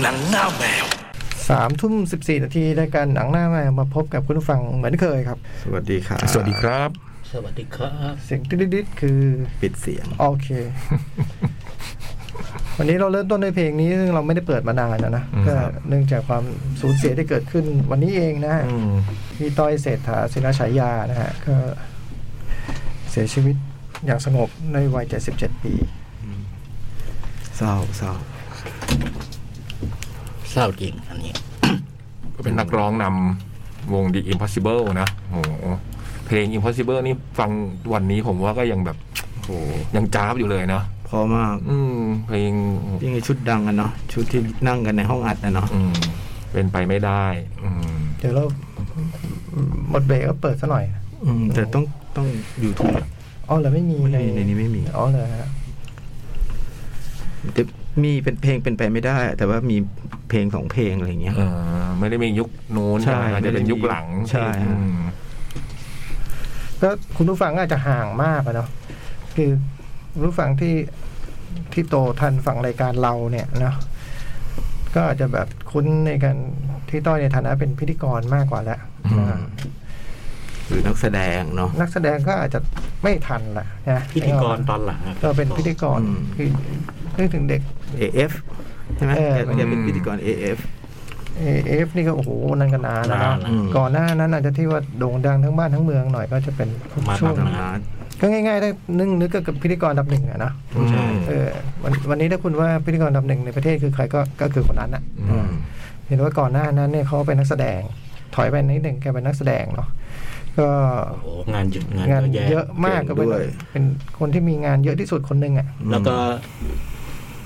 หนังหน้าแมว สามทุ่มสิบสี่นาทีรายการหนังหน้าใหม่มาพบกับคุณผู้ฟังเหมือนเคยครับ สวัสดีครับ สวัสดีครับ สวัสดีครับ เสียงดิ๊ดๆคือ ปิดเสียง โอ เค วันนี้เราเริ่มต้นด้วยเพลงนี้ซึ่งเราไม่ได้เปิดมานานแล้วนะ อืม ก็ ครับ เนื่องจากความสูญเสียที่เกิดขึ้น วันนี้เองนะฮะ อืม พี่ต้อยเศรษฐาศิลาฉายานะฮะก็เสียชีวิตอย่างสงบในวัย 77 ปี เศร้าเศร้า เศร้าจริงอันนี้ ก็เป็นนักร้องนำวง The Impossible นะโอ้โหเพลง Impossible นี่ฟังวันนี้ผมว่าก็ยังแบบ โห ยังจ้าบอยู่เลยเนาะ พอมาก อืม เพลง ยิ่งไอชุดดังกันเนาะชุดที่นั่งกันในห้องอัดนะเนาะ อืมเป็นไปไม่ได้ อืม เดี๋ยวเราหมดเบรกก็เปิดซะหน่อย อืมแต่ต้องต้องยูทูบ อ๋อเหรอไม่มี ไม่มีในนี้ไม่มี อ๋อเหรอฮะ แต่มีเป็นเพลงเป็นไปไม่ได้ แต่ว่ามีเพลงสองเพลงอะไรอย่างเงี้ย เออไม่ได้มียุคนู้น ใช่ ไหมอาจจะเป็นยุคหลัง ใช่ อืม ก็คุณผู้ฟังอาจจะห่างมากอะเนาะคือคุณผู้ฟังที่ที่โตทันฝั่งรายการเราเนี่ยเนาะก็อาจจะแบบคุ้นในการที่ต้อยในฐานะเป็นพิธีกรมากกว่าแล้วนะ หรือนักแสดงเนาะ นักแสดงก็อาจจะไม่ทันละนะ พิธีกรตอนหลังอะ ก็เป็นพิธีกร อืม คือนึกถึงเด็ก AF ใช่ไหม เออ แกแกเป็นพิธีกร AF เอฟนี่ก็โอ้โหนั่นก็นานแล้วเนอะ นานแล้ว ก่อนหน้านั้นอาจจะที่ว่าโด่งดังทั้งบ้านทั้งเมืองหน่อยก็จะเป็น มา ช่วง มา ทำงาน ก็ง่ายๆถ้านึกนึกกับพิธีกรอันดับหนึ่งอะนะ ใช่ เออวันวันนี้ถ้าคุณว่าพิธีกรอันดับหนึ่งในประเทศคือใครก็ก็คือคนนั้นอะ ม เห็นว่าก่อนหน้านั้นเนี่ยเขาเป็นนักแสดง ถอยไปนิดหนึ่งแกเป็นนักแสดงเนาะก็ โอ้โหงานเยอะงาน งาน เยอะ เย แยะ อะมากก็เป็นเป็นคนที่มีงานเยอะที่สุดคนหนึ่งอะ แล้วก็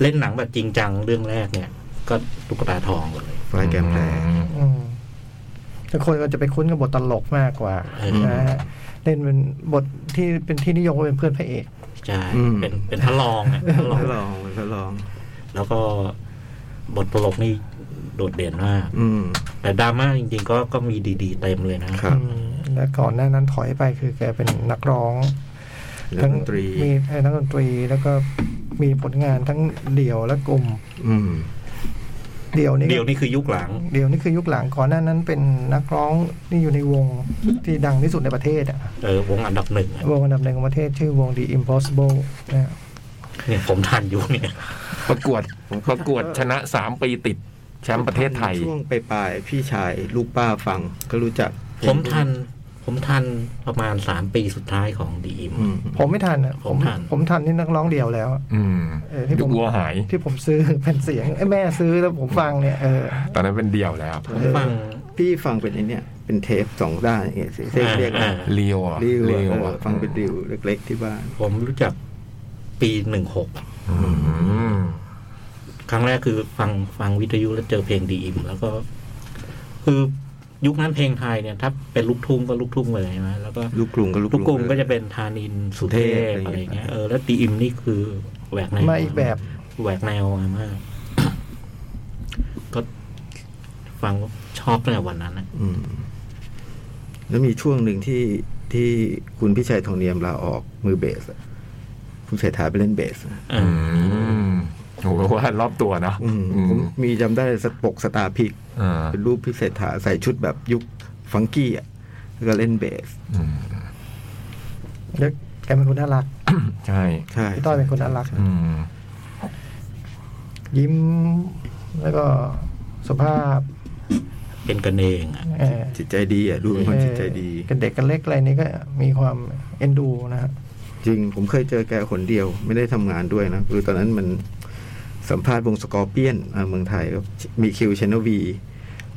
เล่นหนังแบบจริงจังเรื่องแรกเนี่ย ก็ตุ๊กตาทองหมดเลย โปรแกรมแรก อืมแต่คนก็จะไปคุ้นกับบทตลกมากกว่า เออ นะฮะเล่นเป็นบทที่เป็นที่นิยมว่าเป็นเพื่อนพระเอก ใช่ อืม เป็นเป็นพระรองเนี่ยพระรอง ทดลองทดลอง แล้วก็บทตลกนี่โดดเด่นมาก อืม แต่ดราม่าจริงๆก็ก็มีดีๆเต็มเลยนะครับ อืมแล้วก่อนหน้านั้นถอยไปคือแกเป็นนักร้อง แล้วดนตรี มีเอ่อนักดนตรีแล้วก็มีผลงานทั้งเดี่ยวและกลุ่ม อืม เดี่ยวนี่ เดี๋ยวนี้คือยุคหลัง เดี่ยวนี่คือยุคหลังก่อนหน้านั้นเป็นนักร้องที่อยู่ในวงที่ดังที่สุดในประเทศอะ เออวงอันดับหนึ่งอะ วงอันดับหนึ่งของประเทศชื่อวง The Impossible นะฮะ เนี่ยผมทันอยู่เนี่ย ประกวดประกวดชนะสามปีติด แชมป์ประเทศไทย ช่วงไปปลายๆพี่ชายลูกป้าฟังก็รู้จัก ผมทัน ผมทันประมาณสามปีสุดท้ายของดีอิม อืม ผมไม่ทันอะ ผมทัน ผมทันที่นักร้องเดี่ยวแล้วอะ อืม เออที่ผ ยุ ม ควัวหาย ที่ผมซื้อแผ่นเสียงเอ้ยแม่ซื้อแล้วผมฟังเนี่ยเออ ตอนนั้นเป็นเดี่ยวแล้ว ผมฟัง พี่ฟังเป็นไอเนี่ยเป็นเทปสองด้านอย่างเงี้ยเส้นเรียกนะ อ่า เลียวอ่ะ ริวอะ รี เออฟังเป็นริวเล็ก ๆ ที่บ้าน ผมรู้จักปีหนึ่งหก อืม ครั้งแรกคือฟังฟังวิทยุแล้วเจอเพลงดีอิม แล้วก็ คือยุคนั้นเพลงไทยเนี่ย ถ้าเป็นลูกทุ่งก็ลูกทุ่งเลยใช่ไหมแล้วก็ ลูกกรุงก็ลู ลูกกรุง เลย ก็จะเป็นธานินทร์สุเทพ สุเทพ อะ อะไร ไรอย่างเงี้ยเงี้ยเออแล้วดีอิมนี่คือแหวกแนว มาอีกแบบ แหวกแนวมาก ก็ฟังชอบตั้งแต่วันนั้นนะ อืมแล้วมีช่วงหนึ่งที่ที่คุณพี่ชัยทองเนียมลาออกมือเบสอะคุณเศรษฐาไปเล่นเบสอะ เอ อื อ มโหแปลว่ารอบตัวนะ อืม อื ผม ม มีจำได้สปกสตาร์พิก อ่า เป็นรูปพี่เศรษฐาใส่ชุดแบบยุคฟังกี้อ่ะแล้วก็เล่นเบส อืม แล้วแกเป็นคนน่ารัก ใช่ ใช่ พี่ต้อยเป็นคนน่ารัก อืม ยิ้มแล้วก็สุภาพ เป็นกันเองอ่ะ เอ่อ จิตใจดีอ่ะดูเป็นคนจิตใจดี เอ่อกันเด็กกันเล็กอะไรนี่ก็มีความเอ็นดูนะฮะ จริง ผมเคยเจอแกคนเดียว ไม่ได้ทำงานด้วยนะคือตอนนั้นมันสัมภาษณ์วงสกอร์เปียนอ่าเมืองไทยก็มีคิวชนวี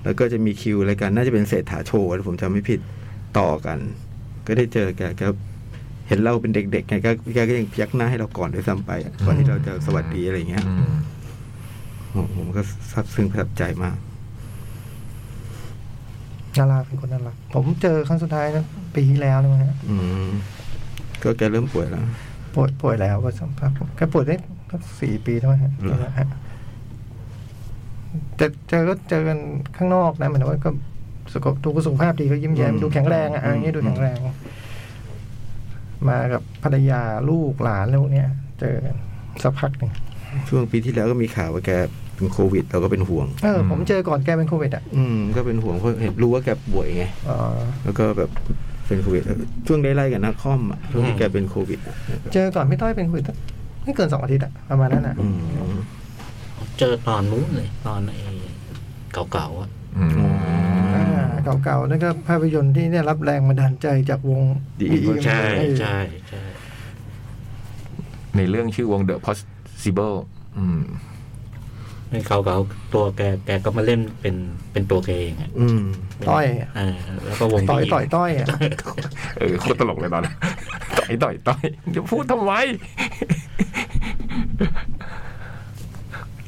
แล้วก็จะมีคิวรายการน่าจะเป็นเศรษฐาโชว์ถ้าผมจำไม่ผิดต่อกัน ก็ได้เจอแกแกเห็นเราเป็นเด็กๆไงก็แกก็ยังพยักหน้าให้เราก่อนด้วยซ้ำไปอะก่อนที่เราจะสวัสดีอะไรอย่างเงี้ย อืม ผมผมก็ซาบซึ้งประทับใจมาก น่ารักเป็นคนน่ารัก ผมเจอครั้งสุดท้ายนะปีที่แล้วนะมั้งฮะ อืมก็แกเริ่มป่วยแล้ว ป่วยป่วยแล้วก็สัมภาษณ์แกป่วยได้สักสี่ปีแล้วมั้งฮะ เหรอ ฮะแต่เจอก็เจอกันข้างนอกนะหมายถึงว่าก็สุขดูก็สุขภาพดีก็ยิ้มแย้มดูแข็งแรงอะอะไรอย่างเงี้ยดูแข็งแรง มากับภรรยาลูกหลานแล้วกเนี้ยเจอกันสักพักหนึ่ง ช่วงปีที่แล้วก็มีข่าวว่าแก เป็นโควิด เราก็เป็นห่วง เออผมเจอก่อนแกเป็นโควิดอ่ะ อืมก็เป็นห่วงเพราะเห็นรู้ว่าแกป่วยไง เอ่อ แล้วก็แบบเป็นโควิดช่วงไล่ๆกับนักคอมอะช่วงที่แกเป็นโควิดอะ เจอก่อนพี่ต้อยเป็นโควิดไม่เกินสองอาทิตย์อะประมาณนั้นอ่ะ อืม เจอตอนนู้นเลยตอนไอ้เก่าๆอ่ะ อืม อ่าเก่าๆนั่นก็ภาพยนตร์ที่ได้รับแรงบันดาลใจจากวง The The Eagles ใช่ เออ ใช่ใช่ ในเรื่องชื่อวง The Possible อืม ไอ้เก่าๆตัวแกแกก็มาเล่นเป็นเป็นตัวแกเองอ่ะ อืม ต้อย เออแล้วก็วง ต่อย ดีม ต่อยต้อยอ่ะ เออโคตรตลกเลยตอนนั้น ต่อยต่อยต่อยจะพูดทำไม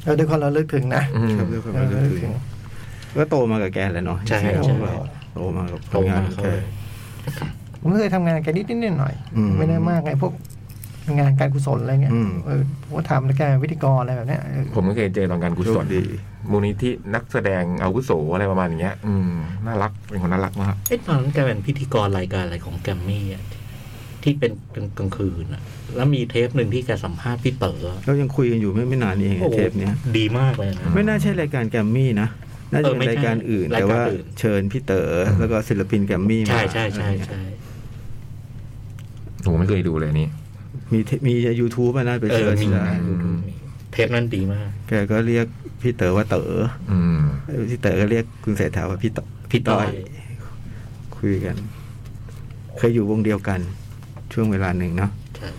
เราด้วยความเราลึกถึงนะ อืม ครับด้วยความ เรา รู้ ลึกสึกถึ ถึ ง ง ก็โตมากับแกแหละเนาะ ใช่ จริงๆ ใช่ พวกเราโตมากับ โต ทำงาม าน เขา แก เลย ผมเคยทำงานกับแกนิดนิดๆหน่อย อืม ๆไม่ได้มากไงพวกงานการกุศลอะไรเงี้ย อืม เออผมก็ทำแล้วแกเป็นวิทยกรอะไรแบบเนี้ยเออ ผมไม่เคยเจอตอนการกุ โช ศ ค ล ดี มูลนิธินักแสดงอาวุโสอะไรประมาณอย่างเงี้ย อืม น่ารัก เป็นคนน่ารักมาก ไอ้ตอนนั้นแกเป็นพิธีกรรายการอะไรของแกรมมี่อ่ะที่เป็นกลางคืนอ่ะ แล้วมีเทปหนึ่งที่แกสัมภาษณ์พี่เต๋อ เรายังคุยกันอยู่ไม่ไม่นานนี้เอง โอ้ อะ โห เทปเนี้ย ดีมากเลยนะ ไม่น่าใช่รายการแกรมมี่นะ น่าจะ เออ เป็ ไม่ น ใช่ รายการอื่น ราย แต่ การ ว่า อื่น เชิญพี่เต๋อแล้วก็ศิลปินแกรมมี่มา ใช่ใช่ใช่ อะไรเงี้ย ใช่ ผมไม่เคยดูเลยอันนี่ มีเทมียูทูบนะไป เออ เชิญ มี ได้ มีดูมีเทปนั้นดีมาก แกก็เรียกพี่เต๋อว่าเต๋อ อืม พี่เต๋อก็เรียกคุณเศรษฐาว่าพี่เต๋อพี่ต้อย คุยกัน เคยอยู่วงเดียวกัน ช่วงเวลาหนึ่งเนาะ ใช่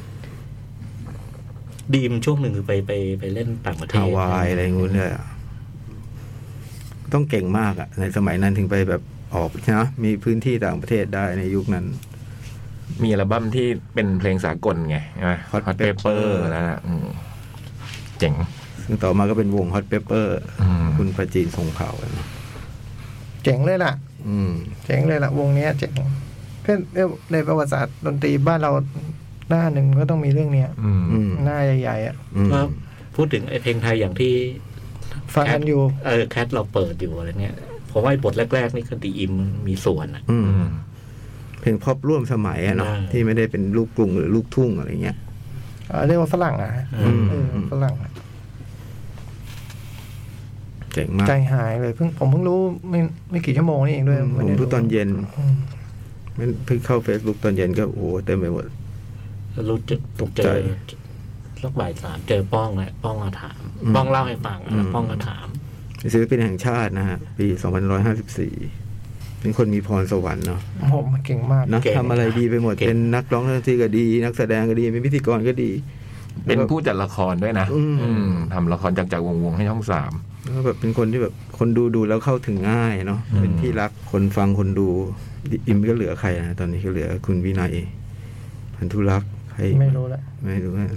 ดีมช่วงหนึ่งคือไปไปไปเล่นต่างประเทศ ฮาวายอะไรงู้นเลยอะต้องเก่งมากอะในสมัยนั้นถึงไปแบบออกนะมีพื้นที่ต่างประเทศได้ในยุคนั้น มีอัลบั้มที่เป็นเพลงสากลไงใช่ไหม Hot Hot Pepper Pepper นั่นแหละอืมเจ๋ง ซึ่งต่อมาก็เป็นวงฮอตเปเปอร์ อืม คุณประจีนทรงเผ่าอะนะ เจ๋งเลยล่ะ อืม เจ๋งเลยล่ะ วงเนี้ยเจ๋งเพื่อนเรียกในประวัติศาสตร์ดนตรีบ้านเราหน้าหนึ่งก็ต้องมีเรื่องเนี้ย อืม อืม หน้าใหญ่ๆอ่ะ อืม ก็พูดถึงไอ้เพลงไทยอย่างที่ ฟังกันอยู่ เออแคทเราเปิดอยู่อะไรเงี้ยผมว่าไอ้บทแรก ๆ นี่ก็ดีอิมมีส่วนอ่ะ อืม อืม เพลงพอปร่วมสมัยอะเนาะ ใช่ ที่ไม่ได้เป็นลูกกรุงหรือลูกทุ่งอะไรเงี้ย เอ่อเรียกว่าฝรั่งอ่ะฮะ อืม เออฝรั่งอะ เจ๋งมาก ใจหายเลยเพิ่งผมเพิ่งรู้ไม่ไม่กี่ชั่วโมงนี่เองด้วย ผ ไได้ ม รู้ เพิ่งตอนเย็น อืม มันเพิ่งเข้า Facebook ตอนเย็นก็โอ้โหเต็มไปหมด แล้วรู้จัก ตก เจ ใจ อสักบ่ายสามเจอป้องแหละป้องมาถาม อืม ป้องเล่าให้ฟังอะแล้ว อืม ป้องก็ถาม ศิลปินแห่งชาตินะฮะ ปี 2554 เป็นคนมีพรสวรรค์เนาะ โอ้โหมันเก่งมาก นะทำอะไรดีไปหมด เป็นนักร้องดนตรีก็ดี นักแสดงก็ดี เป็นพิธีกรก็ดี เป็นผู้จัดละครด้วยนะ อืม อืมทำละครจากจากวงวงให้ช่องสาม แล้วก็แบบเป็นคนที่แบบคนดูดูแล้วเข้าถึงง่ายเนาะ อืม เป็นที่รักคนฟังคนดูอิมก็เหลือใครนะตอนนี้ก็เหลือคุณวินัยพันธุรักษ์ใคร ไม่รู้แล้ว ไม่รู้นะ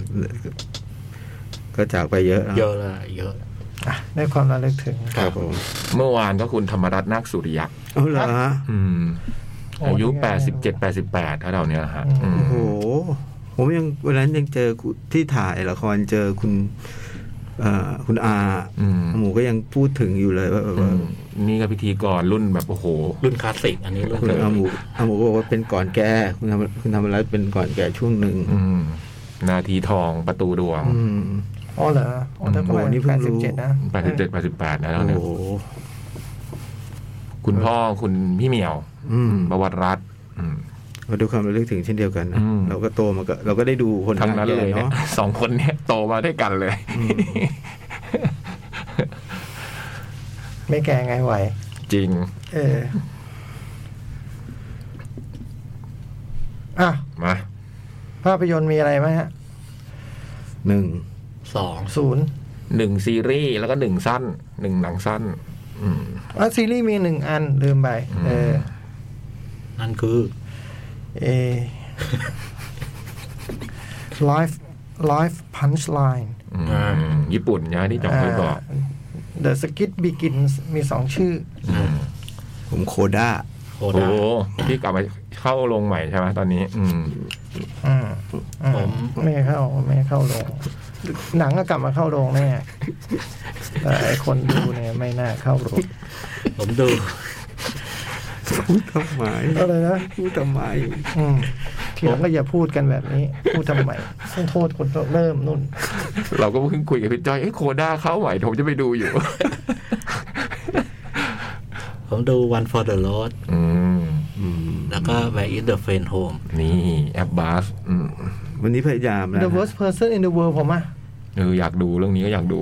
ก็จากไปเยอะแล้ว เยอะละเยอะละ อ่ะได้ความระลึกถึง ครับผม เมื่อวานก็คุณธรรมรัตน์นาคสุริยะ เอาเหรอฮะ อืม โอ้ อายุ นี่ไง แปดสิบเจ็ดแปดสิบแปดเท่าๆเนี้ยแหละฮะอืม โอ้โห ผมยังวันนั้นยังเจอคุณที่ถ่ายละครเจอคุณ เอ่อคุณอา อืม หมูก็ยังพูดถึงอยู่เลยว่าแบบว่า นี่ก็พิธีกรรุ่นแบบโอ้โห รุ่นคลาสสิกอันนี้รุ่น คุณอาหมูอาหมูก็บอกว่าเป็นก่อนแกคุณทำคุณทำอะไรเป็นก่อนแกช่วงหนึ่ง อืม นาทีทองประตูดวง อืม อ๋อเหรออ๋อถ้าประมา โอ้ ณ นี่เพิ่ แป ง ดสิรู้บเจ็ดนะ แปดสิบเจ็ดแปดสิบแปดนะแล้ว โอ้ เนี่ย โห คุณพ่อคุณพี่เหมียว อืม ประวัติรัตน์อืม เราดูความระลึกถึงเช่นเดียวกันนะ อืม เราก็โตมาก็เราก็ได้ดูคน ทั้งนั้น แก่ เลยเนี่ย เนาะ สองคนเนี่ยโตมาด้วยกันเลย ไม่แก่ไงไหว จริง เอออ่ะ มา ภาพยนตร์มีอะไรไหมฮะ หนึ่ง สอง ศูนย์ หนึ่งซีรีส์แล้วก็หนึ่งสั้นหนึ่งหนังสั้น อืม อ่ะซีรีส์มีหนึ่งอันลืมไปเออ นั่นคือ เอ life life punchline อืม อ่า ญี่ปุ่นนะที่จองเคยบอก า The Skit Begins มีสองชื่อ อืม ผมโคด้า โค โอ้ ดา โหที่กลับมาเข้าโรงใหม่ใช่ไหมตอนนี้ อืม อืมอื ผม ม ไม่เข้าไม่เข้าโรงหนังก็กลับมาเข้าโรง แน่แต่ไอ้คนดูเนี่ยไม่น่าเข้าโรง ผมดู พูดทำไม ก็เลยนะ พูดทำไม อืม ทีหลังก็อย่าพูดกันแบบนี้ พูดทำไมต้องโทษคนเริ่มนู่น เราก็เพิ่งคุยกับพี่จ้อยเอ้ยโคด้าเข้าใหม่เดี๋ยวผมจะไปดูอยู่ ผมดู One for the Road อืม อืม แล้วก็ Where is the Friend Home นี่แอปบาสอืม วันนี้พยายามนะ The worst person in the world ผมอะ เอออยากดูเรื่องนี้ก็อยากดู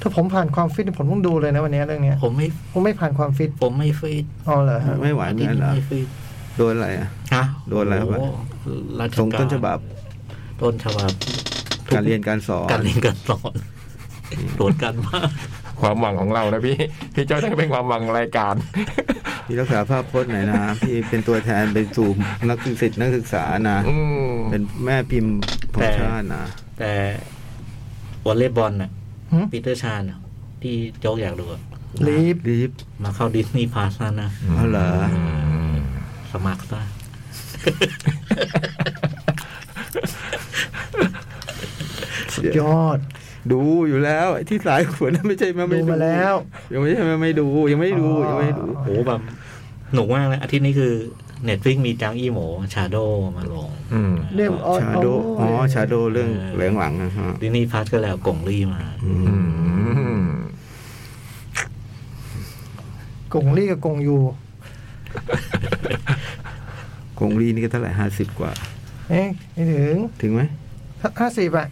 ถ้าผมผ่านความฟิตผมต้องดูเลยนะวันนี้เรื่องเนี้ย ผมไม่ ผมไม่ผ่านความฟิต ผมไม่ฟีด อ๋อเหรอฮะ ไม่ไหว อา เหมื ทิ อนตกันย์เหรอ ไม่ฟีด โดนอะไรอ่ะ ฮะ โดนอะไรวะ โโหราชการ ตรงต้นฉบับ ต้นฉบับทุ การเรียนการสอน การเรียนการสอนตรวจกันมาก ความหวังของเรานะพี่ พี่จ้อยต้องเป็นความหวังรายการ พี่รักษาภาพพจน์หน่อยนะพี่เป็นตัวแทนไปสู่นักศึกษานักศึกษานะ อืม เป็นแม่พิมพ์ของชาตินะ แต่วอลเลย์บอลน่ะ หึ ปีเตอร์ชาญน่ะที่โจ๊กอยากดูอะ ลีฟ รีบ มาเข้าดิสนีย์พาสนะนะ เอาเหรอ ม สมัครซะ สุดยอด ดูอยู่แล้วไอ้ที่สายขวนนไม่ใช่มาไม่ ดูมาแล้ว ยังไม่ใช่มาไม่ดู ยังไม่ดูยังไม่ดู โอ้โหแบบหนุกมากเลยอาทิตย์นี้คือเน็ตฟิกมีจังอี้หมูชาโดมาลง อืม เรื่องออ ชาโดอ๋อชาโดเรื่อง เออ เหลืองหลังนะฮะ ดิสนีย์พาสก็แล้วกล่องลี่มา อืม กงลี่กับกงยู กงรีนี่ก็เท่าไหร่ห้าสิบกว่า เอ๊ะไม่ถึง ถึงไหม ห้าสิบอะ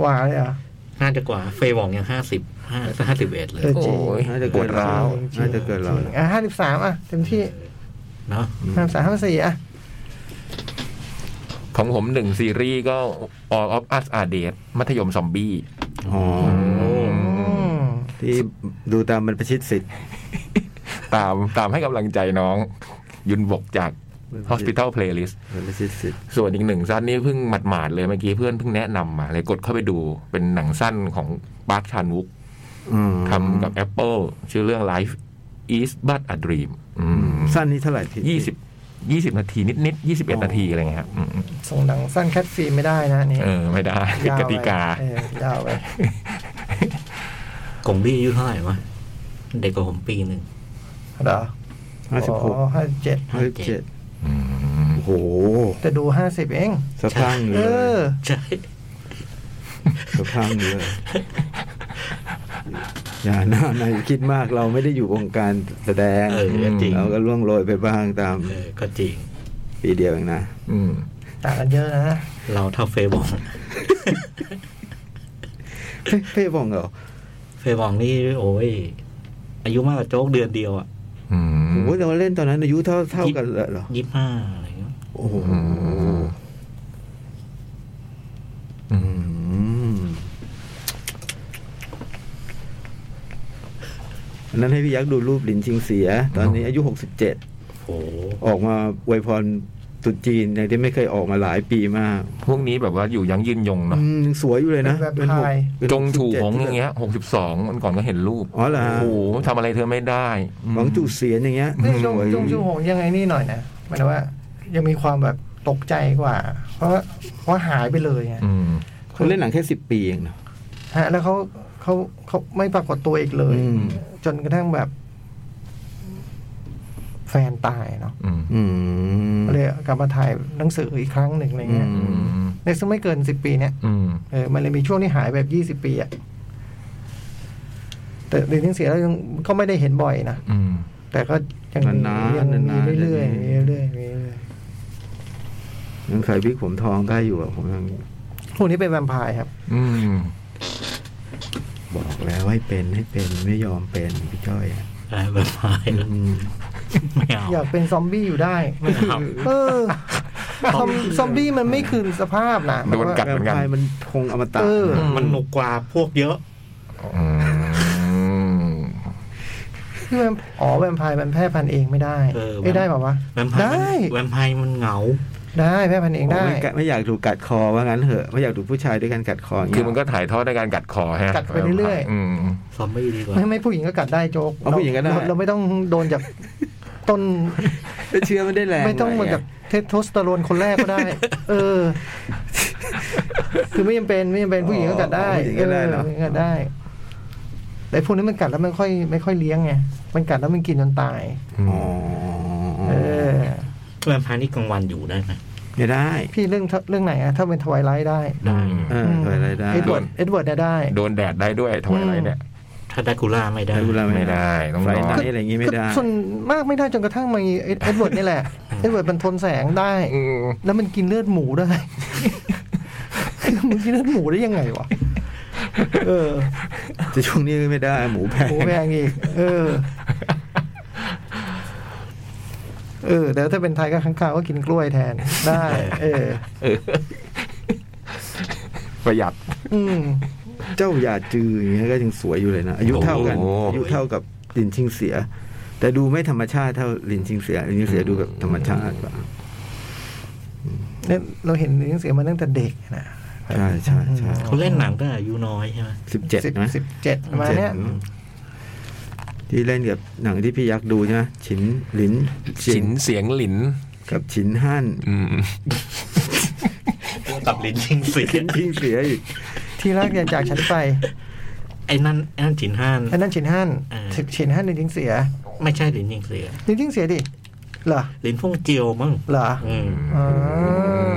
กว่าเลยเหรอ่ะ น่าจะกว่าเฟย์บอกยังห้าสิบห้าห้าสิบเอ็ดเลย เออ โอ้ย น่าจะ ป เกิ วด นเรา ร้าว น่าจะเกินเรานะ อ่ะห้าสิบสามอ่ะเต็มที่ เนาะ ห้าสามห้าสี่อ่ะ ของผมหนึ่งซีรีส์ก็ All of Us Are Dead มัธยมซอมบี้ อ๋ออ อืม ที่ดูตามมันประชิดสิทธิ์ ตามตามให้กำลังใจน้อง ยุนบกจาก Hospital Playlist มันประชิดสิทธิ์ ส่วนอีกหนึ่งสั้นนี่เพิ่งหมาดๆเลยเมื่อกี้เพื่อนเพิ่งแนะนำมาเลยกดเข้าไปดูเป็นหนังสั้นของปาร์คชานวุก อืม ทำกับ Apple ชื่อเรื่อง Life is but a dream อืม สั้นนี่เท่าไหร่พี่ ยี่สิบยี่สิบนาทีนิดๆยี่สิบเอ็ดนาทีอะไรเงี้ยครับอืม ส่งหนังสั้นแคทฟิล์มไม่ได้นะอันนี่ เออ ไม่ได้ผิดกติกา ยาวไป กล่องลี่อายุเท่าไหร่วะเด็กกว่าผมปีหนึ่ง เหรอ ห้าสิบหก ห้าสิบเจ็ด ห้าสิบเจ็ด อืม โอ้โห แต่ดูห้าสิบเอง สะพรังเล เอยอ ใช่ สะพรังเลยอย่าหน้าในคิดมากเราไม่ได้อยู่วงการแสดง เออจริง เราก็ล่วงโรยไปบ้างตาม เออก็จริง ปีเดียวเองนะ อืม ต่างกันเยอะนะ เราเท่าเฟย์บอก เพ่เพ่บองเหรอ เฟย์บอกนี่โอ้ย อายุมากกว่าโจ๊กเดือนเดียวอ่ะ อืม โอ้โหเราเล่นตอนนั้นอายุเท่าเท่ากันเลยเหรอ ยี่ห้าอะไรเงี้ย โอ้โห อืม อืมอันนั้นให้พี่ยักษ์ดูรูปลินชิงเสีย ตอนนี้อายุหกสิบเจ็ด โอ้โห ออกมาอวยพรตรุษจีนอย่างที่ไม่เคยออกมาหลายปีมาก พวกนี้แบบว่าอยู่ยั้งยืนยงเนาะ อืมสวยอยู่เลยนะ แบบ เป็นหก ไทย เป็น จงถู 67 ของอย่างเงี้ยหกสิบสองมันก่อนก็เห็นรูป อ๋อเหรอ โอ้ ฮะ โหทำอะไรเธอไม่ได้ม หวังจู่เสียนอย่างเงี้ย นี่จง สวย จงชูหงยังไงนี่หน่อยนะหมายถึงว่า ยังมีความแบบตกใจกว่า เพราะว่าเพราะหายไปเลยไง อืม เขาเล่นหนังแค่สิบปีเองเนอะ ฮะ แล้วเขาเขาเขาไม่ปรากฏตัวอีกเลย อืม จนกระทั่งแบบ แฟนตายเนาะ อืม อืม เลยกลับมาถ่ายหนังสืออีกครั้งหนึ่งอะไรเงี้ย อื อืม ในซึ่งไม่เกินสิบปีเนี้ย อืม เออมันเลยมีช่วงที่หายแบบยี่สิบ20 ปีอะแต่เรียนหนังสือแล้วยังก็ไม่ได้เห็นบ่อยนะ อืม แต่ก็ยังมี นานๆ ยัง นา มี นๆ เรื่อยๆเดี๋ยวนี้ มีเรื่อยๆมีเรื่อย ยังใส่วิกผมทองได้อยู่อะผมยัง ๆพวกนี้เป็นแวมไพร์ครับ อืม บอกแล้วให้เป็นให้เป็นไม่ยอมเป็นพี่จ้อยอะ อะไรแบบไม้แล้ว อืม ไม่เอา อยากเป็นซอมบี้อยู่ได้ ไม่เอา เออ ซอมซอมบี้มันไม่คืนสภาพนะ โดนกัด แบเหบว่ามือกัน แวร์ไพร์มันคงอมตะ เออ มันหนุกกว่าพวกเยอะ อืม ที่แวมอ๋อแวมไพร์มันแพร่พันธุ์เองไม่ได้ เออ ไม่ได้เปล่าวะ แวมไพร์มัน ได้ แวมไพร์มันเหงา ได้แพร่พันธุ์เองได้ ไม่กะไม่อยากถูกกัดคอว่างั้นเหอะ ไม่อยากถูกผู้ชายด้วยกันกัดคออย่าง คือ เงี้ย มันก็ถ่ายทอดในการกัดคอฮะ กัดไปเรื่อยๆ อืม ซอมบี้ดีกว่า ไม่ไม่ผู้หญิงก็กัดได้โจ๊ก เอาผู้หญิงก็ได้ เราเราไม่ต้องโดนจากต้น ไม่เชื่อไม่ได้แรง ไม่ต้องมาจากเทสโทสเตอโรนคนแรกก็ได้ เออ คือไม่ยังเป็นไม่ยังเป็นผู้หญิงก็กัดได้ ผู้หญิงก็ได้เนาะ ออผู้หญิงกัดได้แต่พวกนี้มันกัดแล้วมันค่อย ไม่ค่อยเลี้ยงไงมันกัดแล้วมันกินจนตาย อ๋อ เออ แวมไพร์นี่กลางวันอยู่ได้ไหม ไม่ได้ พี่เรื่องเรื่องไหนอะถ้าเป็นทวายไลท์ได้ ได้ อืม เออถอยอะไรได้ เอ็ด โ เวิร์ดเอ็ดเวิร์ดเนี่ยได้ โดนแดดได้ด้วยทวายไลท์เนี่ย ถ้าไดคูล่าไม่ได้ ดูแล ไม่ได้ต้อง ไฟ นอน ไหนอะไรอย่างงี้ไม่ได้ ส่วนมากไม่ได้จนกระทั่งมีเอ็ดเวิร์ดนี่แห ละ เอ็ดเวิร์ดมันทนแสงได้ อืม แล้วมันกินเลือดหมูได้ คือ มันกินเลือดหมูได้ยังไงวะ เออ จะช่วงนี้ไม่ได้ หมูแพง หมูแพงอีก เออ เออแล้วถ้าเป็นไทยก็ข้างคาวก็กินกล้วยแทน ได้ เออ เออประหยัด อืม เจ้าอย่าจืออย่างเงี้ยก็ยังสวยอยู่เลยนะ อายุเท่ากัน โอ้โห อายุเท่ากับลินชิงเสีย แต่ดูไม่ธรรมชาติเท่าลินชิงเสียลินชิงเสียดูแบบธรรมชาติกว่า เนี่ยเราเห็นหนังสือมาตั้งแต่เด็กนะ ใช่ใช่ใช่ เขาเล่นหนังตั้งแต่อายุน้อยใช่ไหม สิบเจ็ด สิบ ไหม สิบเจ็ดประมาณเนี้ย ที่เล่นกับหนังที่พี่ยักษ์ดูใช่ไหมฉินหลินเจีย ฉิ ง นเสียงหลิน กับฉินฮั่น อืม ตับลิ้นชิงสี ฉินพิงเสียอีก ที่รักอย่าจากฉั นไป ไอ้นั่นไอ้นั่นจินห้าน อันนั้นฉินฮั่น อ่า ฉินฮั่นในทิ้งเสีย ไม่ใช่ลิ้นยิงเสีย ในทิ้งเสียดิเหรอ ลิ้นฟงเจียวมั้ง เหรอ อืม อ่า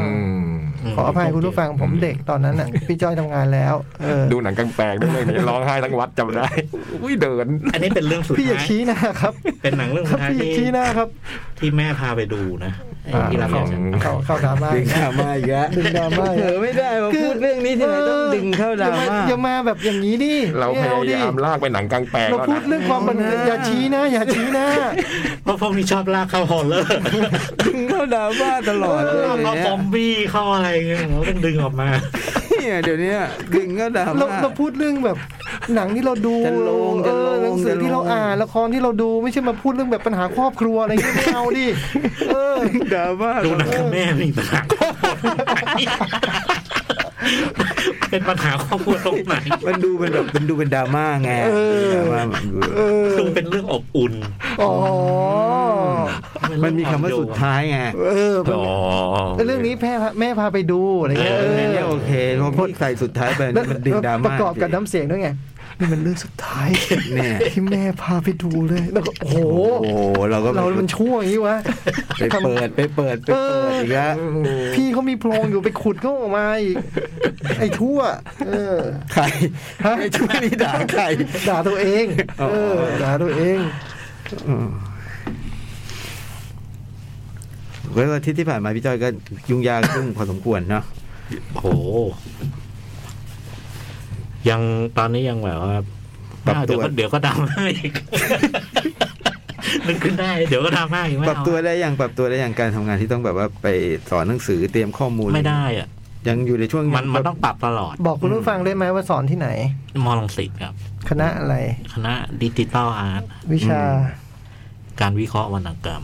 ม ขออภัยคุณผู้ฟังผมเด็กตอนนั้นน่ะ พี่จ้อยทำงานแล้ว เออ ดูหนังกลางแปลงได้ไหมเนี่ยร้องไห้ทั้งวัดจำได้ อุ้ยเดิน อันนี้เป็นเรื่องสุด พี่อย่า ท้าย ชี้หน้าครับ เป็นหนังเรื่อง ค สุ รับ ดท้าย พี่อย่าชี้ ที่ หน้าครับ ที่แม่พาไปดูนะไอ้ที่รับ อ่า เนี่ย เข้าเข้าดราม่า ดึงดราม่าอีกแล้ว ดึงดราม่า เถอไม่ได้มาพูดเรื่องนี้ที่ไหนต้องดึงเข้าดราม่า อย่ามาแบบอย่างนี้ดิ เราพ ไม่าอยยาม ดิ ลากไปหนังกลางแปลงแล้เราว พูด นะ เรื่องความบันเทิง เอานะ อย่าชี้หน้าอย่าชี้หน้า เพราะพวกนี้ชอบลากเข้าฮอลเลอร์ ดึงเข้าดราม่าตลอดเลย เข้า เนี่ ซ ย อมบี้เข้าอะไรเงี้ยเราต้องดึงออกมา เนี่ยเดี๋ยวเนี้ยดึงเข้าดรา เรา ม่า เราพูดเรื่องแบบหนังที่เราดู จะลง เอ จะล อง หนังสือ จะลง ที่เราอ่านละครที่เราดูไม่ใช่มาพูดเรื่องแบบปัญหาครอบครัวอะไรอย่างเงี้ยไม่เอาดิเออ ดึงดราม่า ดูหนังกับแม่มีปัญหาครอบครัวตรงไหนเป็นปัญหาครอบครัวตรงไหน มันดูเป็นแบบมันดูเป็นดราม่าไง เออ ดราม่ามันดู เออ ดูเป็นเรื่องอบอุ่น อ๋อ มันมีคำว่าสุดท้ายไง เออมัน อ๋อ เรื่องนี้แม่พาแม่พาไปดูอะไรเงี้ย เอ เอ อ อ เนี่ยโอเคเพอพูดใส่สุดท้ายไป แล้ว นี่มันดึงดราม่า ประกอบกับน้ำเสียงด้วยไงนี่มันเรื่องสุดท้าย เนี่ย ที่แม่พาไปดูเลยแล้วก็โอ้โห โอ้โหเราก็ เรามันชั่วอย่างนี้วะ ไปเปิดไปเปิดไปเปิด เอออี อีกแล้ว พี่เขามีโพรงอยู่ไปขุดเขาออกมาอีกไอ้ชั่ว เออ ใคร ฮะ ไอ้ช่วงนี้ด่าใคร ด่าตัวเอง อ๋อ เออด่าตัวเอง เว้ยวันอาทิตย์ที่ผ่านมาพี่จ้อยก็ยุ่งยากยุ่งพอสมควรเนาะ โอ้โหยังตอนนี้ยังแบบว่า ปรับตัว อ้าเดี๋ยวก็เดี๋ยวก็ดราม่าอีกนึกขึ้นได้ เดี๋ยวก็ดราม่าอีกไม่ ป เอา รับตัวได้ยังปรับตัวได้ยังการทำงานที่ต้องแบบว่าไปสอนหนังสือเตรียมข้อมูล ไม่ได้อ่ะ ยังอยู่ในช่วง มันมันต้องปรับตลอด บอกคุณผู้ฟังได้ไหมว่าสอนที่ไหน มอลังสิตครับ คณะอะไร คณะดิจิทัลอาร์ต วิชา การวิเคราะห์วรรณกรรม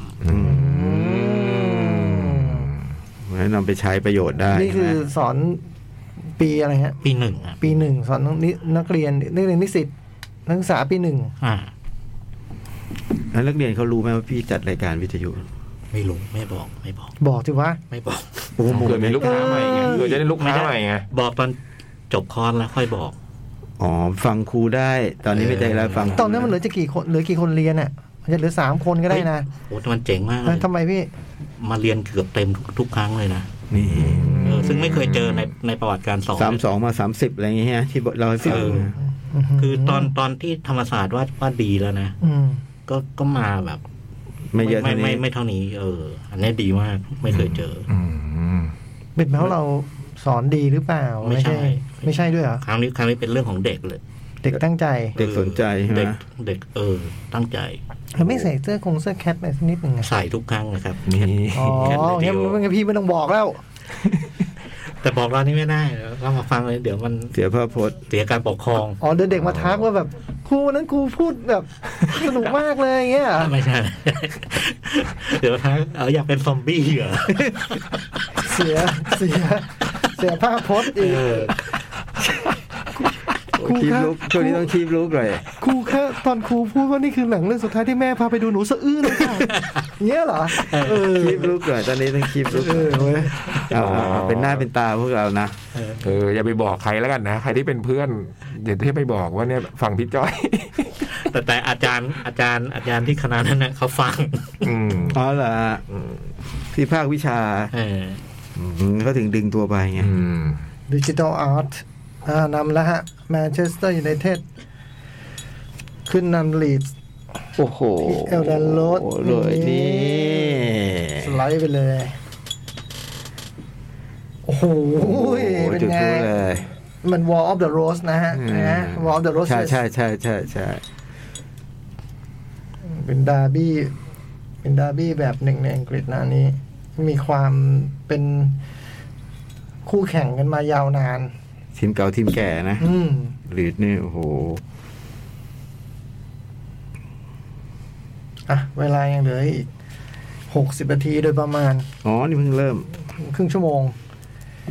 ให้นำไปใช้ประโยชน์ได้ นี่คือ นะ สอนปีอะไรฮะ ปีหนึ่งครับ ปีหนึ่งสอนนินักเรียนนักเรียนนิสิตนักศึกษาปีหนึ่ง อ่า แล้วนักเรียนเขารู้ไหมว่าพี่จัดรายการวิทยุ ไม่รู้ไม่บอกไม่บอก บอกสิว่า ไม่บอก โอ้โห เผื่อมีลูกค้าใหม่ไงเผื่อจะได้ลูกค้าใหม่ไง บอกตอนจบคอร์สแล้วค่อยบอก อ๋อฟังครูได้ตอนนี้ไม่ใจแล้วฟังครู ตอนนั้นมันเหลือจะกี่คนเหลือกี่คนเรียนอ่ะมันจะเหลือสามคนก็ได้นะ โอ้มันเจ๋งมากเล เอ้ย ย ทำไมพี่ มาเรียนเกือบเต็มทุกทุกครั้งเลยนะ นี่ เออซึ่งไม่เคยเจอในในประวัติการสอน สามสองมาสามสิบอะไรอย่างเงี้ยที่เราให้ฟัง เออคือตอนตอนที่ธรรมศาสตร์ว่าว่าดีแล้วนะ อืม ก็ก็มาแบบ ไม่เยอะ ไม่ เท่า ไม่ นี้ ไม่เท่านี้ เออ อันนี้ดีมากไม่เคยเจอ อืม เป็นเพราะเราสอนดีหรือเปล่า ไม่ใช่ ไม่ใช่ด้วยเหรอ ครั้งนี้ครั้งนี้เป็นเรื่องของเด็กเลย เด็กตั้งใจ เด็กสนใจใช่ไหม เด็กเด็กเออ ตั้งใจ เราไม่ใส่เสื้อคงเสื้อแคทอะไรสักนิดหนึ่งอะ ใส่ทุกครั้งนะครับ นี่ อ๋อ แค่เดี งั้ ย น ว มันงั้นพี่ไม่ต้องบอกแล้ว แต่บอกเรานี่ไม่ได้เรามาฟังเลยเดี๋ยวมัน เสียภาพพจน์ เสียการปกครอง อ๋อเดี๋ยวเด็กมาทักว่าแบบครูวันนั้นครูพูดแบบสนุกมากเลยอย่างเงี้ยเหรอ ไม่ใช่ เดี๋ยวท้าเอออยากเป็นซอมบี้เหร อ เสียเสียเสียภาพพจน์อีก ครู คีบ คะ ลุกช่วงนี้ต้องคีบลุกเลย ครูคะตอนครูพูดว่านี่คือหนังเรื่องสุดท้ายที่แม่พาไปดูหนูสะอื้นเลยค่ะเงี้ยเหรอ เออ คีบลุกเลยตอนนี้ต้องคีบลุก เออเว้ย เอาเอาเอาเป็นหน้าเป็นตาพวกเรานะ เอออย่าไปบอกใครแล้วกันนะ ใครที่เป็นเพื่อนอย่าที่ไปบอกว่าเนี่ยฝั่งพี่จ้อย แต่แต่อาจารย์อาจารย์อาจารย์ที่คณะนั้นนะเขาฟัง อืม อ๋อเหรอที่ภาควิชา เออ อืมเขาถึงดึงตัวไปไง อืม ดิจิ t a ลอาร์ตนำแล้วฮะแมนเชสเตอร์ยูไนเต็ดขึ้นนำลีด โอ้โห เอลดันโรด เลยนี่ สไลด์ไปเลย โอ้โห เป็น จุด ไง พูดเลย มัน Wall of the Rose นะฮะนะ Wall of the Rose ใช่ใช่ใช่ใช่ใช่ เป็นดาร์บี้ เป็นดาร์บี้แบบหนึ่งในอังกฤษนะอันนี้ มีความเป็นคู่แข่งกันมายาวนาน ทีมเก่าทีมแก่นะ อืม ลีดนี่โอ้โห อ่ะ เวลายังเหลืออีกหกสิบนาทีโดยประมาณ อ๋อ นี่เพิ่งเริ่ม ครึ่งชั่วโมง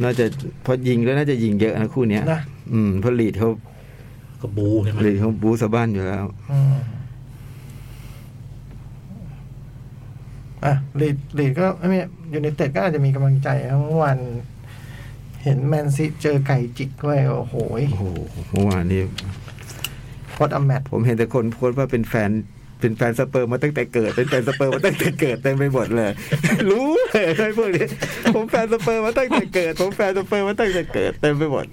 น่าจะพอยิงแล้วน่าจะยิงเยอะนะคู่เนี้ย นะ อืมเพราะลีดเขา กระบูใช่ไหม ลีดเขาบูสะบ้านอยู่แล้ว อืมอ่ะลีดลีดก็ไม่ยูไนเต็ดก็อาจจะมีกำลังใจนะเมื่อวัน เห็นแมนซีเจอไก่จิกด้วยโอ้โห โอ้โหเมื่อวานนี้ พอดอแมต ผมเห็นแต่คนโพสต์ว่าเป็นแฟน เป็นแฟนสเปอร์มาตั้งแต่เกิด เป็นแฟนสเปอร์มาตั้งแต่เกิดเต็มไปหมดเลย รู้เลยไอ้พวกนี้ ผมแฟนสเปอร์มาตั้งแต่เกิด ผมแฟนสเปอร์มาตั้งแต่เกิดเต็มไปหมด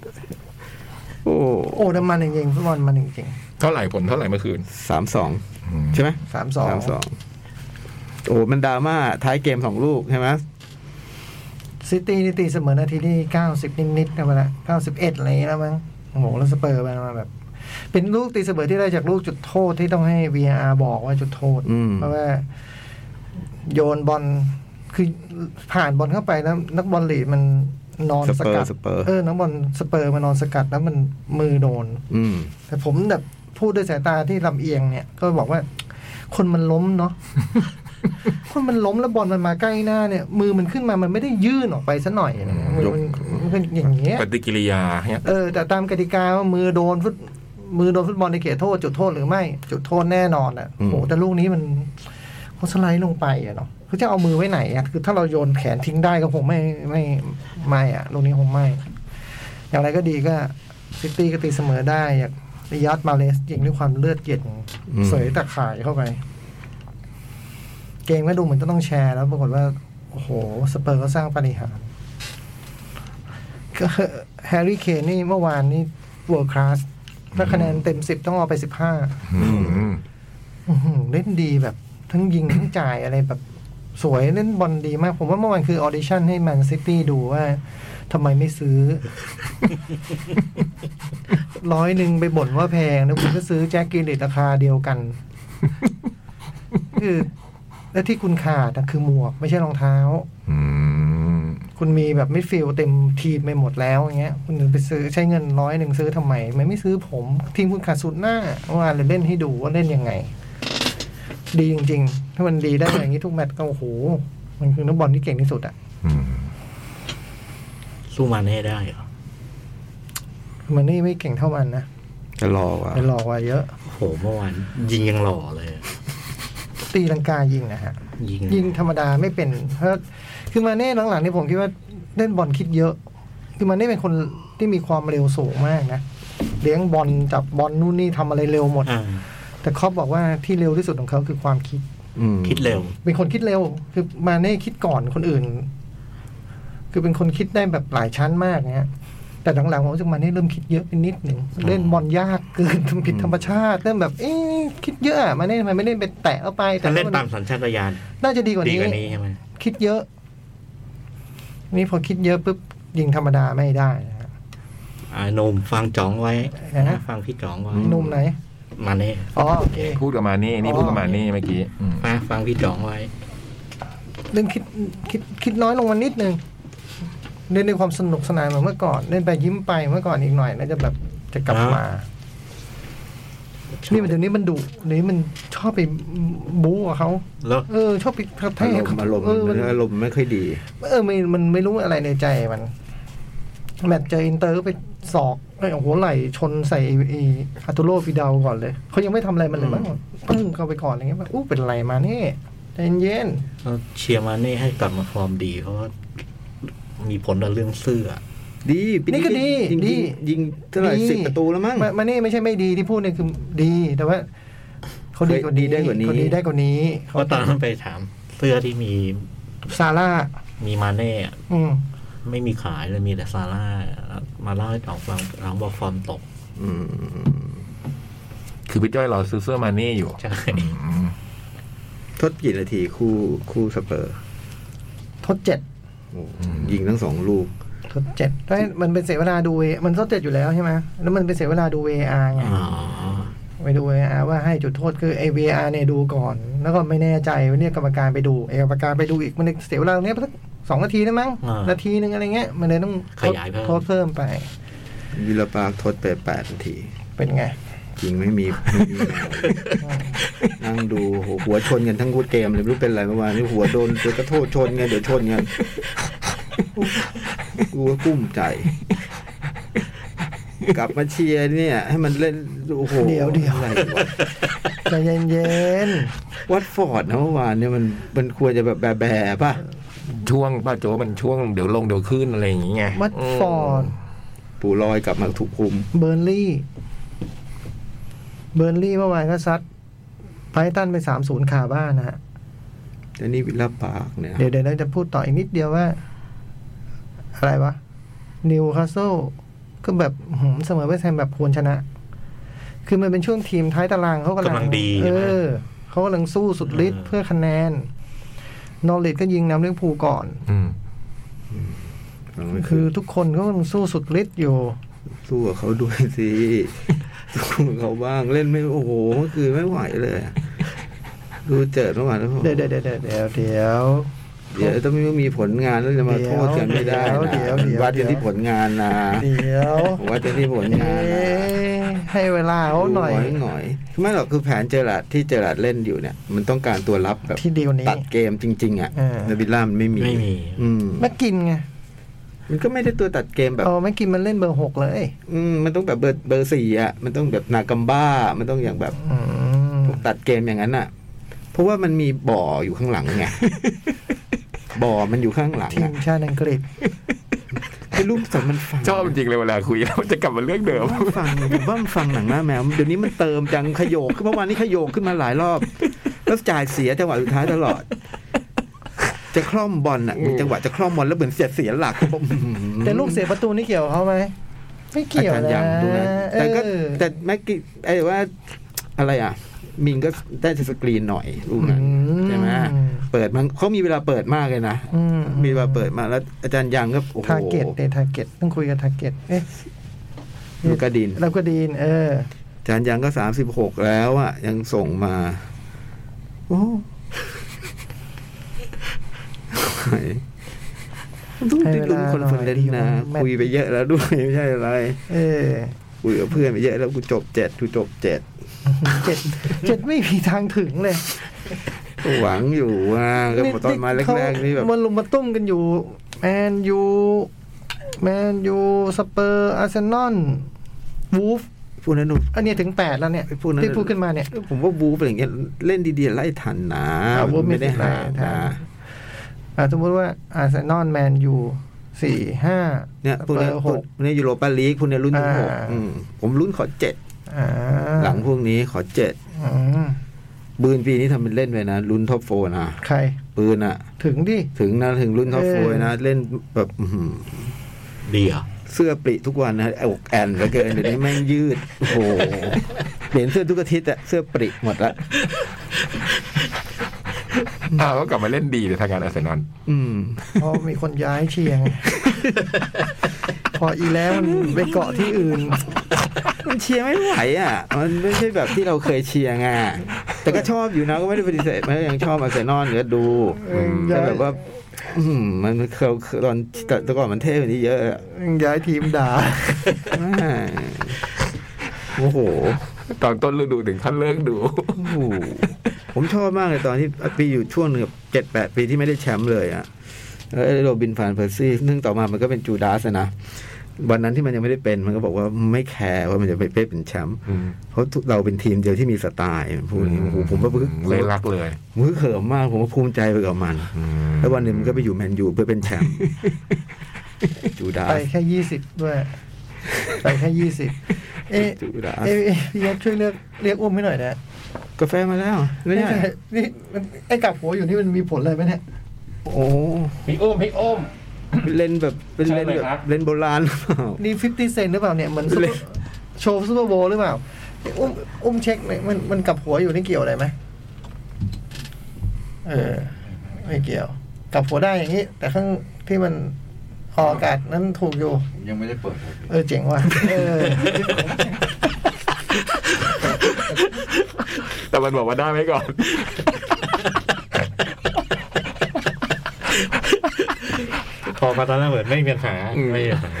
โอ้ โอ้น้ำมันจริงๆฟุตบอลมันจริง เท่าไหร่ผลเท่าไหร่เมื่อคืน สามสองใช่ไหม ๆสามสอง สามสองโอ้โหมันดราม่าท้ายเกมสองลูกใช่ไหม ซิตี้นี่ตีเสมอนาทีที่เก้าสิบนิดๆนะมาละเก้าสิบเอ็ดอะไรอย่างงี้แล้วมั้งโอ้โหแล้วสเปอร์มันมาแบบ เป็นลูกตีเสมอที่ได้จากลูกจุดโทษที่ต้องให้ VR บอกว่าจุดโทษ อืม เพราะว่าโยนบอลคือผ่านบอลเข้าไปแล้ว นักบอลลีดมันนอน ส ส เปอร์ กัด สเปอร์ เออนักบอลสเปอร์มันนอนสกัดแล้วมันมือโดน อืม แต่ผมแบบพูดด้วยสายตาที่ลำเอียงเนี่ย ก็บอกว่า คนมันล้มเนาะ คนมันล้มแล้วบอลมันมาใกล้หน้าเนี่ย มือมันขึ้นมามันไม่ได้ยื่นออกไปซะหน่อยนะมือมันมันก็อย่างเงี้ย ปฏิกิริยาเนี่ย เออแต่ตามกติกาว่ามือโดนฟุตมือโดนฟุตบอลในเขตโทษ จุดโทษหรือไม่ จุดโทษแน่นอนอ่ะ อืม โหแต่ลูกนี้มันเขาสไลด์ลงไปอะเนาะเขาจะเอามือไว้ไหนอ่ะคือถ้าเราโยนแผนทิ้งได้ก็คงไม่ไม่ไม่อ่ะลูกนี้คงไม่ อย่างไรก็ดีก็ซิตี้ก็ตีเสมอได้อย่างริยาดมาเลสยิงด้วยความเลือดเย็น อืม เสยตะข่ายเข้าไป เกมก็ดูเหมือนจะต้องแชร์แล้วปรากฏว่า โอ้โห สเปอร์ก็สร้างปาฏิหารย์ก็แฮร์รี่เคนนี่เมื่อวานนี่ world class ถ้าคะแนนเต็มสิบต้องเอาไปสิบห้า อืม เล่นดีแบบ ทั้งยิง ทั้งจ่ายอะไรแบบ สวยเล่นบอลดีมาก ผมว่าเมื่อวานคือออเดชั่นให้แมนซิตี้ดูว่าทำไมไม่ ซื้อ ร้อยหนึ่งไปบ่นว่าแพงนะคุณก็ซื้อแจ็คกิลลิตราคาเดียวกัน คือ และที่คุณขาดนะคือหมวก ไม่ใช่รองเท้า อืม คุณมีแบบมิดฟิลด์เต็มทีมไปหมดแล้วอย่างเงี้ย คุณถึงไปซื้อใช้เงินร้อยหนึ่งซื้อทำไมทำไมันไม่ซื้อผม ทีมคุณขาดสุดหน้าเมื่อวานเลยเล่นให้ดูว่าเล่นยังไง ดีจริง ๆ ถ้ามันดีได้อย่างนี้ทุกแมตช์ก็โอ้โห มันคือนักบอลที่เก่งที่สุดอะ อืม สู้มาแน่ได้เหรอ มันนี่ไม่เก่งเท่ามันนะ จะรอว่ะ ไปหลอกว่าเยอะ โอ้โหเมื่อวานยิงยังหล่อเลยอะ ตีลังกายิงนะฮะ ยิง ยิงธรรมดาไม่เป็นเพราะคือมาเน่หลังๆนี่ผมคิดว่าเล่นบอลคิดเยอะ คือมาเน่เป็นคนที่มีความเร็วสูงมากนะเลี้ยงบอลจับบอลนู่นนี่ทำอะไรเร็วหมด อ่า แต่ครอปบอกว่าที่เร็วที่สุดของเขาคือความคิด อืม คิดเร็ว เป็นคนคิดเร็ว คือมาเน่คิดก่อนคนอื่น คือเป็นคนคิดได้แบบหลายชั้นมากเงี้ย แต่หลังๆผมรู้สึกมาเน่เริ่มคิดเยอะไปนิดหนึ่งเล่นบอลยากเกินท ำผิดธรรมชาติเริ่มแบบ เอ๊ะคิดเยอะอะมาเน่ทำไมไม่เล่นไปแตะเอาไปแต่ ถ้าเล่นตามสัญชาตญาณ น่าจะดีกว่า ดี นี้ กว่านี้ใช่ไหม คิดเยอะ นี่พอคิดเยอะปุ๊บยิงธรรมดาไม่ได้นะฮะ อ่าหนมฟังจ๋องไว้ นะ ฟังพี่จ๋องไว้ หนุ่มไหน มาแน่ อ๋อโอเค พูดกับมานี่นี่พูดกับมานี่เมื่อกี้อืม มาฟังพี่จ๋องไว้ เล่นคิดคิดคิดน้อยลงมานิดนึงเล่นในความสนุกสนานเหมือนเมื่อก่อน เล่นไปยิ้มไปเมื่อก่อนอีกหน่อยน่าจะแบบจะกลับมา นี่มันเดี๋ยวนี้มันดุเดี๋ยวนี้มันชอบไปบู๊กับเขา แล้ว เออ ชอบไปกระแท อาร ก มณ์อารมณ์ เออมัน อารมณ์ไม่ค่อยดี เออมันมันไม่รู้อะไรในใจมัน แมตช์เจออินเตอร์ก็ไปสอกไอ้โอ้โหไหลชนใส่ไอ้ไอ้อาร์ตูโรฟิเดาก่อนเลยเขายังไม่ทำอะไรมันเลยมั้งปึ้งเข้าไปก่อนอะไรเงี้ยแบบอู้เป็นไรมาเนี่ยใจเย็น แล้วเชียร์มาเน่ให้กลับมาฟอร์มดี เพราะว่ามีผลต่อเรื่องเสื้อ ดีปี นี่ก็ดี ยิง ดี ยิงเท่าไหร่ ดี สิบประตูแล้วมั้ง ามานี่ไม่ใช่ไม่ดีที่พูดเนี่ยคือดีแต่ว่าเขาดีกว่านี้ ดีได้กว่านี้ เขาดีได้กว่านี้ เพราะตอนนั้นไปถามเสื้อที่มี ซาร่า มีมาเน่อะ อืม ไม่มีขายเลยมีแต่ซาร่ามาเล่าให้ตองฟังน้องบอกฟอร์มตก อืม คือพี่จ้อยรอซื้อเสื้อมานี่อยู่ ใช่ อืม ทดกี่นาทีคู่คู่สเปอร์ ทดเจ็ด โอ้ยิงทั้งสองลูก ทดเจ็ดได้มันเป็นเสียเวลาดู VAR มันทดเจ็ดอยู่แล้วใช่ไหมแล้วมันเป็นเสียเวลาดู VAR ไง อ๋อ ไปดู VAR ว่าให้จุดโทษคือไอ้ VAR เนี่ยดูก่อน แล้วก็ไม่แน่ใจเรียกกรรมการไปดูไอ้กรรมการไปดูอีกมันเสียเวลาตรงเนี้ยสักสองนาทีนะมั้งนาทีนึงอะไรเงี้ยมันเลยต้องโทษเพิ่มไป วิลปาร์คทดไปแปดนาที เป็นไง จริงไม่มีไม่มีแมวนั่งดูโอ้โหหัวชนกันทั้งคู่เกมเลยไม่รู้เป็นอะไรเมื่อวานนี่หัวโดนเดี๋ยวก็โทษชนไงเดี๋ยวชนกันกูก็กุ้มใจ กลับมาเชียร์เนี่ย ให้มันเล่นโอ้โห เดี๋ยวเดี๋ยว อะไรวะ ใจเย็น วัดฟอร์ดนะเมื่อวานเนี่ยมันมันควรจะแบบแบบแบบป่ะ ช่วงป้าโจมันช่วงเดี๋ยวลงเดี๋ยวขึ้นอะไรอย่างเงี้ย ๆวัดฟอร์ด ปู่ลอยกลับมาถูกคุม เบิร์นลี่ เบิร์นลี่เมื่อวานก็ซัดไพตันไปสามศูนย์คาบ้านนะฮะ แต่นี่วิลลาปาร์กเนี่ย เดี๋ยวเดี๋ยวเราจะพูดต่ออีกนิดเดียวว่า อะไรวะนิวคาสเซิลก็แบบหืมเสมอเวสต์แฮมแบบควรชนะ คือมันเป็นช่วงทีมท้ายตารางเขากำลั กำลังดี เอ ใช่ไหม อเขากำลังสู้สุดฤทธิ์ เออ เพื่อคะแนน นอริดก็ยิงนำเลี้ยงภูลก่อน อืม คือทุกคนก็กำลังสู้สุดฤทธิ์อยู่ สู้กับเขาด้วยสิ สู้กับเขาบ้างเล่นไม่โอ้โหเมื่อคืนไม่ไหวเลยอะดูเจิดเมื่อวานแล้ว เดี๋ยวเดี๋ยวเดี๋ยวเดี๋ยวเดี๋ยว เดี๋ยวต้องไม่มีผลงานแล้วจะมาโทษกันไม่ได้นะ เดี๋ยวเดี๋ยว วัดกันที่ผลงานนะ เดี๋ยว วัดกันที่ผล เอง านนะ ๊ะให้เวลาเขาหน่อย ดูหน่อยไม่หรอกคือแผนเจอราดที่เจอราดเล่นอยู่เนี่ย มันต้องการตัวรับแบบ ที่เดียวนี้ ตัดเกมจริง ๆ อ่ะ เออ ในวิลล่ามันไม่มี ไม่มี อืม ไม่กินไง มันก็ไม่ได้ตัวตัดเกมแบบ เออไม่กินมันเล่นเบอร์หกเลย อืมมันต้องแบบเบอร์เบอร์สี่อ่ะมันต้องแบบนากัมบ้า มันต้องอย่างแบบ อืม พวกตัดเกมอย่างนั้นอ่ะ เพราะว่ามันมีบ่ออยู่ข้างหลังไง บ่อมันอยู่ข้างหลัง ที อ่ะ มชาติอังกฤษ ไอ้ลูกสาวมันฟัง ชอบจริงเลยเวลาคุยแล้วมันจะกลับมาเรื่องเดิม บ้าฟังผมบ้าฟังหนังหน้าแมวเดี๋ยวนี้มันเติมจังขยโยกขึ้นเมื่อวานนี้ขยโยกขึ้นมาหลายรอบ แล้วจ่ายเสียจังหวะสุดท้ายตลอด จะคล่อมบอลอ่ะมีจังหวะจะคล่อมบอ ลแล้วเหมือนเสียเสียหลัก แต่ลูกเสียประตูนี่เกี่ยวกับเขาไหม ไม่ อา เกี่ยว จารย์ นะ ยังดูนะแต่ก็ เออ แต่แม็กกี้ไอ้ว่า อะไรอ่ะ มิงก็ได้สกรีนหน่อยลูกนั้นใช่ไหมเปิดมันเขามีเวลาเปิดมากเลยนะ อืม มีเวลาเปิดมาแล้ว อาจารย์ยังก็โอ้โห ทาร์เก็ตเดทาร์เก็ตต้องคุยกับทาร์เก็ตเอ๊ะ ลูกกระดิน เราก็ดีน เออ จานยังก็สามสิบหกแล้วอ่ะ ยังส่งมา โอ้ยดู ให้ ดิ เว ดู ลา คน หน่อย คนเล่น ดี นะ แมท คุยไปเยอะแล้วด้วยไม่ใช่อะไร เออ คุยกับเพื่อนไปเยอะแล้วกูจบเจ็ดกูจบเจ็ด เจ็ดเจ็ดไม่มีทางถึงเลย ก็หวังอยู่ว่าก็ตอนมาแรกๆนี่แบบ มันลุมมาตุ้มกันอยู่ แมนยูแมนยูสเปอร์อาร์เซนอลวูฟ พวกนั้นดู อันเนี้ยถึงแปดแล้วเนี่ย ไอ้พวกนั้น ที่พูดขึ้นมาเนี่ย ผมว่าบูเป็นอย่างเงี้ยเล่นดีๆไล่ทันนะ อ่ะ Wolf มันไม่ได้ ไม่ได้ หา ทั นะ น อ่ะสมมติว่าอาร์เซนอลแมนยูสี่ห้า เนี่ยพวกเนี้ย สปอร์ พ ห วก ก เนี้ยยูโรปาลีกพวกเนี้ยรุ่นที่หก อ่า อืมผมรุ่นขอเจ็ด อ่า หลังพวกนี้ขอเจ็ด อืม ปืนปีนี้ทำเป็นเล่นไปนะลุ้นท็อปโฟร์นะ ใคร ปืนอะ ถึงดิ ถึงนะถึงรุ่นท็อปโฟร์นะ เล่นแบบอื้อหือ ดีเหรอ เสื้อปริทุกวันนะอกแอนเหลือเกินเดี๋ยวนี้แม่งยืดโอ้โหเปลี่ยนเสื้อทุกอาทิตย์อะเสื้อปริหมดละ อ่าก็กลับมาเล่นดีเลยทางการอาร์เซนอล อืม เพราะมีคนย้ายเชียง พออีแล้วมันไปเกาะที่อื่น มันเชียร์ไม่ไหวอ่ะ มันไม่ใช่แบบที่เราเคยเชียร์ไงแต่ก็ชอบอยู่นะก็ไม่ได้ปฏิเสธไม่ยังชอบอาร์เซนอลเหลือดูแต่แบบว่า อื้อหือมันเคยตอนแต่ก่อนมันเท่กว่านี้เยอะอะ ย้ายทีมด่า อ่าโอ้โห ตอนต้นฤดูถึงขั้นเลิกดู โอ้โหผมชอบมากเลยตอนที่ปีอยู่ช่วงหนึ่งเจ็ดแปดปีที่ไม่ได้แชมป์เลยอะแล้วไอ้โรบินฟานเพอร์ซี่ซึ่งต่อมามันก็เป็นจูดาสอะนะ วันนั้นที่มันยังไม่ได้เป็นมันก็บอกว่าไม่แคร์ว่ามันจะไปเป็นแชมป์เพราะเราเป็นทีมเดียวที่มีสไตล์พูดอย่างนี้โอ้โหผมว่า อืเลยรักเลย มือเขิมมากผมว่าภูมิใจไปกับมัน แล้ววันหนึ่งมันก็ไปอยู่แมนยูเพื่อเป็นแชมป์จูดา ไป ส แค่ยี่สิบด้วย ไปแค่ยี่สิบเอ๊ะ จุฬา เอ๊ะเอ๊ะพี่เอฟช่วยเรียกเรียกอุ้มให้หน่อยนะ กาแฟมาแล้วไม่ นี่ ใช่ นี่มันไอ้กับหัวอยู่นี่มันมีผลอะไรไหมเนี่ย โอ้ พี่อ้มพี่อ้ม เล่นแบบเป็นเล่นแบบ ใช่ไหมครับ เล่นโบราณหรือเปล่า นี่ฟิฟตี้เซนหรือเปล่าเนี่ยเหมื อนซุปเปอร์โชว์ซูเปอร์โบว์หรือเปล่าอุ้มอุ้มเช็คเลยมันมันกลับหัวอยู่นี่เกี่ยวอะไรไหมเออไม่เกี่ยว กลับหัวได้อย่างนี้ แต่ข้างที่มันออกอากาศนั้นถูกอยู่ ผมยังไม่ได้เปิดเลย เออเจ๋งว่ะเออ แต่มันบอกว่าได้ไหมก่อน พอมาตอนนั้นเหมือนไม่มีปัญหาไม่มีปัญห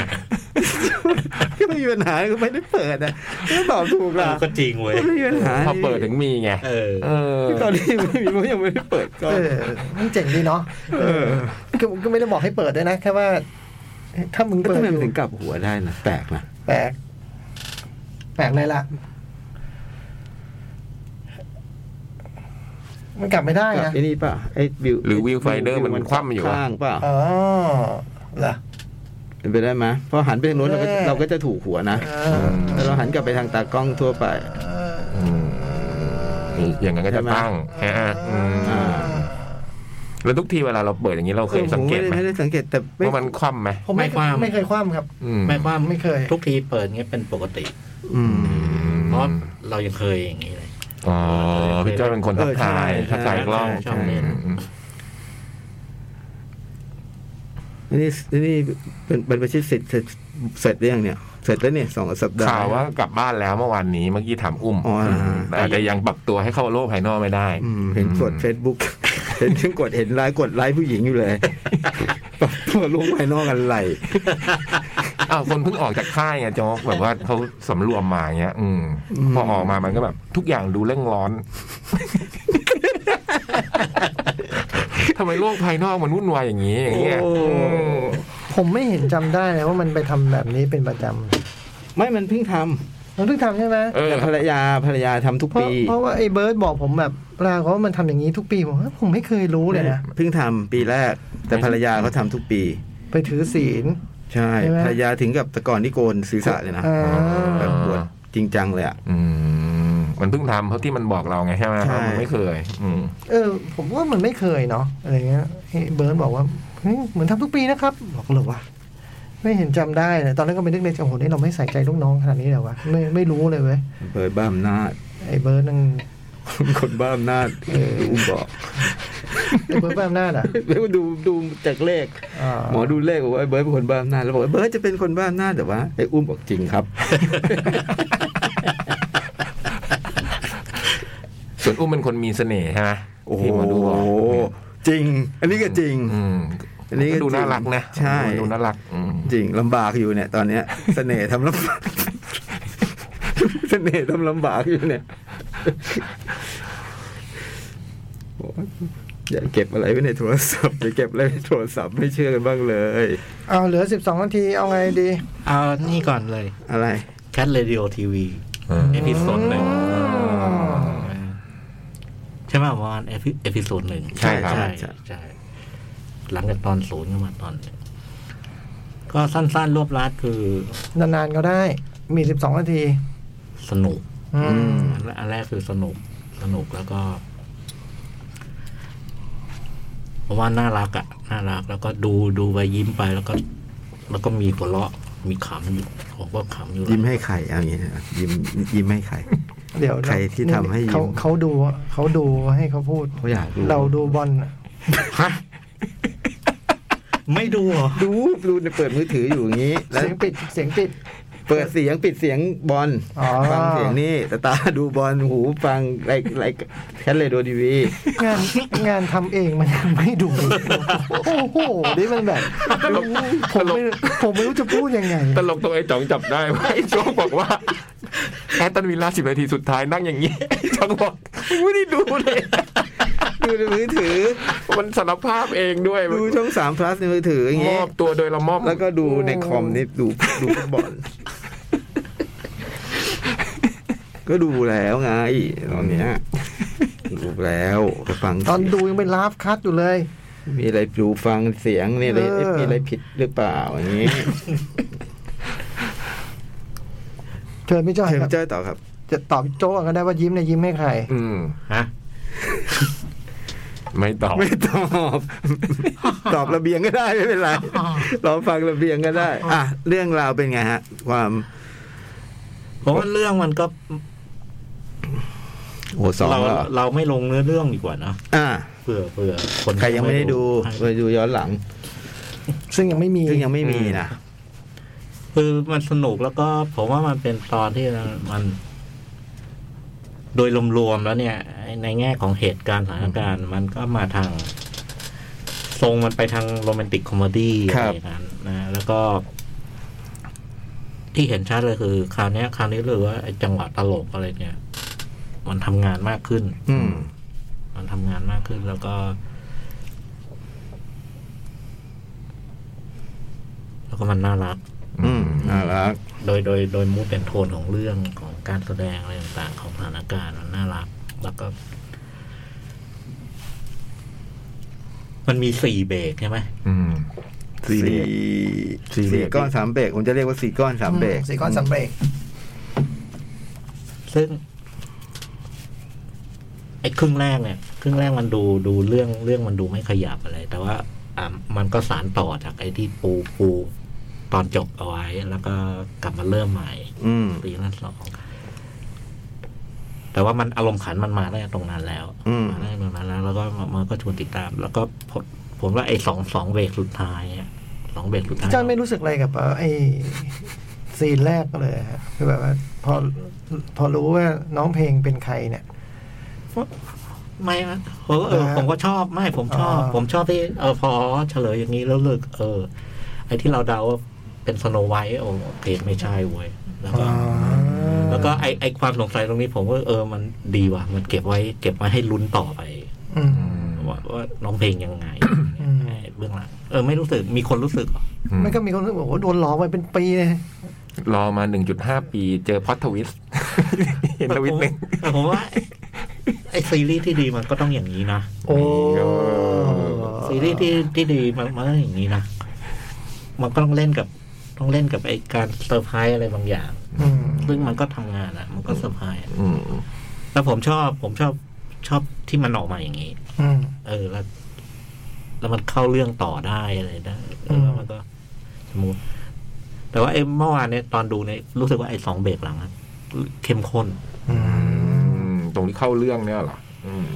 าไม่มีปัญหาไม่มีปัญหา ก็ไม่มีปัญหาก็ไม่ได้เปิดนะก็ตอบถูก เอ ละ อก็จริงเว้ย ก็ไม่มีปัญหา พอเปิดถึงมีไง เออ เออ ตอนนี้ยังไม่มีเพราะยังไม่ได้เปิดก็ เออมันเจ๋งดีเนาะ เออ ก็ก็ไม่ได้บอกให้เปิดด้วยนะแค่ว่า ถ้ามึง ก็ เปิด ทำไม อ มัน ยู่ ถึงกลับหัวได้นะแปลกนะ แปลกแปลกเลยล่ะ มันกลับไม่ได้ กันะบไอ้นี่ป่ะไอ้วิว หรือ viewfinder มันคว่ำอยู่อะ ข้างป่ะ อ๋อเหรอ เป็นไปได้ไหมเพราะหันไปทางโน้นเราก็ เออ เราก็จะถูกหัวนะ เออ แต่เราหันกลับไปทางตากล้องทั่วไป เออ อย่างนั้นก็จะตั้งฮะอืม อ่า แล้วทุกทีเวลาเราเปิดอย่างนี้เราเคยสังเกต ออผม ไหม ไม่ได้ไม่ได้สังเกตแต่ไม่ ว่ามันคว่ำไหม ผมไม่ ไม่คว่ำ ไม่เคยคว่ำครับ อืม ไม่ว่า ไม่เคย ทุกทีเปิดเงี้ยเป็นปกติ อืม เพราะเรายังเคยอย่างนี้เลย อ๋อพี่เจ้าเป็นคนทักทาย เออทัใช่กทายกล้อง ใช่ใช่ อืม นี่นี่เป็นเป็นไปชิดเสร็จเสร็จเสร็จหรือยังเนี่ย เสร็จแล้วเนี่ยสองสัปดาห์ ข่าวว่ากลับบ้านแล้วเมื่อวานนี้เมื่อกี้ถามอุ้ม อ๋ออื มแต่อาจจะยังปรับตัวให้เข้าโลกภายนอกไม่ได้ อืมเห็นกด Facebook เห็นเพิ่งกดเห็นไลค์กดไลค์ผู้หญิงอยู่ เลยปรับตัวลงภายนอกกันไหล อ้าวคนเพิ่งออกจากค่ายไงโจ๊กแบบว่าเขาสำรวมมาอย่างเงี้ย อืม อืม พอออกมามันก็แบบ ทุกอย่างดูเร่งร้อน ทำไมโลกภายนอกมันวุ่นวายอย่างนี้อย่างเงี้ยอืม ผมไม่เห็นจำได้เลยว่ามันไปทำแบบนี้เป็นประจ ไม่มันเพิ่งท ำมันเพิ่งทำใช่ไหม เอ ำ อ แต่ภรรยาภรรยาทำทุก เพราะ ปี เพราะว่าไอ้เบิร์ดบอกผมแบบเวลาเขาว่ามันทำอย่างนี้ทุกปีผมว่าผมไม่เคยรู้เลยนะ เพิ่งทำปีแรก แต่ภรรยาเขาทำทุกปี ไปถือศีล ใช่ ใช่ไหม ภรรยาถึงกับแตะก่อนที่โกนศีรษะเลยนะ อ่า แบบปวดจริงจังเลยอ่ะ อืมมันเพิ่งทำเพราะที่มันบอกเราไงใช่ไหม ใช่ ว่ามันไม่เคย อืม เออ ผมว่ามันไม่เคยเนาะอะไรเงี้ยไอ้เบิร์ดบอกว่าเฮ้ยเหมือนทำทุกปีนะครับ บอกเลยว่าไม่เห็นจำได้เลยตอนนั้นก็ไปนึกในใจโอ้โหนี่เราไม่ใส่ใจลูกน้องขนาดนี้เลยวะไม่ไม่รู้เลยเว้ย เปิดบ้าอำนาจ ไอ้เบิร์ดนั่ง คนบ้าอำนาจอุ้มบอก ไอ้เบิร์ดบ้าอำนาจอ่ะ แล้วดูดูจากเลข า หมอดูเลขบอกว่าไอ้เบิร์ดเป็นคนบ้าอำนาจแล้วบอกว่าเบิร์ดจะเป็นคนบ้าอำนาจแต่ว่าไอ้อุ้มบอกจริงครับ ส่วนอุ้มเป็นคนมีเสน่ห์ใช่ไหม โอ้โห ที่หมอดูบอก จริง อันนี้ก็จริง อืม อันนี้ก็ ดูน่า จง รักนะ ใช่ ดูน่ารักอืม จริงลำบากอยู่เนี่ย ตอนเนี้ย เสน่ห์ทำลำบาก เสน่ห์ทำลำบากอยู่เนี่ยโอ้ยอย่าเก็บอะไรไว้ในโทรศัพท์อย่าเก็บอะไรไว้ในโทรศัพท์ไม่เชื่อกันบ้างเลย เอาเหลือสิบสองนาทีเอาไงดี เอานี่ก่อนเลย อะไร แคทเรดิโอทีวี อ่า เอพิโซดหนึ่งใช่ไหมวอนเอพิเอพิโซดหนึ่ง ใช่ครับ ใช่ใช่ใช่ หลังจากตอนศูนย์ก็มาตอนหนึ่งก็สั้นๆรวบรัดคือน านๆก็ได้มีสิบสองนาที สนุก อื อื ม ม อันแรกอันแรกคือสนุก สนุกแล้วก็ผมว่าน่ารักอะน่ารัก แล้วก็ดูดูไปยิ้มไปแล้วก็ แล้วก็มีหัวเราะมีขำอยู่ผมก็ขำอยู่ ยิ้มให้ใครเอาอย่างนี้นะยิ้มยิ้มให้ใคร เดี๋ยวนะ ใครที่ทำให้ยิ้ม เขาเขาดูเขาดูให้เขาพูด เขาอยากดู เราดูบอลน่ะ ไม่ดูเหรอ ดูดูเนี่ยเปิดมือถืออยู่อย่างนี้ แล้ว เสียงปิดเสียงปิด เปิดเสียงปิดเสียงบอล อ๋อ ฟังเสียงนี่แต่ตาดูบอลหูฟังไรไรแคทเลยดูดีวี งาน งานทำเองมันยังไม่ดู โอ้โหนี่มันแบบ ผมไม่ผมไม่รู้จะพูดยังไง ตลกตัวไอ้จ๋องจับ ได้ว่าไอ้โจ๊กบอกว่าแอตตันวิลล่าสิบนาทีสุดท้ายนั่งอย่างนี้ จ๋องบอกไม่ได้ดูเลย ดูในมือถือ มันสารภาพเองด้วย ดูช่องสามพลัสในมือถืออย่าง ม เงี้ย อบตัวโดยละมอบ แล้วก็ดูในคอมนี่ดูดูฟุตบอล ก็ดูแล้วไง ตอนเนี้ยดูแล้วก็ฟัง ตอนดูยังเป็นลาฟคัดอยู่เลย มีอะไรดูฟังเสียงนี่อะไร เออ มีอะไรผิดหรือเปล่าอย่างนี้ เชิญพี่จ้อย เชิญ ครับ เจ้าต่อครับ จะตอบโจ้ก่อนก็ได้ว่ายิ้มเนี่ยยิ้มให้ใคร อืม ฮะ ไม่ตอบ ไม่ตอบ ตอบระเบียงก็ได้ไม่เป็นไรลองฟังระเบียงก็ได้ อ่ะ เรื่องราวเป็นไงฮะ ความ เพราะว่าเรื่องมันก็ โอ้สอง เรา แล้วเหรอ เราไม่ลงเนื้อเรื่องดีกว่าเนอะ อ่ะ เผื่อเผื่อคน ใครยังไม่ได้ดูไปดูย้อนหลัง ซึ่งยังไม่มี ซึ่งยังไม่มีนะ คือมันสนุกแล้วก็ ผมว่ามันเป็นตอนที่มัน โดยรวมๆแล้วเนี่ย ในแง่ของเหตุการณ์สถานการณ์มันก็มาทาง ทรงมันไปทางโรแมนติกคอมเมดี้อะ ครั ไร บ อย่างนั้นนะ แล้วก็ ที่เห็นชัดเลยคือ คราวเนี้ย คราวนี้เลยว่าไอ้จังหวะตลกอะไรเนี่ย มันทำงานมากขึ้น อืม มันทำงานมากขึ้นแล้วก็ แล้วก็มันน่ารัก อืมน่ารัก โดยโดยโดยมูดเป็นโทนของเรื่องของการแสดงอะไรต่างๆ ของสถานการณ์มันน่ารัก แล้วก็ มันมีสี่เบรกใช่ไหม อืม สี่ สี่ สี่ เบรก ก้อนสามเบรกผมจะเรียกว่าสี่ก้อนสามเบรก สี่ก้อนสามเบรก ซึ่ง ไอ้ครึ่งแรกเนี่ย ครึ่งแรกมันดูดูเรื่องเรื่องมันดูไม่ขยับอะไร แต่ว่าอ่ะมันก็สารต่อจากไอ้ที่ปูปูตอนจบเอาไว้ แล้วก็กลับมาเริ่มใหม่ อืม ปีละสองแต่ว่ามันอารมณ์ขันมันมาได้งแต่ตรงนั้นแล้ว อืม มาได้งแต่ตรงนั้นแล้ว แล้วก็มันก็ชวนติดตาม แล้วก็ผมผมว่าไอ้สองสองเบรกสุดท้ายอะสองเบรกสุดท้าย จ้างไม่รู้สึกอะไรกับเอ่อไอ้ซีนแรกเลยฮะคือแบบว่าพอพอรู้ว่าน้องเพลงเป็นใครเนี่ย ไม่นะผมก็เออ นะฮะ ผมก็ชอบไม่ผมชอบ อ๋อ ผมชอบที่เออพอเฉลยอย่างนี้แล้วเลิกเออ ไอ้ที่เราเดาว่าเป็นสโนไวท์โอ้เพจไม่ใช่เว้ยแล้วก็ แล้วก็ไอไอความสงสัยตรงนี้ผมว่าเออมันดีว่ะ มันเก็บไว้ เก็บไว้ให้ลุ้นต่อไป อืม ว่าว่าน้องเพลงยังไง อืม ไอ้เบื้องหลังเออไม่รู้สึกมีคนรู้สึกเหรอ อืม มันก็มีคนรู้สึกว่าโอ้โหโดนหลอกไปเป็นปีเลย รอมาหนึ่งจุดห้าปีเจอพอดทวิสต์ เห็นทวิสต์หนึ่ง แต่ผมว่า ไอซีรีส์ที่ดีมันก็ต้องอย่างนี้นะ โอ้ ซีรีส์ที่ที่ดีมันมันต้องอย่างนี้นะมันก็ต้องเล่นกับ ต้องเล่นกับไอการเซอร์ไพรส์อะไรบางอย่าง อืม ซึ่งมันก็ทำงานอ่ะ มันก็เซอร์ไพรส์อะ อืม แล้วผมชอบ ผมชอบชอบที่มันออกมาอย่างนี้ อืม เออแล้วแล้วมันเข้าเรื่องต่อได้อะไรได้ อืม แล้วมันก็สมูทแต่ว่าไอ้เมื่อวานเนี่ยตอนดูเนี่ยรู้สึกว่าไอ้สองเบรกหลังอะเข้มข้น อืม อืมตรงที่เข้าเรื่องเนี่ยเหรออืม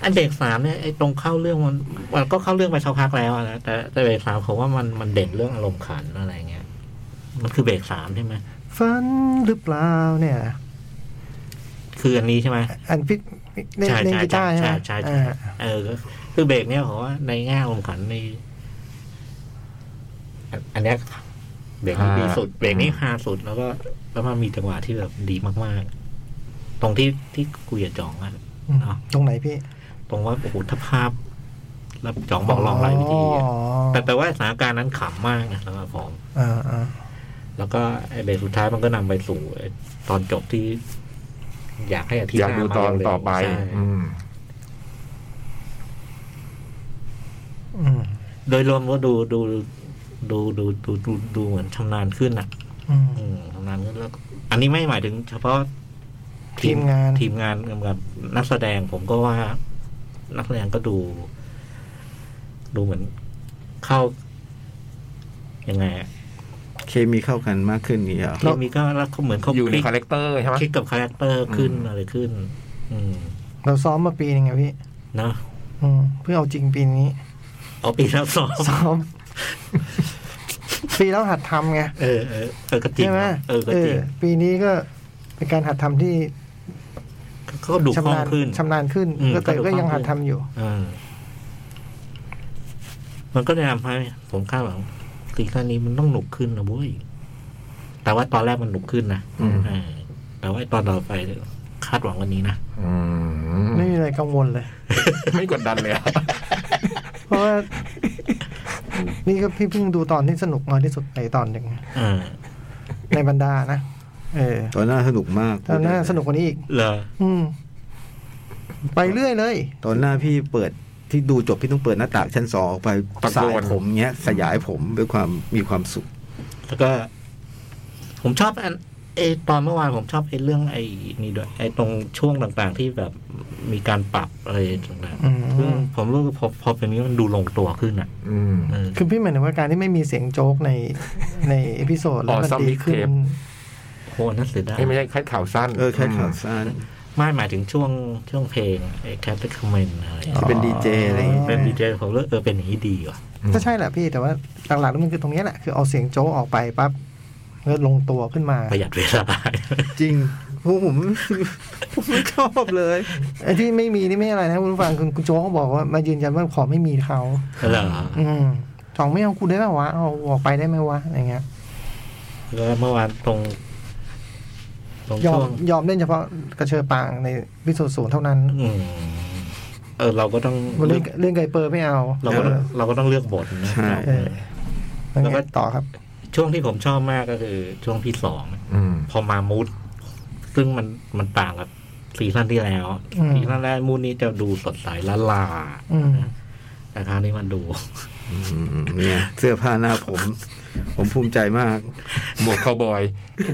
ไอ้เบรกสามเนี่ยไอ้ตรงเข้าเรื่องมันมันก็เข้าเรื่องไปสักพักแล้วอะนะแต่แต่เบรกสามผมว่ามันมันเด่นเรื่องอารมณ์ขันอะไรเงี้ยมันคือเบรกสามใช่ไหม ฝันหรือเปล่าเนี่ย คืออันนี้ใช่ไหม อันพี่เล่น ใช่ เล่น ใช่ กีตา ใช่ ร์ใช่ไหม ใช่ใช่ อ่า ใช่เออก็คือเบรกเนี่ยผมว่าในแง่อารมณ์ขันในอันอันเนี้ย เบรกนี้ดีสุดเบรกนี้ฮาสุดแล้วก็ แล้วมันมีจังหวะที่แบบดีมากๆ ตรงที่ที่คุยกับจ่องอะ เนาะ ตรงไหนพี่ ตรงว่าโอ้โหถ้าภาพ แล้วจ่องบอกลองหลายวิธีอะ อ๋อ แต่แต่ว่าสถานการณ์นั้นขำมากนะสำหรับผม อ่าอ่า แล้วก็ไอเบรกสุดท้ายมันก็นำไปสู่ไอ้ตอนจบที่ อยากให้อาทิตย์ อยาก หน้ ดู มา ตอน เร็วๆ ต่อไป ใช่ อืม อืม โดยรวมก็ดูดูดูดูดูดูดูเหมือนชำนาญขึ้นอ่ะ อืม อืมทำงานก็แล้วอันนี้ไม่หมายถึงเฉพาะ ทีมงาน ทีมงานกำกับนักแสดงผมก็ว่า นักแสดงก็ดู ดูเหมือนเข้ายังไงอะ เคมีเข้ากันมากขึ้นนี่เหรอ ทีมนี้ก็แล้วเขาเหมือนเขา อยู่ใน ค คาแรคเตอร์ใช่ไหม คิดกับคาแรคเตอร์ขึ้น อืม อะไรขึ้น อืม เราซ้อมมาปีหนึงไงพี่ เนอะ อืมเพื่อเอาจริงปีนี้ เอาปีละสอง ซ้อม ปีแล้วหัดทำไง เออเออเออก็จริง ใช่ไหม นะเออก็จริง ปีนี้ก็เป็นการหัดทำที่ เขาก็ดูคล่ ชำ อง นาญ ขึ้น ชำนาญขึ้น อืม ก็แต่ ก็ดู ก็ยัง คล่องขึ้น หัดทำอยู่ เออมันก็จะทำให้ผมคาดหวังซีซั่นนี้มันต้องหนุกขึ้นนะเว้ย แต่ว่าตอนแรกมันหนุกขึ้นนะ อืม เออแต่ว่าตอนต่อไปคาดหวังวันนี้นะ อืม ไม่มีอะไรกังวลเลย ไม่กดดันเลยอะ เพราะว่า นี่ก็พี่เพิ่งดูตอนที่สนุกน้อยที่สุดไปตอนหนึ่ง เออ ในบรรดานะเออ ตอนหน้าสนุกมาก ตอนหน้าสนุกกว่านี้อีก เหรอ อืม ไปเรื่อยเลย ตอนหน้าพี่เปิดที่ดูจบพี่ต้องเปิดหน้าต่างชั้นสองออกไปสายผมเงี้ย สยายผมด้วยความมีความสุข แล้วก็ ผมชอบอัน เอยตอนเมื่อวานผมชอบไอ้เรื่องไอ้นี่ด้วยไอ้ตรงช่วงต่างๆที่แบบมีการปรับอะไรต่าง อืม ๆซึ่งผมรู้สึกพอพอเป็นอย่างนี้มันดูลงตัวขึ้นอ่ะ อืม เออ คือพี่หมายถึงว่าการที่ไม่มีเสียงโจ๊กใน ในเอพิโซดแล้วมัน อ๋อ Some ดีขึ้น Mixtape โหน่าเสียดาย เอ้ยไม่ใช่แค่ข่าวสั้น เออแค่ข่าวสั้น ไม่หมายถึงช่วงช่วงเพลงไอ้แคทเทคเมนอะไรอย่างเงี้ย ที่เป็นดีเจอะไรอย่างเงี้ย เป็นดีเจผมเลือกเออเป็นอย่างนี้ดีว่ะ ก็ใช่แหละพี่แต่ว่าหลักๆแล้วมันคือตรงเนี้ยแหละคือเอาเสียงโจ๊กออกไปปั๊บแล้วลงตัวขึ้นมา ประหยัดเวลา จริงผมผมผมไม่ชอบเลย ไอ้ที่ไม่มีนี่ไม่อะไรนะคุณผู้ฟังคือคุณโจ๊กเขาบอกว่ามายืนยันว่าขอไม่มีเขา เหรอ อืมสองไม่เอากูได้ไหมวะเอาออกไปได้ไหมวะอย่างเงี้ย แล้วเมื่อวานตรง ตรง ยอ ช่ ม วง ยอมเล่นเฉพาะกระเชอปางในพิสูจน์ศูนย์เท่านั้น อืมเออ เราก็ต้อง เรื่ เลื อ อง ก เรื่องไกเปอร์ไม่เอา เราก็ต้อง เออ เราก็ต้องเลือกบทนะ ใช่ เออ แล้ แล้ว วก็ ก็ต่อครับ ช่วงที่ผมชอบมากก็คือ ช่วงที่สอง อืม พอมามูดซึ่งมันมันต่างกับซีซั่นที่แล้ว อืม ซีซั่นแรกมูดนี้จะดูสดใสละลา อืม แต่คราวนี้มันดู อืมเนี่ยเสื้อผ้าหน้าผม ผมภูมิใจมาก หมวกคาวบอย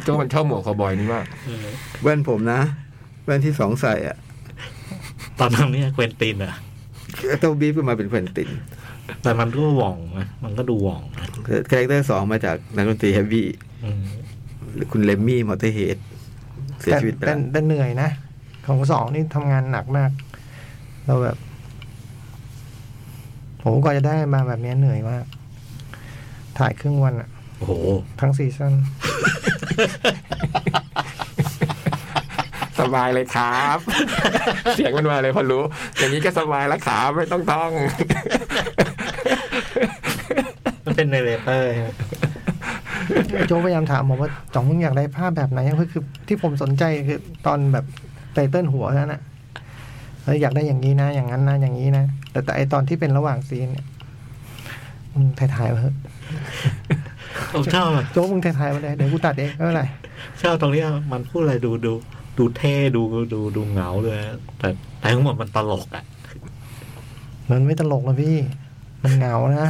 โจ้มันชอบหมวกคาวบอยนี่มาก เออ แว่นผมนะ แว่นที่สองใส่อะ ตอนนั้นเนี่ยเควนตินอะ เต้าบีฟก็มาเป็นแผ่นติน แต่มันก็หว่องนะมันก็ดูหว่องนะ คาแรคเตอร์สองมาจากนักดนตรีเฮฟวี่ อืม คุณเลมมี่มอเตอร์เฮดเสีย แต่ ชีวิตไป แต่ แล้ว แต่เหนื่อยนะ ของสองนี่ทำงานหนักมาก เราแบบโหกว่าจะได้มาแบบเนี้ยเหนื่อยมาก ถ่ายครึ่งวันอะ โอ้โห ทั้งซีซั่น สบายเลยครับ เสียงมันมาเลยพอรู้ อย่างนี้ก็สบายแล้วครับไม่ต้องท่อง มันเป็นเนเรเตอร์ใช่ไหม โจพยายามถามผมว่าจ๋องมึงอยากได้ภาพแบบไหนคือคือที่ผมสนใจคือตอนแบบไตเติ้ลหัวนั่นอะเอออยากได้อย่างนี้นะ อย่างนั้นนะ อย่างนี้นะ แต่แต่ไอตอนที่เป็นระหว่างซีนเนี่ยมึงถ่ายๆมาเถอะ ผมชอบอะ โจ๊กมึงถ่ายๆมาเลยเดี๋ยวกูตัดเองไม่เป็นไร ชอบตรงเนี้ยมันพูดอะไรดูดู ดูเท่ดูดูดูเหงาเลยนะแต่แต่ทั้งหมดมันตลกอ่ะ มันไม่ตลกนะพี่ มันเหงานะ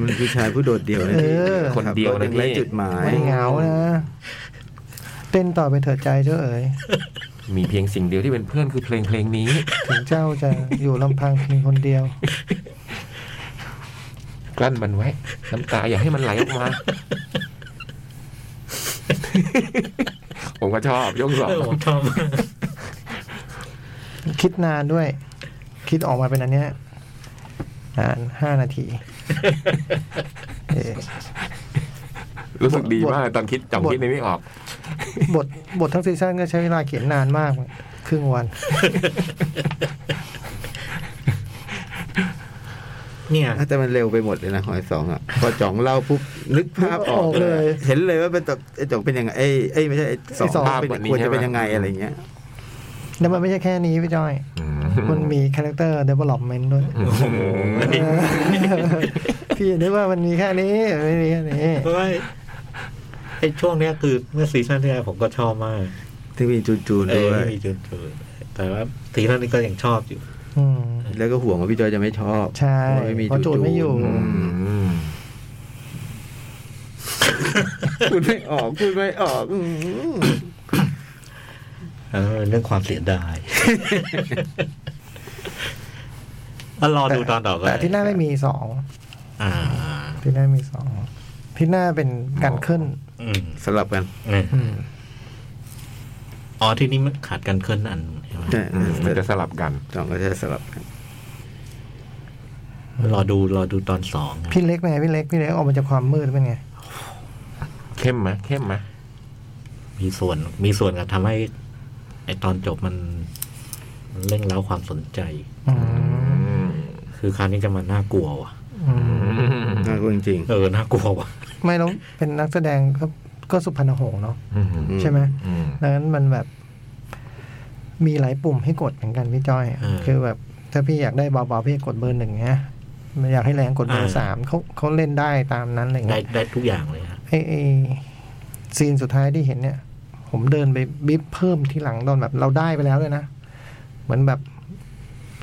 มันผู้ชายผู้โดดเดี่ยวนะพี่ เออ คนเดียวนะ ขับรถไร้ พี่ จุดหมาย มันเหงานะ เต้นต่อไปเถิดใจเจ้าเอ๋ย มีเพียงสิ่งเดียวที่เป็นเพื่อนคือเพลงเพลงนี้ ถึงเจ้าจะอยู่ลำพังเพียงคนเดียว กลั้นมันไว้ น้ำตาอย่าให้มันไหลออกมา ผมก็ชอบยกสอง เออผมชอบ คิดนานด้วย คิดออกมาเป็นอันเนี้ยนานห้านาทีเอ่อ รู้สึกดีมากตอนคิดจำคิดในนี้ออก บทบททั้งซีซั่นก็ใช้เวลาเขียนนานมาก ครึ่งวัน เนี่ย แต่มันเร็วไปหมดเลยนะหอยสองอ่ะ พอจ่องเล่าปุ๊บนึกภาพออก นึกออกเล เลย ย เห็นเลยว่าเป็นตไอ้จ่องเป็นยังไงเอ้ยเอ้ยไม่ใช่ไอ้สอ ไอ้ ง สอง ภาพเป็นควรจะเป็นยังไง ใช่ไหม อะไรเงี้ย แล้วมันไม่ใช่แค่นี้พี่จ้อย อื มันมีคาแรคเตอร์ development ด้วย โอ้โห พี่นึกว่ามันมีแค่นี้ไม่มีแค่นี้ เพราะว่าไอ้ช่วงเนี้ยคือเมื่อซีซั่นที่แล้วผมก็ชอบมาก ที่มีจูนจูน เอ ด้ อ วย ไม่มีจุดจุดแต่ว่าซีซั่นนี้ก็ยังชอบอยู่ อืม แล้วก็ห่วงว่าพี่จอยจะไม่ชอบ ใช่ เพราะไม่มี เพราะจู จู น น ไม่อยู่ อื อื ม ม พูดไม่ออกพูดไม่ออกอืม เออเรื่องความเสียดาย อ่ะรอดูตอนต่อไป แต่อาที่หน้าไม่มีสอง อ่า อาที่หน้ามีสองอาที่หน้าเป็นการขึ้น อืม สลับกัน เอออ๋อที่นี่มันขาดกันเคลื่อนอันใช่ไหม ใช่ อืมมันจะสลับกัน จ่องก็จะสลับกัน รอดูรอดูตอนสองครับ พี่เล็กเป็นไงพี่เล็ก พี่เล็กออกมาจากความมืดเป็นไง เข้มไหมเข้มไหม มีส่วนมีส่วนกับทำให้ ไอตอนจบมันมันเร่งเร้าความสนใจ อืม อืม คือคราวนี้จะมันน่ากลัวว่ะ อืม อืม น่ากลัวจริง เออน่ากลัวว่ะ ไม่แล้วเป็นนักแสดงก็ก็สุพรรณหงษ์เนาะ อืม ๆ ใช่ไหม อืม ดังนั้นมันแบบ มีหลายปุ่มให้กดเหมือนกันพี่จ้อย เออ คือแบบ ถ้าพี่อยากได้เบาๆพี่กดเบอร์หนึ่งนะอยากให้แรงกดเบอ เอ ร์ อ สามเขาเขาเล่นได้ตามนั้นอะไร ได้ เงี้ย ได้ทุกอย่างเลยฮะ ไอ้ไอ้ซีนสุดท้ายที่เห็นเนี่ย ผมเดินไปบิบเพิ่มที่หลังตอนแบบเราได้ไปแล้วเลยนะ เหมือนแบบ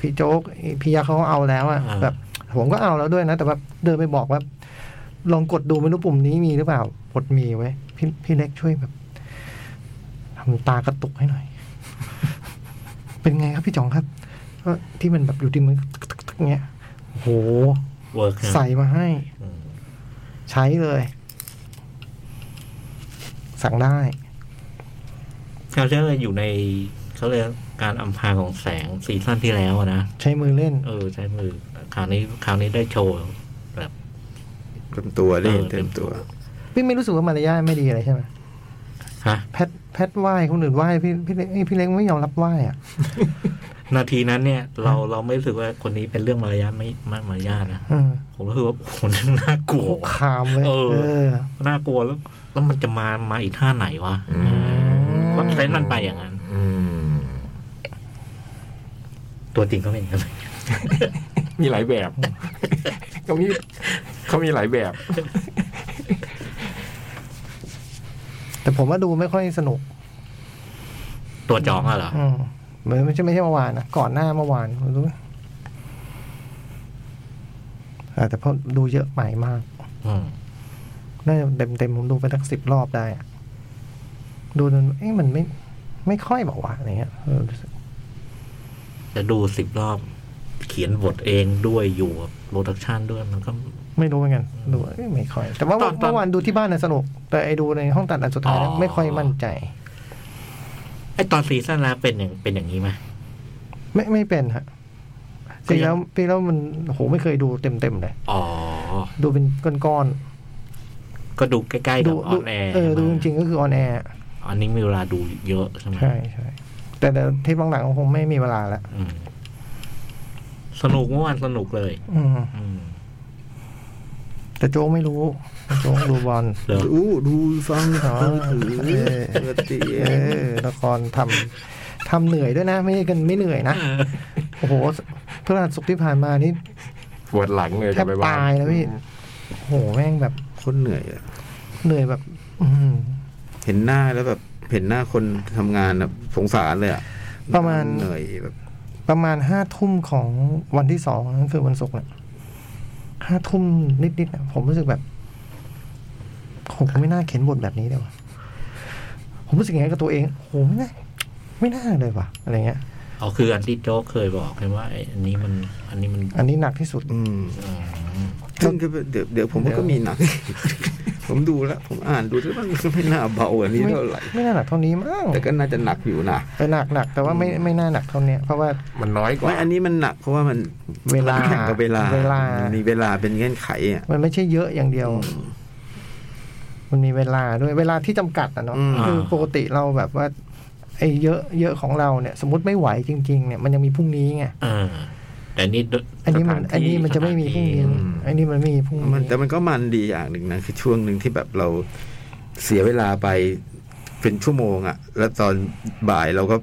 พี่โจ๊กไอ้พี่ยักษ์เขาเอาแล้วอะแบบ ผมก็เอาแล้วด้วยนะ แต่ว่าเดินไปบอกว่า ลองกดดูไม่รู้ปุ่มนี้มีหรือเปล่ากดมีไว้ยพี่พี่เล็กช่วยแบบ ำตากระตุกให้หน่อย เป็นไงครับพี่จ่องครับก็ที่มันแบบอยู่ที่มือตึกๆๆเงี้ยโอ้โห เวิร์ก ใส่มาให้ใช้เลย สั่งได้ เขาเรียกอะไรอยู่ในเขาเรียกการอำพรางของแสงซีซั่นที่แล้วอะนะ ใช้มือเล่น เออ ใช้มือคราวนี้คราวนี้ได้โชว์แบบ เต็มตัวได้เห็น เออ เต็มตัว พี่ไม่รู้สึกว่ามารยาทไม่ดีอะไรใช่ไหม ฮะ แพทแพทไหว้คนอื่นไหว้พี่พี่เล็กเอ้ยพี่เล็กไม่ยอมรับไหว้อะ นาทีนั้นเนี่ย เราเราไม่รู้สึกว่าคนนี้เป็นเรื่องมารยาทไม่ไม่มารยาทนะ เออ ผมรู้สึกว่าโอ้โหน่ากลัว คุกคามเลย เออ เออ น่ากลัวแล้ว แล้วมันจะมามาอีกท่าไหนวะ อืม วัดเซนส์มันไปอย่างนั้น อืม ตัวจริงก็เป็นอย่างนั้น มีหลายแบบเขามีเขามีหลายแบบ แต่ผมว่าดูไม่ค่อยสนุก ตัวจองอะเหรอ อืมเหมือนไม่ใช่ไม่ใช่เมื่อวานนะก่อนหน้าเมื่อวานรู้ไหมอ่าแต่พอดูเยอะใหม่มาก อืม น่าจะเต็มเต็มๆผมดูไปสักสิบรอบได้อะดูจนเอ๊ะมันไม่ ไม่ค่อยบอกว่าอะไรเงี้ยเออรู้สึก จะดูสิบรอบ เขียนบทเองด้วยอยู่โปรดักชันด้วยมันก็ ไม่รู้เหมือนกัน ดูเอ๊ะไม่ค่อย แต่ว่า ตอนตอน เมื่อวานดูที่บ้านน่ะสนุก แต่ไอ้ดูในห้องตัดอันสุดท้ายน่ะ อ๋อ ไม่ค่อยมั่นใจ ไอตอนซีซั่นแรกเป็นอย่างเป็นอย่างนี้ไหม ไม่ไม่เป็นฮะ ก็ ปี ยัง แล้วปีแล้วมันโอ้โหไม่เคยดูเต็มเต็มๆเลย อ๋อ ดูเป็นก้อน ก็ดูใกล้ๆ ๆ กั ดู บออ ดู นแอร์ เออดูจริงๆก็คือออนแอร์ อันนี้มีเวลาดูเยอะใช่ไหม ใช่ใช่แต่แต่เทปบางหลังคงไม่มีเวลาละ อืมสนุกเมื่อวานสนุกเลย อืม อืม แต่โจ้ไม่รู้โจ้ดูบอล เหรอ อู้ดูฟัง อ๋อ มือถือปกติ เออละครทำทำเหนื่อยด้วยนะ ไม่ใช่กันไม่เหนื่ อยนะ โอ้โหเพื่อนสุขที่ผ่านมานี่ ปวดหลังเลย แทบ จะไปบ้น ตายแล้วพี่ โอ้โหแม่งแบบ โคนเหนื่อยอะ เหนื่อยแบบ อื้อหือ เห็นหน้าแล้วแบบเห็นหน้าคนทำงานแบบสงสารเลยอะ ประมาณ เหนื่อยแบบ ประมาณห้าทุ่มของวันที่สองนั่นคือวันศุกร์เนี่ยห้าทุ่มนิดๆน่ะผมรู้สึกแบบผมไม่น่าเขียนบทแบบนี้เลยว่ะผมรู้สึกอย่างไงกับตัวเองโอ้โหไม่น่าไม่น่าเลยว่ะอะไรเงี้ย เอาคืออันที่โจ๊กเคยบอกไงว่าไอ้อันนี้มัน อันนี้มัน อันนี้หนักที่สุด อืม อืม ซึ่งก็เดี๋ยวเดี๋ยวผมก็มีหนัง ผมดูแล้ว ผมอ่านดูแล้วมันไม่น่าเบาอันนี้ ไม่ เท่าไหร่ ไม่น่าหนักเท่านี้มั้ง แต่ก็น่าจะหนักอยู่นะ เออหนักหนักแต่ว่าไม่ไม่น่าหนักเท่าเนี้ยเพราะว่า มันน้อยกว่า ไม่อันนี้มันหนักเพราะว่ามัน เวลา แข่งกับเวลา เวลามั นมีเวลาเป็นเงื่อนไขอ่ะ มันไม่ใช่เยอะอย่างเดียว มันมีเวลาด้วยเวลาที่จำกัดอ่ะเนาะ อืม คือปกติเราแบบว่าไอ้เยอะเยอะของเราเนี่ย สมมติไม่ไหวจริง ๆ เนี่ยมันยังมีพรุ่งนี้ไง เออแต่นี่ด อันนี้มัน สถานที่ อันนี้มันจะไม่มีพรุ่งนี้ อืม อันนี้มันไม่มีพรุ่งนี้ มันแต่มันก็มันดีอย่างหนึ่งนะคือช่วงหนึ่งที่แบบเราเสียเวลาไปเป็นชั่วโมงอ่ะ แล้วตอนบ่ายเราก็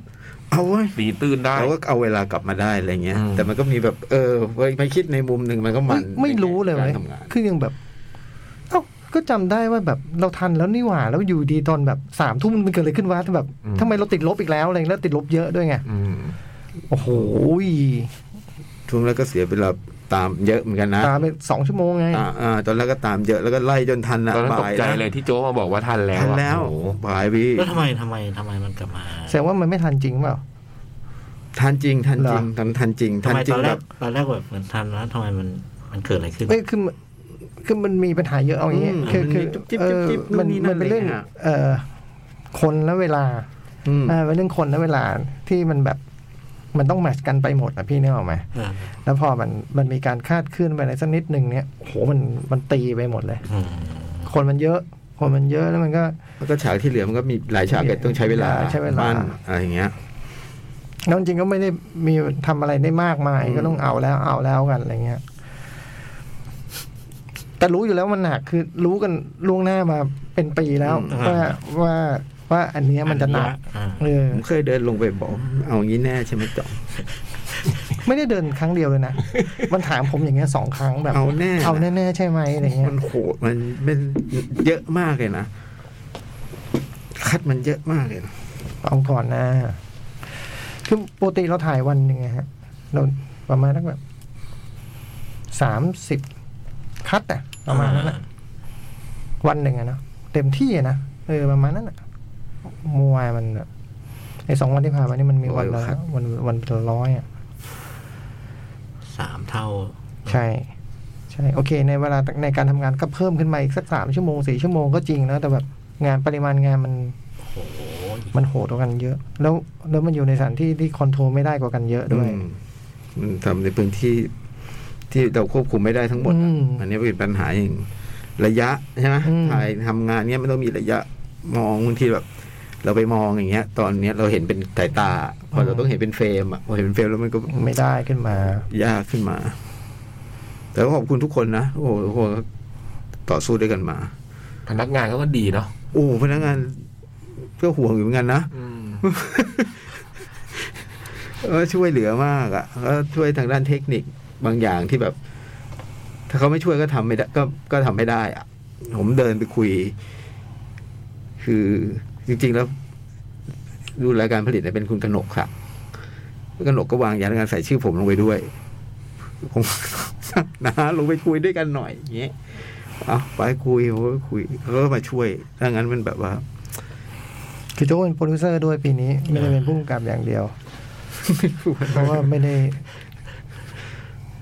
เอาเว้ย ตีตื้นได้ เราก็เอาเวลากลับมาได้อะไรเงี้ย อืม แต่มันก็มีแบบ เออเว้ยไม่คิดในมุมหนึ่งมันก็มั ไม่ น ไม่รู้เลย ใน เว้ย การทำงาน คือยังแบบเอ้าก็จำได้ว่าแบบเราทันแล้วนี่หว่า แล้วอยู่ดีตอนแบบสามทุ่มมันเกิดอะไรขึ้นวะแต่แบบ อืม ทำไมเราติดลบอีกแล้วอะไรอย่างเงี้ยแล้วติดลบเยอะด้วยไง อืม โอ้โห ช่วงแรกก็เสียเวลาตามเยอะเหมือนกันนะ ตามไปสองชั่วโมงไง อ่าอ่าตอนแรกก็ตามเยอะแล้วก็ไล่จนทันนะ ตอนนั้นตก บ่าย ใจ นะ เลยที่โจ้มาบอกว่าทันแล้ว ทัน อะ แล้ว โอ้โห บ่ายพี่ แล้วทำไมทำไมทำไมมันกลับมา แสดงว่ามันไม่ทันจริงเปล่า ทันจริงทันจริง เหรอ ทันทันจริง ทำ ทัน ไม จริ ตอง นแร แบ ก บ ตอนแรกแบบมันทันแล้วทำไมมันมันเกิดอะไรขึ้น ไม่คือมันคือมันมีปัญหาเยอะเอาอย่างงี้ ม คือคือ มันมีจุ๊บจิ๊บ เอ จุ๊บ อ จิ๊บ มั นู่ น นนี่ มั นั่ น น เป็น เล เรื่อย ง ฮะ เอ่อคนและเวลา อืม เออเป็นเรื่องคนและเวลาที่มันแบบ มันต้องแมทช์กันไปหมดอะพี่นึกออกไหม เออ แล้วพอมันมันมีการคาดเคลื่อนไปอะไรสักนิดหนึ่งเนี่ยโอ้โหมันมันตีไปหมดเลย อืม คนมันเยอะ คนมันเยอะแล้วมันก็ แล้วก็ฉากที่เหลือมันก็มีหลายฉากเลยต้องใช้เวลา ใช้เวลา บ้นอะไรอย่างเงี้ย แล้วจริงๆก็ไม่ได้มีทำอะไรได้มากมาย อืม ก็ต้องเอาแล้วเอาแล้วกันอะไรเงี้ย แต่รู้อยู่แล้วมันหนักคือรู้กันล่วงหน้ามาเป็นปีแล้วว่าว่าว่าอันเนี้ยมันจะหนัก อ่า เออ ผมเคยเดินลงไปบอก เอางี้แน่ใช่ไหมจ่อง ไม่ได้เดินครั้งเดียวเลยนะ มันถามผมอย่างเงี้ยสองครั้งแบบ เอาแน่ เอาแน่ๆใช่ไหมอะไรเงี้ย มันโหดมันเป็นเยอะมากเลยนะคัดมันเยอะมากเลยนะ เอาก่อนนะคือปกติเราถ่ายวันหนึ่งไงฮะ เราประมาณนักแบบสามสิบคัดอะประมาณนั้นอะ วันหนึ่งอะเนาะเต็มที่อะนะเออประมาณนั้นอะเมัวานมันแบบ ในสองวันที่ผ่านมานี่มันมีวันละ โอ้ยครับ วันวันเป็นร้อยอ่ะ สามเท่า ใช่ ใช่ โอเค ในเวลาในการทำงานก็เพิ่มขึ้นมาอีกสักสามชั่วโมงสี่ชั่วโมงก็จริงนะแต่แบบงานปริมาณงานมัน โอ้โห มันโหดกว่ากันเยอะ แล้วแล้วมันอยู่ในสถานที่ที่คอนโทรลไม่ได้กว่ากันเยอะด้วย อืมมันทำในพื้นที่ที่เราควบคุมไม่ได้ทั้งหมด อื อะ ม อันนี้เป็นปัญหาอย่างระยะใช่ไหม อืม ถ่ายทำงานเนี้ยมันต้องมีระยะมองบางทีแบบ เราไปมองอย่างเงี้ย ตอนเนี้ยเราเห็นเป็นสายตา พอเราต้องเห็นเป็นเฟรมอะพอเห็นเป็นเฟรมแล้วมันก็ ไม่ได้ขึ้นมา ยากขึ้นมา แต่ก็ขอบคุณทุกคนนะ โอ้โหทุกคนก็ต่อสู้ด้วยกันมา พนักงานเขาก็ดีเนาะ โอ้พนักงานก็ห่วงอยู่เหมือนกันนะ อืม เออช่วยเหลือมากอะ่ะก็ช่วยทางด้านเทคนิคบางอย่างที่แบบ ถ้าเขาไม่ช่วยก็ทำไม่ได้ก็ก็ทำไม่ได้อะ่ะ ผมเดินไปคุย คือจริง ๆ แล้ว ดูรายการผลิตเนี่ยเป็นคุณกนกค่ะคุณกนกก็วางยานงานใส่ชื่อผมลงไปด้วยผม นะลงไปคุยด้วยกันหน่อยอย่างเงี้ยเอาไปคุยโอ้ยคุยเขาก็มาช่วยถ้างั้นมันแบบว่า คือโจ้เป็นโปรดิวเซอร์ด้วยปีนี้ ไม่ได้เป็นผู้กำกับอย่างเดียว เพราะว่าไม่ได้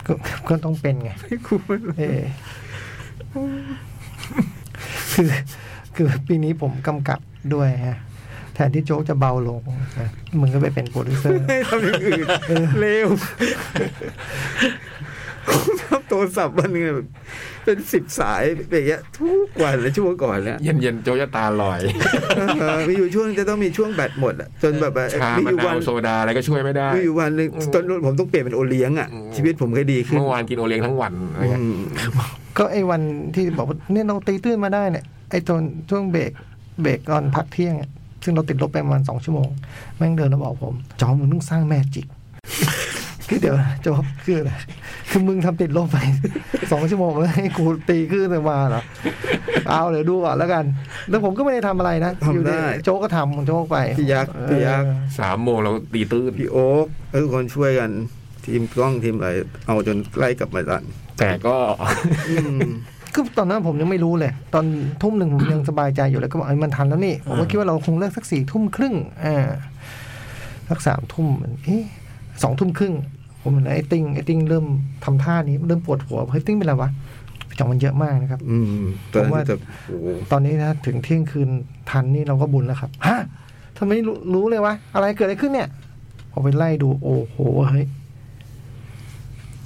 ก็ก็ต้องเป็นไง ไม่คุ้มเลย เออคือคือปีนี้ผมกำกับด้วยฮะ แทนที่โจ๊กจะเบาลงนะมึงก็ไปเป็นโปรดิวเซอร์ ทำอย่างอื่นเร็วผมทำโทรศัพท์วันหนึงเนี่ยแบบเป็นสิบสายอย่างเงี้ยทุกวันเลยช่วงก่อนเนี่ย เย็นเย็นๆโจจะตาลอย เออมีอยู่ช่วงจะต้องมีช่วงแบตหมดอะจนแบบว่า ชา มี มะ อยู่ นา วัน วโซดาอะไรก็ช่วยไม่ได้ มีอยู่วันหนึ่งตอนผมต้องเปลี่ยนเป็นโอเลี้ยงอะ อืม ชีวิตผมก็ดีขึ้น เมื่อวานกินโอเลี้ยงทั้งวันอะไรเงี้ย อืม ก็ไอ้วันที่บอกว่าเนี่ยเราตีตื้นมาได้เนี่ย ไอ้ตอนช่วงเบรกเบรกตอนพักเที่ยงอะซึ่งเราติดลบไปประมาณสองชั่วโมง แม่งเดินมาบอกผม จอมมึงต้องสร้างแมจิก คือเดี๋ยวนะโจ๊กคืออะไรคือมึงทำติดลบไป สองชั่วโมงแล้วให้กูตีขึ้นมาเหรอเอาเดี๋ยวดูก่อนแล้วกัน แล้วผมก็ไม่ได้ทำอะไรนะอยู่ดีโจ๊กก็ทำของโจ๊กไป พี่ยักษ์พี่ยักษ์ สามโมงเราตีตื้น พี่โอ๊คเออคนช่วยกัน ทีมกล้องทีมอะไรเอาจนใกล้กลับมาดัน แต่ก็ อืม คือตอนนั้นผมยังไม่รู้เลย ตอนทุ่มหนึ่งผมยังสบายใจอยู่เลยก็บอกเอ้ยมันทันแล้วนี่ผมก็คิดว่าเราคงเลิกสักสี่ทุ่มครึ่งอ่าสักสามทุ่มเอ๊ะสองทุ่มครึ่งผมเห็นไอ้ติ้งไอ้ติ้งเริ่มทำท่านี้เริ่มปวดหัวเฮ้ยติ้งเป็นไรวะจองมันเยอะมากนะครับ อืมตอผนมว่า นั้นจะโอ้โห ตอนนี้นะถึงเที่ยงคืนทันนี่เราก็บุญแล้วครับฮะทำไมรู้รู้เลยวะ อะไรเกิดอะไรขึ้นเนี่ยผมไปไล่ดูโอ้โหเฮ้ย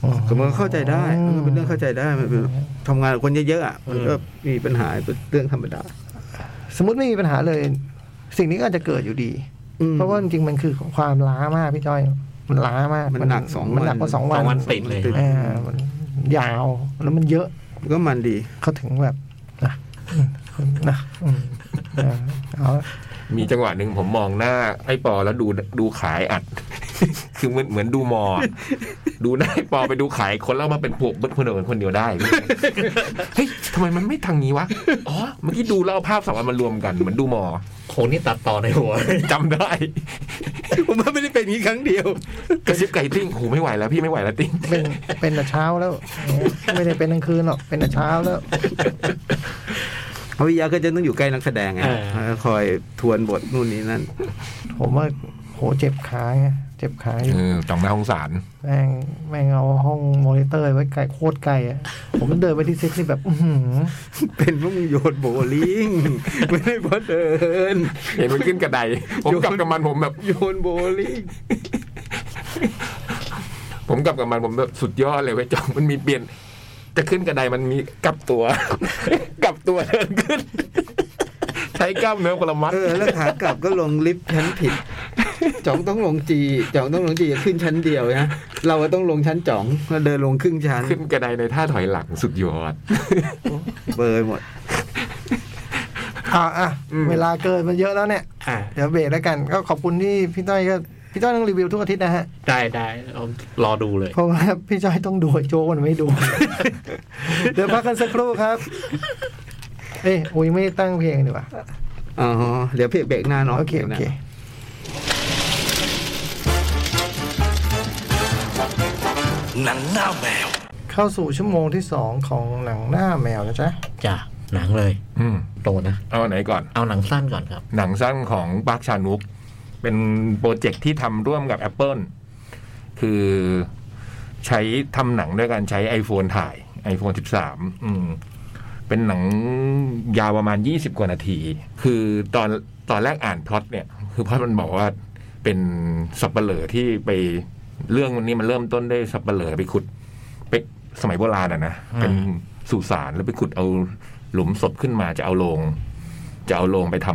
อ๋อ ก็มันก็เข้าใจได้มันก็เป็นเรื่องเข้าใจได้มันเป็นทำงานกับคนเยอะๆอ่ะมันก็มีปัญหาเป็นเรื่องธรรมดา สมมติไม่มีปัญหาเลย สิ่งนี้ก็อาจจะเกิดอยู่ดี อืม เพราะว่าจริงๆมันคือความล้ามากพี่จ้อย มันล้ามาก มันหนักสองวัน มันหนักกว่าสอง ส วั อน งวันติดเลย ติด อ่ามันยาวแล้วมันเยอะ ก็มันดี เขาถึงแบบนะอืมนะอืมนะเอาละ มีจังหวะหนึ่งผมมองหน้า ไอ้ปอแล้วดูดูขายอัด คือเหมือนเหมือนดูมอ ดูหน้าไอ้ปอไปดูขายคนแล้วมาเป็นพวกเบิดคนเดียวเหมือนคนเดียวได้ เฮ้ยทำไมมันไม่ทางนี้วะ อ๋อ เมื่อกี้ดูแล้วเอาภาพสองอันมารวมกันเหมือนดูมอ โคนี่ตัดต่อในหัว จำได้ ผมว่าไม่ได้เป็นอย่างนี้ครั้งเดียว กระซิบไก่ติ้งโหไม่ไหวแล้วพี่ไม่ไหวแล้วติ้ง เป็นเป็นแต่เช้าแล้ว ไม่ได้เป็นกลางคืนหรอกเป็นแต่เช้าแล้ว เพราะวิทยาก็จะต้องอยู่ใกล้นักแสดงไง เออ คอยทวนบทนู่นนี่นั่น ผมว่าโหเจ็บขาไงเจ็บขาอยู่ เออจองหน้าห้องสาร แม่งแม่งเอาห้องมอนิเตอร์ไว้ไกลโคตรไกลอ่ะ ผมเดินไปที่เซ็กซี่แบบ อื้อหือ เป็นพวกมึงโยนโบลิงไม่ได้เพราะเดิน เห็นมันขึ้นกระไดผมกลับกับมันผมแบบ โยนโบลิง ผมกลับกับมันผมแบบสุดยอดเลยเว้ ยจองมันมีเปลี่ยน จะขึ้นกระไดมันมีกลับตัว กลับตัวเดินขึ้น ใช้กล้ามเนื้อคนละมัด เออแล้วขากลับก็ลงลิฟต์ชั้นผิดจ่องต้องลงจีจ่องต้องลงจีขึ้นชั้นเดียวนะเราก็ต้องลงชั้นจ่องแล้วเดินลงครึ่งชั้น ขึ้นกระไดในท่าถอยหลังสุดยอด เบอร์หมด อ่ะอ่ะ อืม เวลาเกินมันเยอะแล้วเนี่ย อ่า เดี๋ยวเบรกแล้วกัน ก็ขอบคุณที่พี่จ้อยก็พี่จ้อยต้องรีวิวทุกอาทิตย์นะฮะ ได้ได้เอารอดูเลย เพราะว่า พี่จ้อยต้องดูไอ้โจกมันไม่ดู เดี๋ยวพักกันสักครู่ครับ เอ้ยโอ้ยไม่ได้ตั้งเพลงดีกว่า อ๋อ เดี๋ยวเพลงเบรกหน้าเนาะ โอเค โอเค หนังหน้าแมว เข้าสู่ชั่วโมงที่สองของหนังหน้าแมวนะจ๊ะ จ้ะหนังเลย อืม โตนะ เอาอันไหนก่อน เอาหนังสั้นก่อนครับ หนังสั้นของปาร์คชานุก เป็นโปรเจกต์ที่ทำร่วมกับ Apple คือใช้ทำหนังด้วยการใช้ iPhone ถ่าย iPhone 13 อืม เป็นหนังยาวประมาณ 20 กว่านาที คือตอนตอนแรกอ่านพล็อตเนี่ย คือพล็อตมันบอกว่าเป็นสับเปลอที่ไปเรื่องนี้มันเริ่มต้นได้วยสับเปลอไปขุดไปสมัยโบราณอะนะ เป็นสุสานแล้วไปขุดเอาหลุมศพขึ้นมาจะเอาโลง จะเอาโลงไปท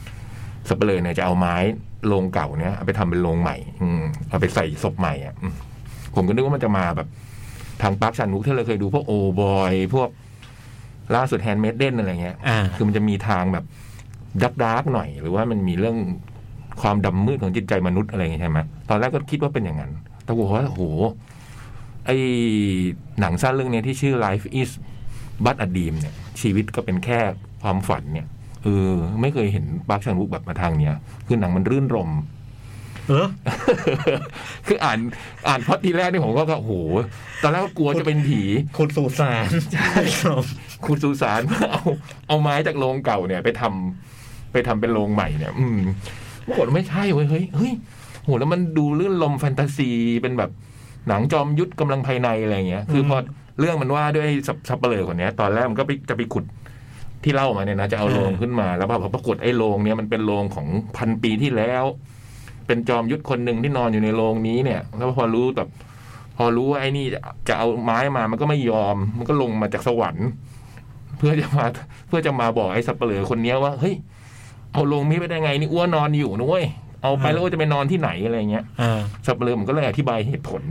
ำสับเปลอเนี่ยจะเอาไม้โลงเก่าเนี่ยเอาไปทำเป็นโลงใหม่ อืมเอาไปใส่ศพใหม่อ่ะอืมผมก็นึกว่ามันจะมาแบบ ทางปั๊บชันนุกที่เราเคยดูพวกโอบอยพวกล่าสุดแฮนด์เมดเด่นอะไรเงี้ย อ่า คือมันจะมีทางแบบดักดาร์กๆหน่อย หรือว่ามันมีเรื่องความดำมืดของจิตใจมนุษย์อะไรอย่างเงี้ยใช่ไหมตอนแรกก็คิดว่าเป็นอย่างนั้น แต่ผมว่าโอ้โห ไอหนังสั้นเรื่องเนี้ยที่ชื่อ Life is but a dream เนี่ย ชีวิตก็เป็นแค่ความฝันเนี่ยเออไม่เคยเห็นปาร์คชันวุกแบบมาทางเนี้ยคือหนังมันรื่นรม เออ คืออ่านอ่านพล็อดทีแรกนี่ผมก็แบบโอ้โหตอนแรกก็กลัวจะเป็นผี คุณสุสานใช่ครับ คุณสุสานเพื่อเอาเอาไม้จากโรงเก่าเนี่ย ไปทำไปทำเป็นโรงใหม่เนี่ย อืมปรากฏว่าไม่ใช่เว้ยเฮ้ยเฮ้ยโหแล้วมันดูเรื่องลมแฟนตาซีเป็นแบบหนังจอมยุทธกำลังภายในอะไรอย่างเงี้ย คือพอเรื่องมันว่าด้วยสับสับเปลือคนเนี้ย ตอนแรกมันก็ไปจะไปขุดที่เล่ามาเนี่ยนะจะเอาโรงขึ้นมาแล้วพอปรากฏไอ้โรงเนี่ยมันเป็นโรงของพันปีที่แล้ว เป็นจอมยุทธคนหนึ่งที่นอนอยู่ในโรงนี้เนี่ย แล้วพอรู้แบบ พอรู้ว่าไอ้นี่จะจะเอาไม้มามันก็ไม่ยอม มันก็ลงมาจากสวรรค์ เพื่อจะมาเพื่อจะมาบอกไอ้สับเปลือคนเนี้ยว่าเฮ้ยเอาลงนี้ไปได้ไงนี่อ้วนนอนอยู่นะเว้ยเอาไปแล้วอ้วนจะไปนอนที่ไหนอะไรเงี้ย อ่า สับเปลือมันก็เลยอธิบายเหตุผล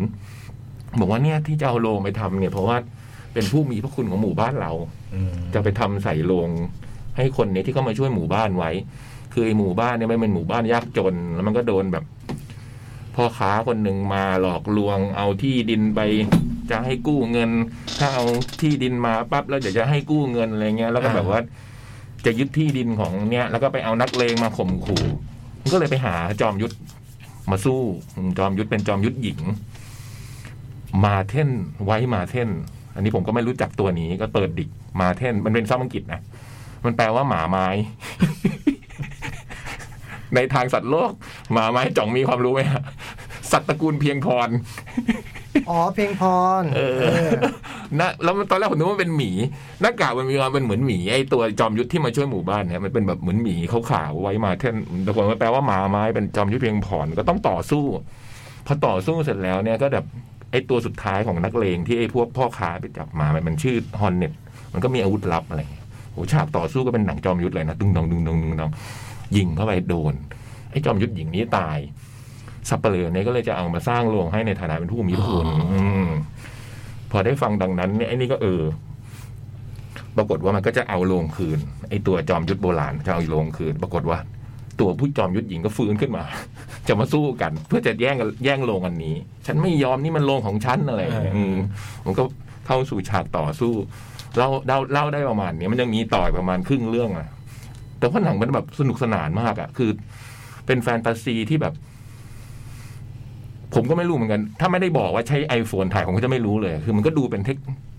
บอกว่าเนี่ยที่จะเอาโลงไปทำเนี่ยเพราะว่าเป็นผู้มีพระคุณของหมู่บ้านเรา อืม จะไปทำใส่โรงให้คนเนี้ที่เข้ามาช่วยหมู่บ้านไว้ คือไอ้หมู่บ้านเนี่ยมันเป็นหมู่บ้านยากจน แล้วมันก็โดนแบบพ่อค้าคนหนึ่งมาหลอกลวง เอาที่ดินไปจะให้กู้เงิน ถ้าเอาที่ดินมาปั๊บแล้วเดี๋ยวจะให้กู้เงินอะไรเงี้ยแล้วก็แบบว่า จะยึดที่ดินของเนี้ยแล้วก็ไปเอานักเลงมาข่มขู่มันก็เลยไปหาจอมยุทธมาสู้อืมจอมยุทธเป็นจอมยุทธหญิง มาเท่นไว้มาเท่น อันนี้ผมก็ไม่รู้จักตัวนี้ก็เปิดดิกมาเท่น มันเป็นซ้ำอังกฤษนะ มันแปลว่าหมาไม้ ในทางสัตว์โลก หมาไม้จ่องมีความรู้ไหมฮะสัตว์ตระกูลเพียงพร อ๋อเพลงพร เออ เออ นะแล้วมันตอนแรกผมนึกว่าเป็นหมีหน้ากากมันมีความเป็นเหมือนหมีไอตัวจอมยุทธที่มาช่วยหมู่บ้านเนี่ยมันเป็นแบบเหมือนหมีขาวๆไว้มาเท่นตะโกนมาแปลว่าหมาไม้เป็นจอมยุทธเพียงผ่อนก็ต้องต่อสู้ พอต่อสู้เสร็จแล้วเนี่ยก็แบบไอตัวสุดท้ายของนักเลงที่ไอพวกพ่อค้าไปจับมามันชื่อฮอนเน็ตมันก็มีอาวุธลับอะไรอย่างเงี้ยโหฉากต่อสู้ก็เป็นหนังจอมยุทธเลยนะดึงดองดึงดองดึงดองยิงเข้าไปโดนไอจอมยุทธหญิงนี้ตายสับเปลือเนี่ยก็เลยจะเอามาสร้างโรงให้ในฐานะเป็นผู้มีพระคุณม พอได้ฟังดังนั้นเนี่ยไอ้นี่ก็เออ ปรากฏว่ามันก็จะเอาโลงคืน ไอ้ตัวจอมยุทธโบราณจะเอาโลงคืน ปรากฏว่า ตัวผู้จอมยุทธหญิงก็ฟื้นขึ้นมา จะมาสู้กัน เพื่อจะแย่งกันแย่งโลงอันนี้ ฉันไม่ยอมนี่มันโลงของฉันอะไรอย่างเงี้ยอืมมันก็เข้าสู่ฉากต่อสู้เล่าเล่าเล่าได้ประมาณเนี้ยมันยังมีต่อยประมาณครึ่งเรื่องอะแต่ว่าหนังมันแบบสนุกสนานมากอะคือ เป็นแฟนตาซีที่แบบ ผมก็ไม่รู้เหมือนกัน ถ้าไม่ได้บอกว่าใช้ iPhone ถ่ายผมก็จะไม่รู้เลย คือมันก็ดูเป็นเทค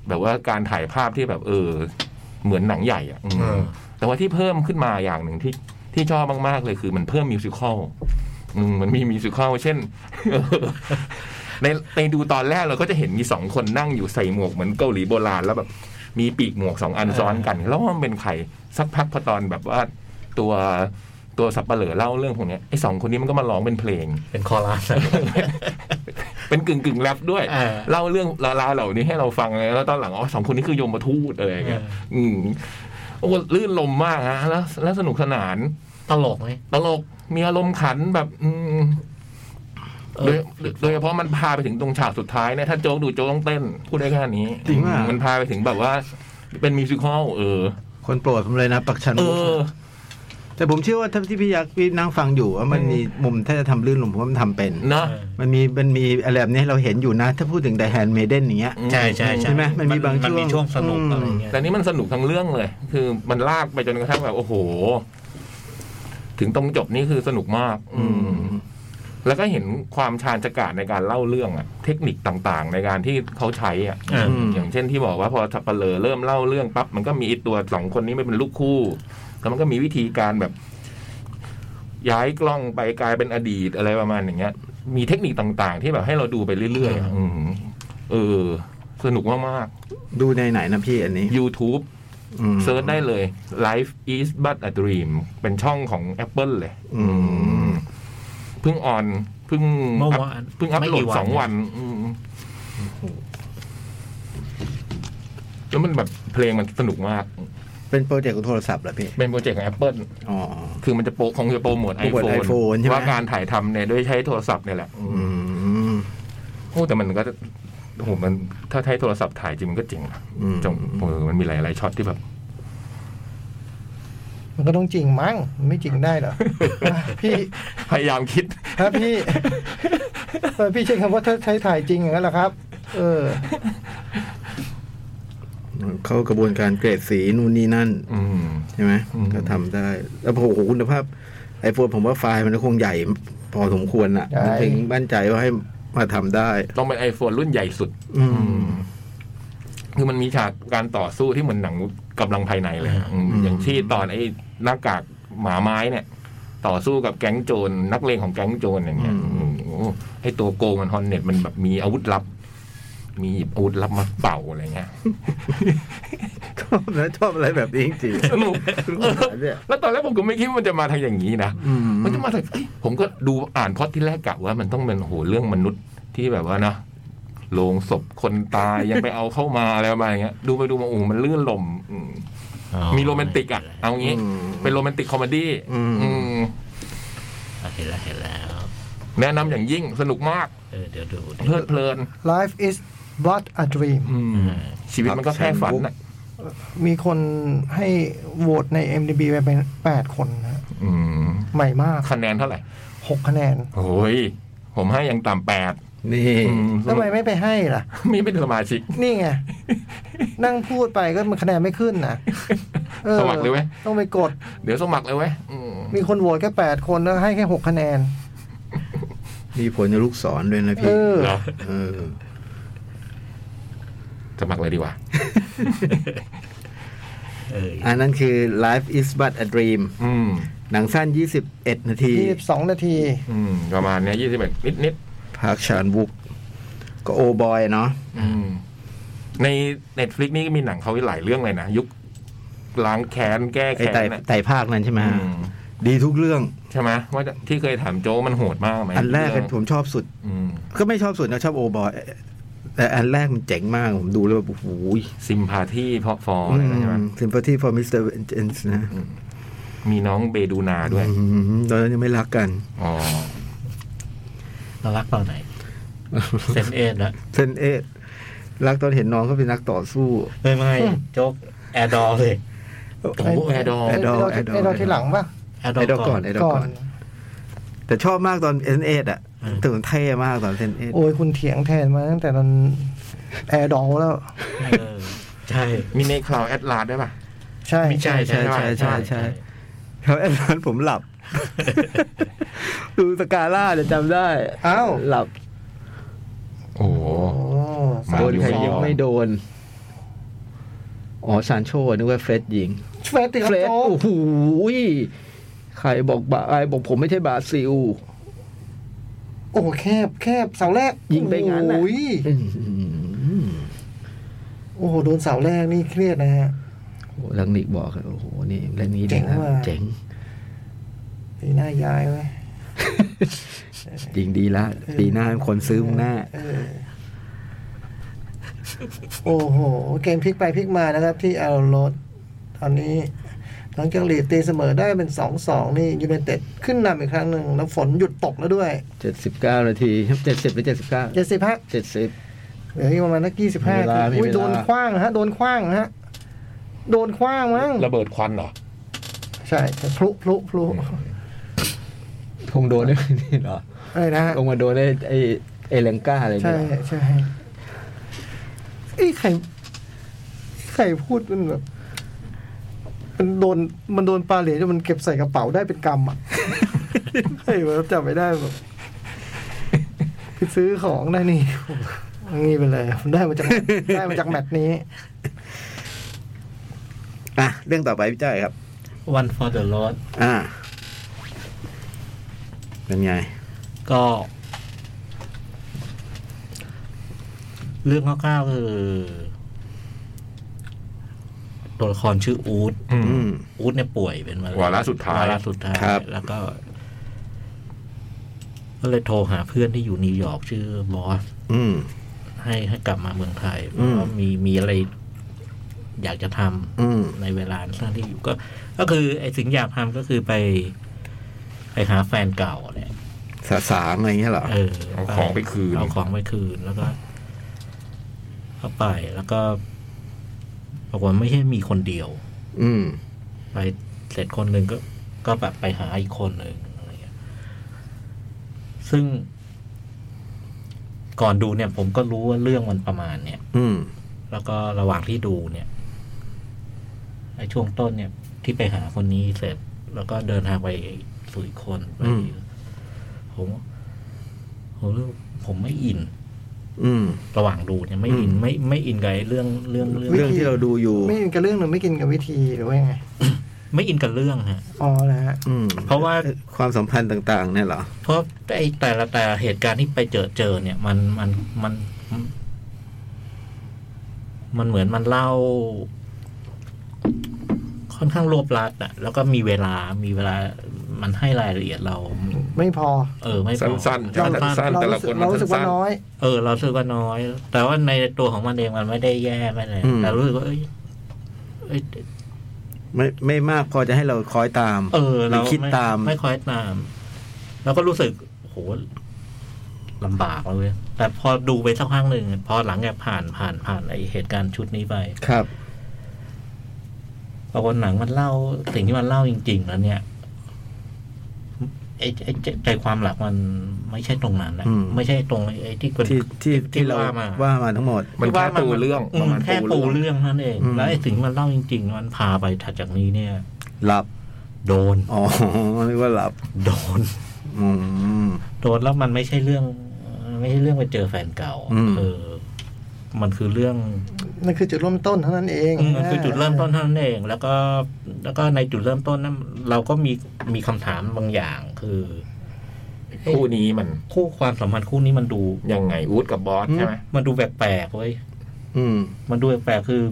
แบบว่าการถ่ายภาพที่แบบ เออ เหมือนหนังใหญ่อะอืม เออ แต่ว่าที่เพิ่มขึ้นมาอย่างหนึ่งที่ที่ชอบมาก ๆ เลยคือมันเพิ่มมิวสิควลอืมมันมีมิวสิควลเช่น ในในดูตอนแรกเราก็จะเห็นมีสองคนนั่งอยู่ใส่หมวกเหมือนเกาหลีโบราณแล้วแบบ มีปีกหมวกสองอันซ้อนกัน แล้วว่ามันเป็นใครสักพักพอตอนแบบว่าตัวตัวสับเปลือเล่าเรื่องพวกเนี้ยไอ้สองคนนี้มันก็มาร้องเป็นเพลง เป็นคอรัส เป็นกึ่งกึ่งแรปด้วย อ่า เล่าเรื่องราวๆเหล่านี้ให้เราฟังเลยแล้วตอนหลังอ๋อสองคนนี้คือโยมทูตอะไรอย่างเงี้ย อ่า อืมโอ้ลื่นลมมากฮะแล้วแล้วสนุกสนาน ตลกไหม ตลกมีอารมณ์ขันแบบอืม เออ โดยโดยเฉพาะมันพาไปถึงตรงฉากสุดท้ายเนี่ยถ้าโจ๊กดูโจ๊กต้องเต้น พูดได้แค่นี้ จริงป่ะ มันพาไปถึงแบบว่า เป็นมิวสิควลเออ คนโปรดผมเลยนะปักชัน เอ มุก อ แต่ผมเชื่อว่าถ้าที่พี่ยักษ์พี่นั่งฟังอยู่ว่ามันมีมุมถ้าจะทำลื่นลมผมว่ามันทำเป็น นะ มันมีมันมีอะไรแบบนี้ให้เราเห็นอยู่นะ ถ้าพูดถึง The Handmaiden อย่างเงี้ย ใช่ใช่ ใช่ไหมมันมีบางช่วง มันมีช่วงสนุก อืม อะไรเงี้ย แต่นี่มันสนุกทั้งเรื่องเลย คือมันลากไปจนกระทั่งแบบโอ้โห ถึงตรงจบนี่คือสนุกมาก อืม แล้วก็เห็นความชาญฉกาจในการเล่าเรื่องอะเทคนิคต่างๆ ในการที่เขาใช้อะ อ่า อืม อย่างเช่นที่บอกว่าพอทับเปลอเริ่มเล่าเรื่องปั๊บมันก็มีไอ้ตัวสองคนนี้ไม่เป็นลูกคู่ แล้วมันก็มีวิธีการแบบ ย้ายกล้องไปกลายเป็นอดีตอะไรประมาณอย่างเงี้ย มีเทคนิคต่างๆ ที่แบบให้เราดูไปเรื่อยๆอะอืมเออ สนุกมาก ดูในไหนนะพี่อันนี้ ๆ YouTube อืม เซิร์ชได้เลย Life is but a dream เป็นช่องของ Apple เลย อืม เพิ่งออนเพิ่ง เมื่อ อัพ วาน เพิ่งอัพ ไม่ โหล กี่ ด วัน สองวันอืมแล้วมันแบบเพลงมันสนุกมาก เป็นโปรเจกต์ของโทรศัพท์เหรอพี่ เป็นโปรเจกต์ของ Apple อ๋อ คือมันจะโปรคงจะโปรโมทไอ โปรโมท โฟน iPhone ใช่ไหม ว่าการถ่ายทำเนี่ยด้วยใช้โทรศัพท์เนี่ยแหละอื อื ม ม โอ้แต่มันก็โอ้โหมันถ้าใช้โทรศัพท์ถ่ายจริงมันก็เจ๋งนะ อืม จงเออมันมีหลายๆช็อตที่แบบ มันก็ต้องจริงมั้งมันไม่จริงได้เหรอ พี่ พยายามคิด ฮะพี่เออพี่ใช้คำว่าถ้าใช้ถ่ายจริงอย่างนั้นเหรอครับ เออ เข้ากระบวนการเกรดสีนู่นนี่นั่น อืม ใช่ไหม อืม ก็ทำได้ แล้วโอ้โหคุณภาพไอโฟนผมว่าไฟล์มันก็คงใหญ่พอสมควรอ่ะ ใช่ มันถึงมั่นใจว่าให้มาทำได้ ต้องเป็น iPhone รุ่นใหญ่สุด อืม คือมันมีฉากการต่อสู้ที่เหมือนหนังกำลังภายในเลยอะอืม อืม อย่างที่ตอนไอ้หน้ากากหมาไม้เนี่ย ต่อสู้กับแก๊งโจรนักเลงของแก๊งโจรอย่างเงี้ยอืมโอ้โหไอ้ตัวโกงมันฮอนเน็ตมันแบบมีอาวุธลับ มีหยิบอาวุธลับมาเป่าอะไรเงี้ย ชอบนะชอบอะไรแบบนี้จริง สนุกเออ ๆเนี่ย แล้วตอนแรกผมก็ไม่คิดว่ามันจะมาทางอย่างนี้นะ อืม มันจะมาทางเอ้ยผมก็ดูอ่านพล็อดที่แรกกะว่ามันต้องเป็นโอ้โหเรื่องมนุษย์ที่แบบว่านะโลงศพคนตายยังไปเอาเข้ามาอะไรประมาณอย่างเงี้ย ดูไปดูมาโอ้โหมันเลื่อนลมอืม มีโรแมนติกอ่ะ เอางี้ อืม เป็นโรแมนติกคอมเมดี้ อืม อืม เห็นแล้วเห็นแล้ว แนะนำอย่างยิ่งสนุกมาก เออเดี๋ยวดูเดี๋ยว เพลิดเพลิน life is but a dream อืมชีวิตมันก็แค่ฝันน่ะ มีคนให้โหวตใน MDB ไปเป็นแปดคนนะ อืม ใหม่มาก คะแนนเท่าไหร่ หกคะแนน โอ้ย ผมให้ยังต่ำแปด นี่ อื ทำไมไม่ไปให้ล่ะ ไม่เป็นสมาชิก นี่ไง นั่งพูดไปก็มันคะแนนไม่ขึ้นนะออ สมัครเลยไหม ต้องไปกด เดี๋ยวสมัครเลยเว้ยอืม มีคนโหวตแค่แปดคนแล้วให้แค่หกคะแนน มีผลในลูกศรด้วยนะ เอ พี่ อ เหรอ เออ สมัครเลยดีกว่า เออ อันนั้นคือ life is but a dream อืม หนังสั้น 21 นาที ยี่สิบสองนาที อืม ประมาณเนี้ยยี่สิบเอ็ดนิดนิด ภาคชานบุก ก็โอบอยเนาะ ๆอืม ในเน็ตฟลิกนี่ก็มีหนังเขาหลายเรื่องเลยนะ ยุคล้างแค้นแก้ ไอ แค้น ไต่ น่ะ ไต่ภาคนั้นใช่ไหม อื ฮะ ม ดีทุกเรื่อง ใช่ไหมว่าที่เคยถามโจกมันโหดมากไหม อันแรก เง ผมชอบสุด อืม ก็ไม่ชอบส่วนนะชอบโอบอยแต่อันแรกมันเจ๋งมาก ผมดูแล้วแบบโอ้โห ซิมพาที่เพราะฟอร์อะไรนะใช่ไหม ซิมพัตตี้ for Mr. Vengeance นะ มีน้องเบดูนาด้วย อืมตอนนั้นยังไม่รักกัน อ๋อ น่ารักตอนไหนเซนเอ็ดนะ เซนเอสรักตอนเห็นน้องเขาเป็นนักต่อสู้ เฮ้ยไม่โจ๊กแอร์ดอเลย โอ้โหแอร์ดอล แอร์ดอล เรา แอร์ดอล ไอ้เราที่หลังป่ะ แอร์ด ไอด อ อลก่อนไอดอลก่อน แต่ชอบมากตอนเซนเอสอ่ะถึงเท่มากตอนเซนเอส โอ้ยคุณเถียงแทนมาตั้งแต่ตอนแอร์ดอลแล้ว เออใช่ มีในคลาวแอดลาดด้วยป่ะ ใช่ ไม่ใช่ ใช่ใช่ใช่ใช่เขาแอนนั้นผมหลับ ดูสกาล่าเนี่ยจำได้ อ้าว หลับ โอ้โห โอ้ มา โดน อยู่ ใคร ไม่ย ยิง อม ไม่โดน อ๋อซานโชนึกว่าเฟสยิง เฟรดติด เฟรด โจ๊ก โอ้โหยใครบอกบาไอบอกผมไม่ใช่บราซิล โอ้โหแคบแคบเสาแรก ยิงไปงั้นน่ะ โอ้ย อื้อหือ โอ้โหโดนเสาแรกนี่เครียดนะฮะ โอ้ลังนิกบอกโอ้โหนี่เรื่องนี้ เจ๋ ดี ง นะ ว่ะ เจ๋ง ปีหน้ายายไว้ย ยิงดีละปีหน้าคนซื้อมึงหน้า เออโอ้โห เกมพลิกไปพลิกมานะครับ ที่เอารถตอนนี้หลังจากหลีดตีเสมอได้เป็นสองสองนี่ยู i นเต็ดขึ้นนำอีกครั้งหนึ่งแล้วฝนหยุดตกแล้วด้วย 79 นาทีเจ็ดสิบหรือเจ็ดสิบเก้า เจ็ดสิบฮะ เจ็ดสิบ เหลืออีกประมาณนักกี่สิบห้า มีเวลามี อุ้ย เวลา โดนคว้างนะฮะ โดนคว้างนะฮะ โดนคว้างมั้ง ระเบิดควันเหรอ ใช่พลุพลุพลุ คงโดนได้นี่เหรอ อะไรนะฮะ คงมาโดนได้ไอเอเลงก้าอะไร ใช่ นี่เหรอ ใช่ไอ้ยใครใครพูดมันแบบ มันโดนมันโดนปลาเหรียญจนมันเก็บใส่กระเป๋าได้เป็นกรรมอ่ะ ใครแบบจำไม่ได้แบบไปซื้อของได้นี่งี้ไปเลยได้มาจากได้มาจากแมตช์นี้ อ่ะ เรื่องต่อไปพี่จ้อยครับ One for the road อ่า เป็นไง ก็ เรื่องคร่าวๆคือตัวละครชื่ออูด อืม อืม อูดเนี่ยป่วยเป็นมะเร็ง วาระสุดท้าย วาระสุดท้าย ครับ แล้วก็ ก็เลยโทรหาเพื่อนที่อยู่นิวยอร์กชื่อบอส อืม ให้ให้กลับมาเมืองไทยเพ อืม ราะมีมีอะไร อยากจะทำ อืม ในเวลาสั้นที่อยู่ก็ ก็คือ ไอ้สิ่งอยากทำก็คือไป ไปหาแฟนเก่าแหละ สะสางอะไรอย่างเงี้ยเหรอ เออ เอาของไปคืน เอาของไปคืนแล้วก็เข้าไปแล้วก็บอกว่าไม่ใช่มีคนเดียว อืม ไปเสร็จคนหนึ่งก็ ก็แบบไปหาอีกคนหนึ่งอะไรเงี้ย ซึ่ง ก่อนดูเนี่ย ผมก็รู้ว่าเรื่องมันประมาณเนี่ย อืม แล้วก็ระหว่างที่ดูเนี่ยไอ้ช่วงต้นเนี่ย ที่ไปหาคนนี้เสร็จ แล้วก็เดินทางไปสู่อีกคนไป อืม ผมผมรู้ผมไม่อิน อืม ระหว่างดูเนี่ยไม่อิน อืม ไม่ไม่อินกับไอ้เรื่องเรื่องเรื่อง เรื่องที่เราดูอยู่ ไม่กินกับเรื่องหรือไม่กินกับวิธีหรือว่ายังไง ไม่อินกับเรื่องฮะ อ๋อนะฮะ อืม เพราะว่า ความสัมพันธ์ต่าง ๆ เนี่ยเหรอ เพราะไอ้แต่ละแต่ละเหตุการณ์ที่ไปเจอเจอเนี่ย มันมันมันมันมันเหมือนมันเล่า ค่อนข้างรวบรัดอะแล้วก็มีเวลามีเวลามันให้รายละเอียดเรา ไม่พอ เออ ไม่พ สั อ้ นๆสั้นๆแต่ละคนมั เรา น รู้สึก สั้ ว่าน น้อย เออ เรารู้สึกว่าน้อย แต่ว่าในตัวของมันเองมันไม่ได้แย่ไม่อะไร อืม แต่รู้สึกว่าเอ้ยเอ้ย ไม่ไม่มากพอจะให้เราคอยตาม เออ หรื เรา อคิด ไ ตาม ไม่ค่อยตาม แล้วก็รู้สึกโอ้โหลำบากแล้วเลยแต่พอดูไปสักพักหนึ่งพอหลังจากผ่านผ่านผ่านไอเหตุการณ์ชุดนี้ไป ครับ พอวันหนังมันเล่าสิ่งที่มันเล่าจริง ๆ แล้วเนี่ยไอ้ไอ้ใจใจความหลักมันไม่ใช่ตรงนั้นนะ อืม ไม่ใช่ตรงไอ้ไอ้ที่เป็น ที่ที่ ที่ ที่เรา ว่ามา ว่ามาทั้งหมด ๆมันแค่ปูเรื่อง อื ประ ม มาณ แค่ปูเรื่องนั่นเอง อืม แล้วไอ้สิ่งที่มันเล่าจริง ๆ มันพาไปถัดจากนี้เนี่ย หลับ โดน อ๋อนึกว่าหลับ โดน อืม โดนแล้วมันไม่ใช่เรื่อง ไม่ใช่เรื่องไปเจอแฟนเก่า อืม เออ มันคือเรื่อง นั่นคือจุดเริ่มต้นเท่านั้นเอง อืมมันคือจุดเริ่มต้นเท่านั้นเอง แล้วก็แล้วก็ในจุดเริ่มต้นนั้นเราก็มีมีคำถามบางอย่าง คือ คู่นี้มัน คู่ความสัมพันธ์คู่นี้มันดู ยังไงอูดกับบอสใช่ไหม มันดูแปลกๆเว้ย อืม มันดูแปลกๆคือ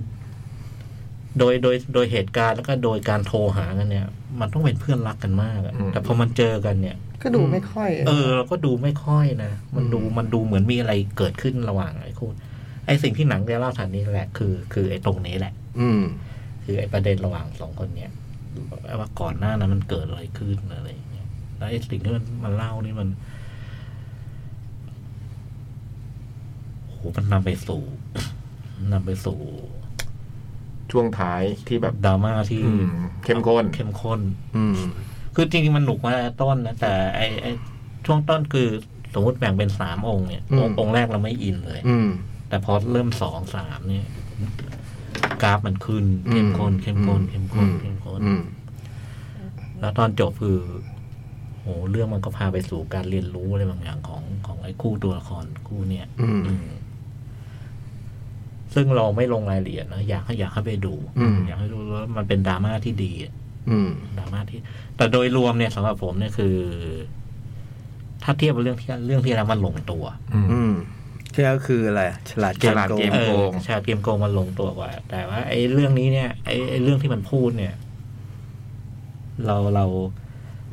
โดยโดยโดยเหตุการณ์แล้วก็โดยการโทรหากันเนี่ย มันต้องเป็นเพื่อนรักกันมากอะแต่พอมันเจอกันเนี่ย ก็ดูไม่ค่อย เออเราก็ดูไม่ค่อยนะ มันดูมันดูเหมือนมีอะไรเกิดขึ้นระหว่างไอ้คู่ ไอ้สิ่งที่หนังจะเล่าฐานนี้แหละ คือคือไอ้ตรงนี้แหละ อืม คือไอ้ประเด็นระหว่างสองคนเนี่ยว่าก่อนหน้านั้นมันเกิดอะไรขึ้นอะไรอย่างเงี้ยแล้วไอ้สิ่งที่มันมันเล่านี่มันโอ้โหมันนำไปสู่ นำไปสู่ ช่วงท้ายที่แบบ ดราม่าที่ อืมเข้มข้น เข้มข้น อืม คือจริงๆมันหนุกมาตั้งแต่ต้นนะแต่ไอ้ไอ้ช่วงต้นคือสมมติแบ่งเป็นสามองค์เนี่ย อืม องค์องค์แรกเราไม่อินเลย อืม แต่พอเริ่มสองสามเนี่ยกราฟมันขึ้น อืม เข้มข้นเข้มข้น อืม เข้มข้นเข้มข้น อืม แล้วตอนจบคือโหเรื่องมันก็พาไปสู่การเรียนรู้อะไรบางอย่างของของไอ้คู่ตัวละครคู่เนี่ย อืม อืมซึ่งเราไม่ลงรายละเอียดนะอยากให้อยากให้ไปดู อืม อยากให้ดูว่ามันเป็นดราม่าที่ดีอะ อืม ดราม่าที่ แต่โดยรวมเนี่ยสำหรับผมเนี่ยคือ ถ้าเทียบกับเรื่องที่เรื่องที่แล้วมันลงตัว อืมที่แล้วคืออะไร ฉลาดเกฉมลาด โก เกม ง เอ โก อง ชาเกมโกงมันลงตัวกว่า แต่ว่าไอ้เรื่องนี้เนี่ยไอ้ไอ้เรื่องที่มันพูดเนี่ย เราเรา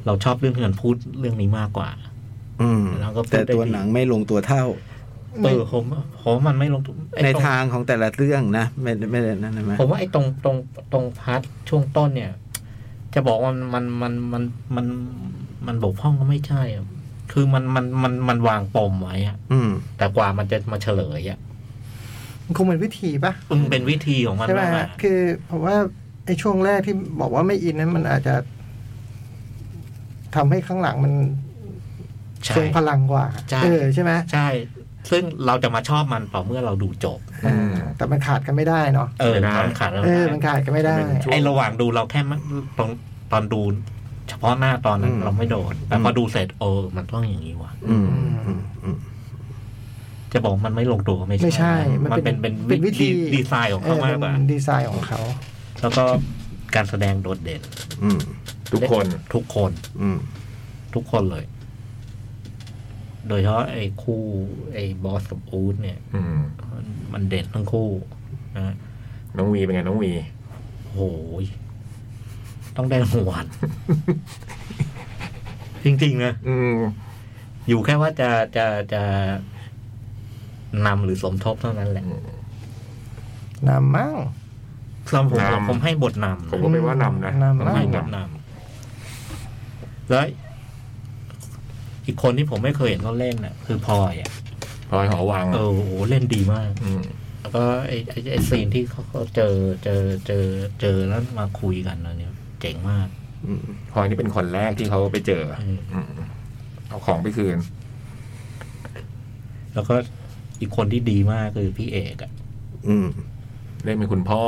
เราชอบเรื่องที่มันพูดเรื่องนี้มากกว่า อืม แล้วก็พูด แต่ตัว ได้ดี หนังไม่ลงตัวเท่า เออผมผมว่ามันไม่ลงตัวไอ้ ใน ตรง ทางของแต่ละเรื่องนะ ไม่ไม่ได้นั่นใช่ไหม ผมว่าไอ้ตรงตรงตรงพาร์ทช่วงต้นเนี่ย จะบอกว่ามันมันมันมันมันบกพร่องก็ไม่ใช่อะคือมันมันมันมันวางปมไว้อะ อืม แต่กว่ามันจะมาเฉลยอ่ะ มันคงเป็นวิธีปะ มันเป็นวิธีของมัน ใช่ไหม ว่า ฮะคือผมว่าไอ้ช่วงแรกที่บอกว่าไม่อินนั้นมันอาจจะทำให้ข้างหลังมัน ใช่ ทรงพลังกว่า ใช่ เออใช่ไหม ใช่ ซึ่งเราจะมาชอบมันต่อเมื่อเราดูจบ อ่าแต่มันขาดกันไม่ได้เนาะ เออ ไม่ได้ มันขาดแล้ว เออมันขาดกันไม่ได้ เป็นช่วง ไอ้ระหว่างดูเราแค่มันตอนตอนดู เฉพาะหน้าตอนนั้น อืม เราไม่โดนแต่พอดูเสร็จเออ มันต้องอย่างนี้ว่ะ อืมอืมอืม จะบอกมันไม่ลงตัวก็ไม่ ไม่ใช่มั มัน นเป็ เป็น นเป็เป็นนวิธี ดีไซน์ของเขามากกว่า เออเป็นดีไซน์ของเขา แล้วก็การแสดงโดดเด่น อืม ทุกคน ทุกคน อืม ทุกคนเลย โดยเฉพาะไอ้คู่ไอ้บอสกับอูดเนี่ย อืม มันเด็ดทั้งคู่นะ น้องวีเป็นไงน้องวี โอ้ยต้องได้รางวัล จริงๆนะ อืม อยู่แค่ว่าจะจะจะนำหรือสมทบเท่านั้นแหละ นำมั้ง สำหรับผม นำ ผมให้บทนำ ผมก็ไม่ว่านำนะผนำผม มให้ ให้ บ น ทนำแล้วอีกคนที่ผมไม่เคยเห็นเขาเล่นน่ะ คือพลอยอ่ะ ำพลอยหอวัง เออโอ้โหเล่นดีมาก ม แล้วก็ไอ้ไอ้ไอ้ซีนที่เขาเขาเจอเจอเจอเจอแล้วมาคุยกันนะเนี่ยเจ๋งมาก อืม พลอยนี่เป็นคนแรกที่เขาไปเจออ ม อืมเอาของไปคืน แล้วก็อีกคนที่ดีมากคือพี่เอกอ่ะ อืม เล่นเป็นคุณพ่อ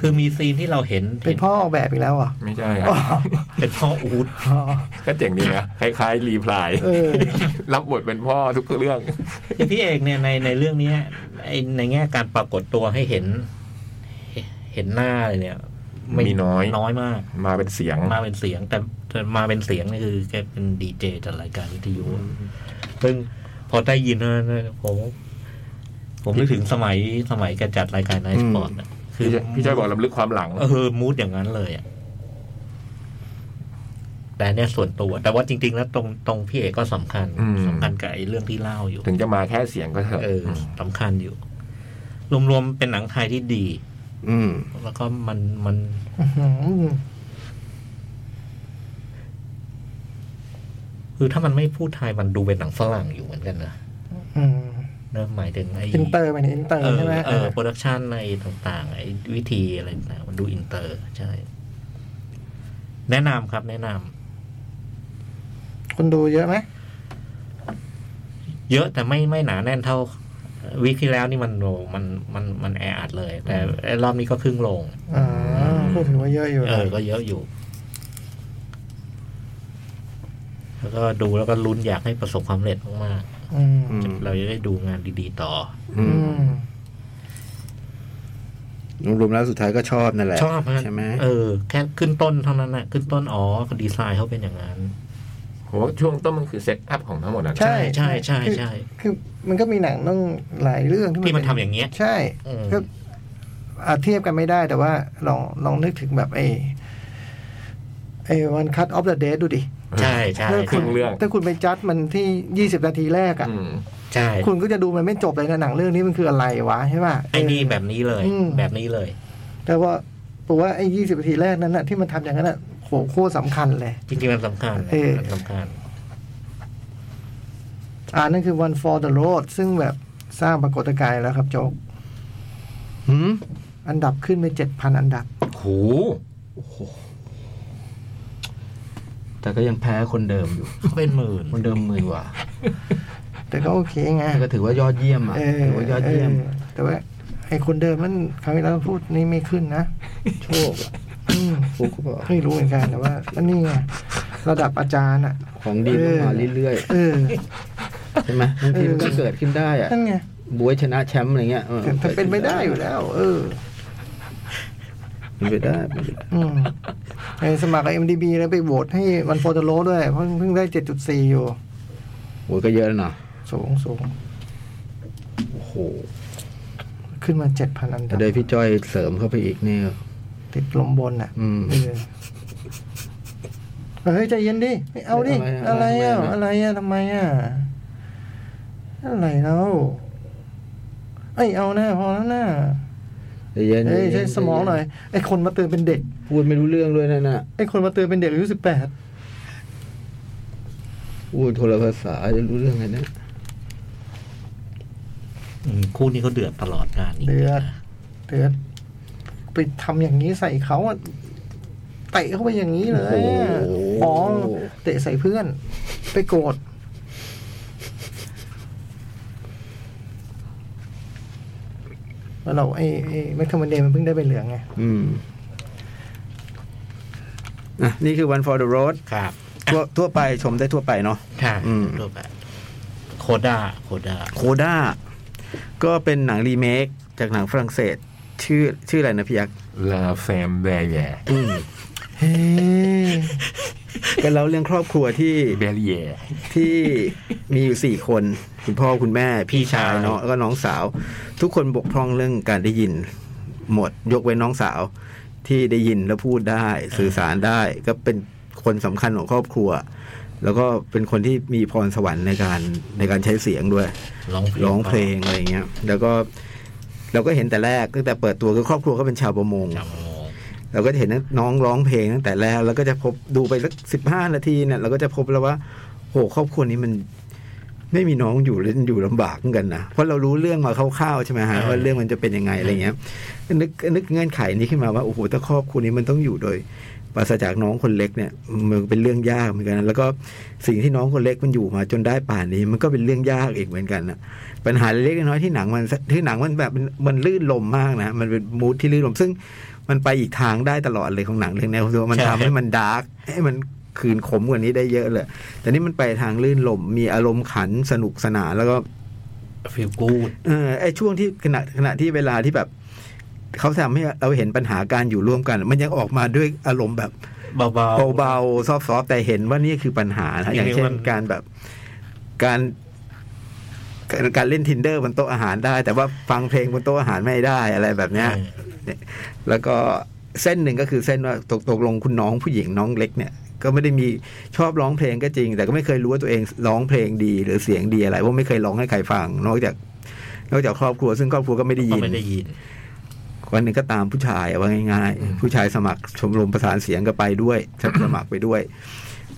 คือมีซีนที่เราเห็น เป็นพ่อออกแบบอีกแล้วเหรอ่ะ ไม่ใช่ครับ เป็นพ่ออูด ก็เจ๋งดีนะคล้ายๆรีพลาย เอ อ รับบทเป็นพ่อทุกเรื่อง อย่างพี่เอกเนี่ยในในเรื่องเนี้ยไอ้ในแง่การปรากฏตัวให้เห็น เห็นหน้าเลยเนี่ยไ มีน้อย น้อยมาก มาเป็นเสียง มาเป็นเสียงแต่แต่มาเป็นเสียงนี่คือแกเป็นดีเจจัดรายการวิทยุอะซึ่งพอได้ยินนะผมผมนึกถึงสมัยสมัยแกจัดรายการไนสปอร์ตอะคือ พี่พี่จ้อยบอกลำลึกความหลัง เออมูดอย่างนั้นเลยอะแต่อันเนี่ยส่วนตัว แต่ว่าจริง ๆ แล้วตรงตรงพี่เอกก็สำคัญ อืม สำคัญกับไอ้เรื่องที่เล่าอยู่ ถึงจะมาแค่เสียงก็เถอะ เออ ม สำคัญอยู่ รวมๆเป็นหนังไทยที่ดี อืม แล้วก็มันมันคือถ้ามันไม่พูดไทยมันดูเป็นหนังฝรั่งอยู่เหมือนกันนะเนอะหมายถึงไอ้ อินเตอร์ไปนี่อินเตอร์ เออ ใช่ไหม เออโปรดักชันในต่าง ๆ ไอ้วิธีอะไรต่างๆมันดูอินเตอร์ ใช่ แนะนำครับ แนะนำ คนดูเยอะไหม เยอะแต่ไม่ไม่หนาแน่นเท่าวีคที่แล้วนี่มันโหมันมันมันแออัดเลย แต่ไอ้รอบนี้ก็ครึ่งลง อ๋อก็ถือว่าเยอะอยู่ เออ ก็เยอะอยู่ แล้วก็ดูแล้วก็ลุ้นอยากให้ประสบความสำเร็จมาก อืม อืม ๆ เราจะได้ดูงานดีๆต่อ อื อื ม ม รวมๆแล้วสุดท้ายก็ชอบนั่นแหละ ชอบฮะ ใช่ไหม เออ แค่ขึ้นต้นเท่านั้นนะขึ้นต้นอ๋อดีไซน์เขาเป็นอย่างนั้น โหช่วงต้นมันคือเซตอัพของทั้งหมดนะ ใช่ใช่ใช่ใช่ คือคือมันก็มีหนังต้องหลายเรื่อง ที่มันทำ เป็ อย่างเงี้ย ใช่ อืม ก็อาจเทียบกันไม่ได้แต่ว่าลองลองนึกถึงแบบไอ้ไอ้วันคัตออฟเดอะเดดูดิ ใช่ใช่ ถ้า ใช่ คุณ เรื่อง ถ้าคุณไปจัดมันที่ยี่สิบนาทีแรกอ่ะ อืม ใช่ คุณก็จะดูมันไม่จบเลยนะหนังเรื่องนี้มันคืออะไรวะใช่ป่ะ ไอ้นี่แบบนี้เลย อืม แบบนี้เลย แต่ว่าผมว่าไอ้ยี่สิบนาทีแรกนั้นน่ะที่มันทำอย่างนั้นน่ะโหโคตรสำคัญเลย จริงๆมันสำคัญ เออ มันสำคัญ อ่านั่นคือ one for the road ซึ่งแบบสร้างปรากฏการณ์แล้วครับโจ๊ก หืม อันดับขึ้นไปเจ็ดพันอันดับ โห แต่ก็ยังแพ้คนเดิมอยู่ เขาเป็นหมื่น คนเดิมหมือกว่า แต่ก็โอเคไง แต่ก็ถือว่ายอดเยี่ยมอ่ะ เออ ถือว่ายอดเยี่ยม เออแต่ว่าไอ้คนเดิมนั่นครั้งที่แล้วพูดนี่ไม่ขึ้นนะ โชคอะ อืม ฟุกก็บอก ไม่รู้เหมือนกันแต่ว่าอันนี้ไงระดับอาจารย์อ่ะ ของดีมันมาเรื่อย เออ ๆใช่ไหมบางทีมันก็เกิดขึ้นได้อ่ะ นั่นไง บวยชนะแชมป์อะไรเงี้ยออ แต่แต่เป็นไม่ได้อยู่แล้ว เออ เป็นไปได้เป็นไปได้ อืมไอ้สมัคร MDB แล้วไปโหวตให้วันโฟตโลด้วย เพราะเพิ่งได้ 7.4 อยู่ โอ้ยก็เยอะแล้วเนาะ สูงสูง โอ้โห ขึ้นมา 7,000 อันดั ถ้า บ ได้พี่จ้อยเสริมเข้าไปอีกเนี่ย ติดลมบนอ่ะ อืม เออเฮ้ย ใจเย็นดิไม่เอาดิ อะ อะไร ไร อ่ะ อะ อะไรอ่ะทำไมอ่ะ อะไรแล้วไอ้ยเอาหน้าพอแล้วหน้า ใจเย็น เอ้ยใช้สมองหน่อย ไอ้คนมาเตือนเป็นเด็ก พูดไม่รู้เรื่องด้วยนั่นน่ะ ไอ้คนมาเตือนเป็นเด็กอายุสิบแปด พูดโทรภาษาจะรู้เรื่องไงเนะ อืมคู่นี้เขาเดือดตลอดงานนี้ เดือดเดือดไปทำอย่างนี้ใส่เขาอะเตะเข้าไปอย่างนี้เลยอะอ๋อเตะใส่เพื่อน ไปโกรธ แล้วเราไอ้ไอ้แม็กทอมันเดย์มันเพิ่งได้ใบเหลืองไง อืมอ่ะนี่คือ one for the road ครับ ทั่วทั่วไปชมได้ทั่วไปเนาะ ค่ะ อืม รูปแบบโคด้าโคด้า โคด้าก็เป็นหนังรีเมคจากหนังฝรั่งเศส ชื่อชื่ออะไรนะพี่ยักษ์ ลาแฟมแวร์ อืม เฮ้ ก็เล่าเรื่องครอบครัวที่ เบลเย่ ที่มีอยู่สี่คน คุณพ่อคุณแม่ พี่ชายเนาะแล้วก็น้องสาว ทุกคนบกพร่องเรื่องการได้ยิน หมดยกเว้นน้องสาว ที่ได้ยินแล้วพูดได้ สื่อสารได้ ก็เป็นคนสำคัญของครอบครัว แล้วก็เป็นคนที่มีพรสวรรค์ในการในการใช้เสียงด้วย ร้องเพลง ร้องเพลงอะไรเงี้ย แล้วก็เราก็เห็นแต่แรกตั้งแต่เปิดตัวคือครอบครัวก็เป็นชาวประมง จำโมง เราก็จะเห็นน้องร้องเพลงตั้งแต่แรกแล้วก็จะพบดูไปสักสิบห้านาทีเนี่ยเราก็จะพบแล้วว่าโหครอบครัวนี้มันไม่มีน้องอยู่แล้วอยู่ลำบากเหมือนกันนะเพราะเรารู้เรื่องมาคร่าวๆใช่ไหมฮะว่าเรื่องมันจะเป็นยังไงอะไรเงี้ยนึกนึกเงื่อนไขนี้ขึ้นมาว่าโอ้โหถ้าครอบครัวนี้มันต้องอยู่โดยปราศจากน้องคนเล็กเนี่ยมันเป็นเรื่องยากเหมือนกันนะแล้วก็สิ่งที่น้องคนเล็กมันอยู่มาจนได้ป่านนี้ มันก็เป็นเรื่องยากอีกเหมือนกันนะ ปัญหาเล็กๆน้อยๆที่หนังมันที่หนังมันแบบมันลื่นลมมากนะมันเป็นมูทที่ลื่นลมซึ่งมันไปอีกทางได้ตลอดเลยของหนังเรื่องนี้ผมว่ามันทำให้มันดาร์กให้มันคืนขมกว่านี้ได้เยอะเลย แต่นี่มันไปทางลื่นลมมีอารมณ์ขันสนุกสนานแล้วก็ ฟิลกูด เออไอช่วงที่ขณะขณะที่เวลาที่แบบเขาทำให้เราเห็นปัญหาการอยู่ร่วมกัน มันยังออกมาด้วยอารมณ์แบบ เบา เบาๆ ซอฟๆแต่เห็นว่านี่คือปัญหานะอจริงๆย่างเช่ มัน น การแบบการการการเล่น tinder บนโต๊ะอาหารได้ แต่ว่าฟังเพลงบนโต๊ะอาหารไม่ได้อะไรแบบ ๆ เนี้ย เออ แล้วก็เส้นหนึ่งก็คือเส้นว่าตกตกลงคุณน้องผู้หญิงน้องเล็กเนี่ย ก็ไม่ได้มีชอบร้องเพลงก็จริง แต่ก็ไม่เคยรู้ว่าตัวเองร้องเพลงดี หรือเสียงดีอะไรเพราะไม่เคยร้องให้ใครฟัง นอกจาก นอกจากครอบครัวซึ่งครอบครัวก็ไม่ได้ ก็ ยิน ไม่ได้ยิน วันหนึ่งก็ตามผู้ชายอะว่าง่าย ๆ ผู้ชายสมัครชมรมประสานเสียงก็ไป ด้วยสมัครไปด้วย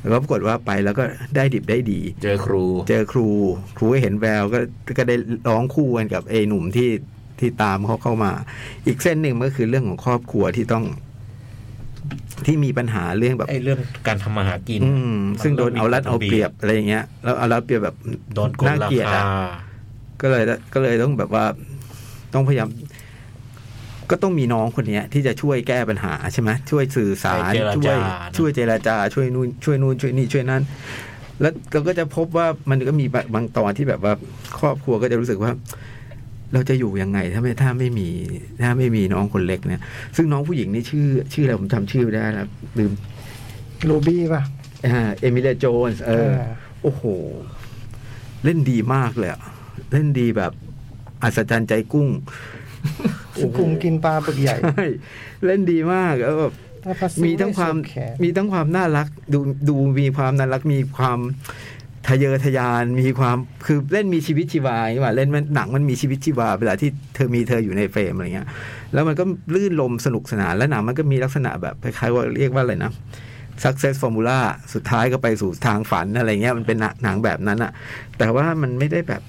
แล้วก็ปรากฏว่าไปแล้วก็ได้ดิบได้ดี เจอครู เจอครู ครูก็เห็นแววก็ก็ได้ร้องคู่กันกับไอ้หนุ่มที่ที่ตามเขาเข้ามา อีกเส้นหนึ่งก็คือเรื่องของครอบครัวที่ต้อง ที่มีปัญหาเรื่องแบบ ไอ้เรื่องการทำมาหากิน อืม ซึ่งโดนเอารัดเอาเปรียบอะไรอย่างเงี้ยแล้วเอารัดเอาเปรียบแบบ โดนกด น่า รา เกลียด คา อะ ก็เลยก็เลยต้องแบบว่าต้องพยายาม ก็ต้องมีน้องคนเนี้ย ที่จะช่วยแก้ปัญหาใช่ไหมช่วยสื่อสาร ช่ ช่ว วยยเจรจานะ ช่วยเจรจา ช่วยนู่นช่วยนู่นช่วยนี่ช่วยนั่นแล้วเราก็จะพบว่ามันก็มีบางตอนที่แบบว่า ครอบครัวก็จะรู้สึกว่า เราจะอยู่ยังไงถ้าไม่ถ้าไม่มี ถ้าไม่มีน้องคนเล็กเนี่ย ซึ่งน้องผู้หญิงนี่ชื่อ ชื่ออะไรผมจำชื่อไม่ได้แล้วลืม รูบี้ป่ะ อ่าเอมิเลียโจนส์เออ โอ้โห เล่นดีมากเลยอะเล่นดีแบบ อัศจรรย์ใจกุ้ง สุกุมกินปลาปึกใหญ่ ใช่เล่นดีมากแล้วแบบ ถ้าพระศิวะ มีทั้งความ สุดแขน มีทั้งความน่ารัก ดูดูมีความน่ารักมีความทะเยอทะยานมีความคือเล่นมีชีวิตชีวาอย่างเงี้ยว่ะเล่นมันหนังมันมีชีวิตชีวาเวลาที่เธอมีเธออยู่ในเฟรมอะไรเงี้ย แล้วมันก็ลื่นลมสนุกสนานและหนังมันก็มีลักษณะแบบคล้ายๆว่าเรียกว่าอะไรนะ success formula สุดท้ายก็ไปสู่ทางฝันอะไรเงี้ยมันเป็นหนังหนังแบบนั้นอะแต่ว่ามันไม่ได้แบบ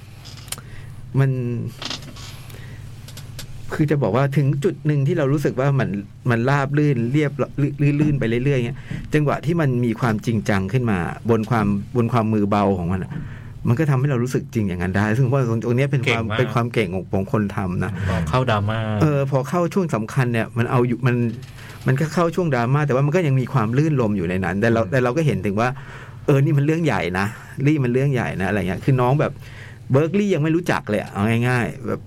มัน คือจะบอกว่าถึงจุดหนึ่งที่เรารู้สึกว่ามันมันราบลื่นเรียบลื่นลื่นไปเรื่อยๆเงี้ยจังหวะที่มันมีความจริงจังขึ้นมา บนความบนความมือเบาของมันอะมันก็ทำให้เรารู้สึกจริงอย่างนั้นได้ ซึ่งว่าตรงเนี้ยเป็นความ เก่งมาก เป็นความเก่งของของคนทำนะ บอกเข้าดราม่า เออพอเข้าช่วงสำคัญเนี่ยมันเอาอยู่มันมันก็เข้าช่วงดราม่าแต่ว่ามันก็ยังมีความลื่นลมอยู่ในนั้น แต่เราแต่เราก็เห็นถึงว่า เออนี่มันเรื่องใหญ่นะรี่มันเรื่องใหญ่นะอะไรเงี้ยคือน้องแบบเบิร์กลี่ยังไม่รู้จักเลยอะเอาง่าย ๆ แบบ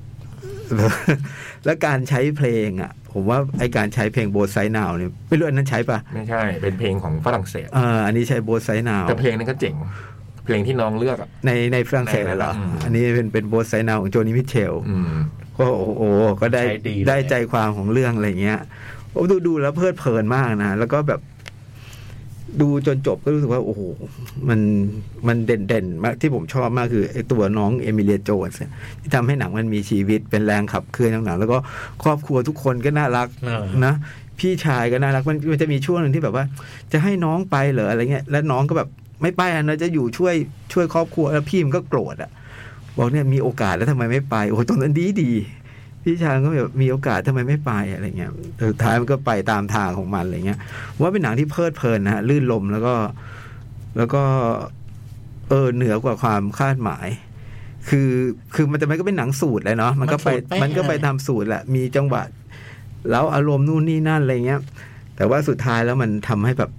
แล้วการใช้เพลงอ่ะ ผมว่าไอการใช้เพลงโบสไซนาวเนี่ยไม่รู้อันนั้นใช้ปะ ไม่ใช่ เป็นเพลงของฝรั่งเศส เอออันนี้ใช้โบสไซนาว แต่เพลงนั้นก็เจ๋ง เพลงที่น้องเลือกอะ ในในฝรั่งเศสเหรอ อืม อันนี้เป็นเป็นโบสไซนาวของโจนี่มิเชล อืม ก็โอ้โหก็ได้ ใช้ดีเลย ได้ใจความของเรื่องอะไรเงี้ยโอ้ดูดูแล้วเพลิดเพลินมากนะ แล้วก็แบบ ดูจนจบก็รู้สึกว่า โอ้โห มันมันเด่นเด่นๆมากที่ผมชอบมากคือไอ้ตัวน้องเอมิเลียโจนส์เนี่ยที่ทำให้หนังมันมีชีวิตเป็นแรงขับเคลื่อนของหนัง แล้วก็ครอบครัวทุกคนก็น่ารัก น่ารัก นะพี่ชายก็น่ารักมันมันจะมีช่วงหนึ่งที่แบบว่า จะให้น้องไปเหรออะไรเงี้ยแล้วน้องก็แบบไม่ไปอ่ะนะจะอยู่ช่วยช่วยครอบครัวแล้วพี่มันก็โกรธอ่ะบอกเนี่ยมีโอกาสแล้วทำไมไม่ไป โอ้โหตรงนั้นดีดีพี่ชายก็แบบมีโอกาสทำไมไม่ไปอะไรเงี้ยแต่สุดท้ายมันก็ไปตามทางของมันอะไรเงี้ยว่าเป็นหนังที่เพลิดเพลินนะฮะลื่นลมแล้วก็ แล้วก็ เออเหนือกว่าความคาดหมาย คือคือมันแต่มันก็เป็นหนังสูตรแหละเนาะมันก็ไป มันสูตรเป๊ะ มันก็ไปตามสูตรแหละมีจังหวะ แล้วอารมณ์นู่นนี่นั่นอะไรเงี้ย แต่ว่าสุดท้ายแล้วมันทำให้แบบ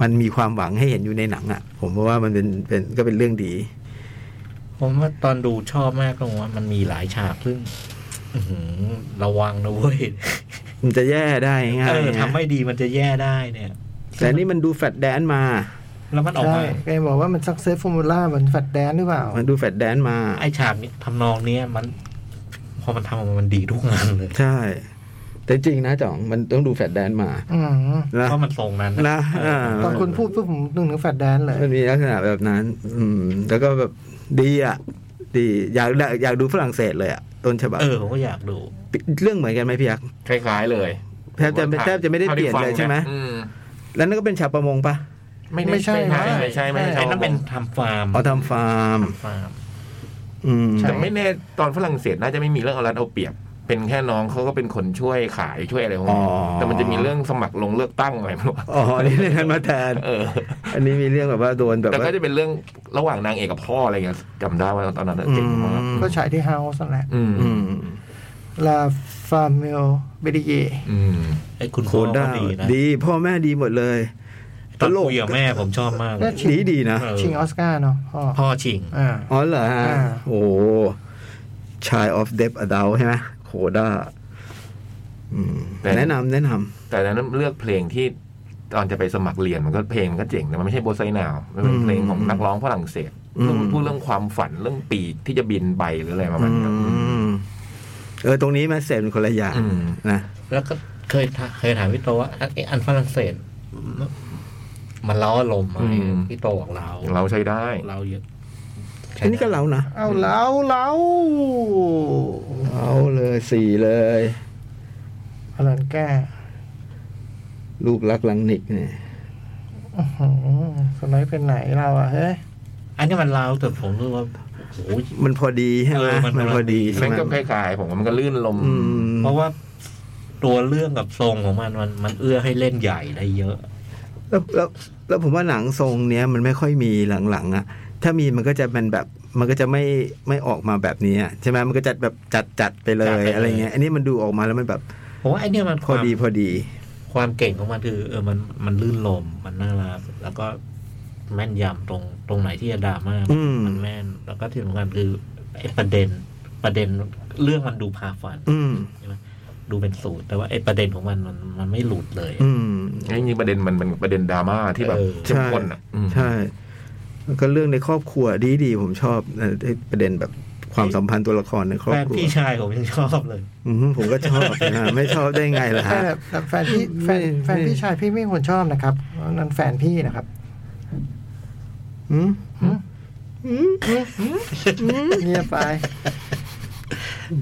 มันมีความหวังให้เห็นอยู่ในหนังอะ่ะ ผมว่ามันเป็นเป็นก็เป็นเรื่องดี ผมว่าตอนดูชอบมากตรงว่ามันมีหลายฉากซึ่งอื้อหือระวังนะเว้ย มันจะแย่ได้ง่าย เออ นะ ทำไม่ดีมันจะแย่ได้เนี่ย แต่นี่มันดูแฟดแดนมา แล้วมันออก ใช่ มา แกบอกว่ามันซักเซสฟอร์มูล่าเหมือนแฟดแดนหรือเปล่า มันดูแฟดแดนมา ไอฉากนี้ทำนองเนี้ยมัน พอมันทำออกมามันดีทุกงานเลย ใช่ แต่จริงนะจ่อง มันต้องดูแฟดแดนมา อืม นะ เพราะมันทรงนั้น นะา ตอนคุณพูดปุ๊บผมนึกถึงแฟดแดนเลย มันมีลักษณะแบบนั้น อืม แล้วก็แบบดีอ่ะ ดีอยากอยากดูฝรั่งเศสเลยอ่ะต้นฉบับ เออผมก็อยากดู เรื่องเหมือนกันไหมพี่ยักษ์ คล้ายๆเลย แทบจะแทบจะไม่ได้เปลี่ยนเลยใช่ไหม อืม แล้วนั่นก็เป็นชาวประมงปะ ไม่ได้ ไม่ใช่ ไม่ใช่ไม่ใช่ไม่ ไอ้ ใช่ นั่นเป็นทำฟาร์ม เอาทำฟาร์ม ฟาร์ม อืม แต่ไม่แน่ตอนฝรั่งเศสน่าจะไม่มีเรื่องเอารัดเอาเปรียบ เป็นแค่น้องเขาก็เป็นคนช่วยขายช่วยอะไรของ อ๋อ แต่มันจะมีเรื่องสมัครลงเลือกตั้งอะไรไม่รู้ อ๋ออันนี่เรื่องนั้นมาแทน เออ อันนี้มีเรื่องแบบว่าโดนแบบ แต่ ว่า ก็จะเป็นเรื่องระหว่างนางเอกกับพ่ออะไรเงี้ยจำได้ว่าตอนนั้นน่ะเจ๋งมาก อืม ก็ฉายที่เฮาส์นั่นแหละ อืม อืม ลาฟาเมลเบริเย อืม ไอ้คุณ โค พ่อ ด้า ก็ดีนะ ดี พ่อแม่ดีหมดเลย ตอนคุยกับแม่ผมชอบมากเลย ชิง ดีดีนะ เออ ชิงออสการ์เนาะพ่อ พ่อชิง อ่า อ๋อเหรอฮะ อ่า โอ้ชายออฟเดฟอดาใช่ไหมโคด้าอืมแนะนำแนะน แต่อันนั้นเลือกเพลงที่ตอนจะไปสมัครเรียนมันก็เพลงมันก็เจ๋งแต่มันไม่ใช่โบไซนาวมันเป็นเพลงของนักร้องฝรั่งเศสเรื่องพูดเรื่องความฝันเรื่องปีกที่จะบินไปหรืออะไรประ ำ มาณ อื เนี้ย มเออ ตรงนี้แมสเซจเป็นคนละอย่าง อืม นะ แล้วก็เคยถเคยถามพี่โตว่าไอ้อันฝรั่งเศส มันเล้าอารมณ์ไหมพี่โตบอกเรา เราใช้ได้ เราเยอะ อันนี้ก็เรานะ เอาเล้าเล้า เอาเลยสี่เลย อลันแก้ ลูกรักลังนิกเนี่ย อื้อหือสไลด์เป็นไหนเราอะเฮ้ย อันนี้มันเราแต่ผมรู้ว่าโอ้ย มันพอดีใช่ไหม เออมัน มันพอดีใช่ มัน ไหม ก็คล้ายๆผมว่ามันก็ลื่นลม อืม เพราะว่าตัวเรื่องกับทรงของมันมันมันเอื้อให้เล่นใหญ่ได้เยอะ แล้วแล้วแล้วผมว่าหนังทรงเนี้ยมันไม่ค่อยมีหลังๆอ่ะ ถ้ามีมันก็จะเป็นแบบ มันก็จะไม่ไม่ออกมาแบบนี้อะใช่ไหมมันก็จะแบบจัดจัดๆไปเล จัด ย ไปเลย อะไรเงี้ย อันนี้มันดูออกมาแล้วมันแบบ ผมว่าไอ้เนี่ยมัน พอดีพอดี ความเก่งของมันคือ เออมันมันลื่นลมมันน่ารักแล้วก็แม่นยำตรงตรงไหนที่จะดราม่า อืม มันแม่น แล้วก็ที่สำคัญคือไอ้ประเด็น ประเด็นเรื่องมันดูพาฝัน อืม ดูเป็นสูตร แต่ว่าไอ้ประเด็นของมันมันมันไม่หลุดเลย อืม ไอ้นี่ประเด็นมันมันประเด็นดราม่าที่แบบ เออ เข้มข้นอ่ะอืม ใช่ แล้วก็เรื่องในครอบครัวดีดีๆผมชอบเอ่อไอ้ประเด็นแบบความสัมพันธ์ตัวละครในครอ แฟ บ น ครัว พี่ชายผมยังชอบเลย อืมผมก็ชอบนะ ไม่ชอบได้ไงล่ะ แต่ ฮะ แต่แฟนพี่แฟน ไม่ แฟนพี่ชายพี่ไม่ควรชอบนะครับเพราะนั่นแฟนพี่นะครับ อืม เงียบไป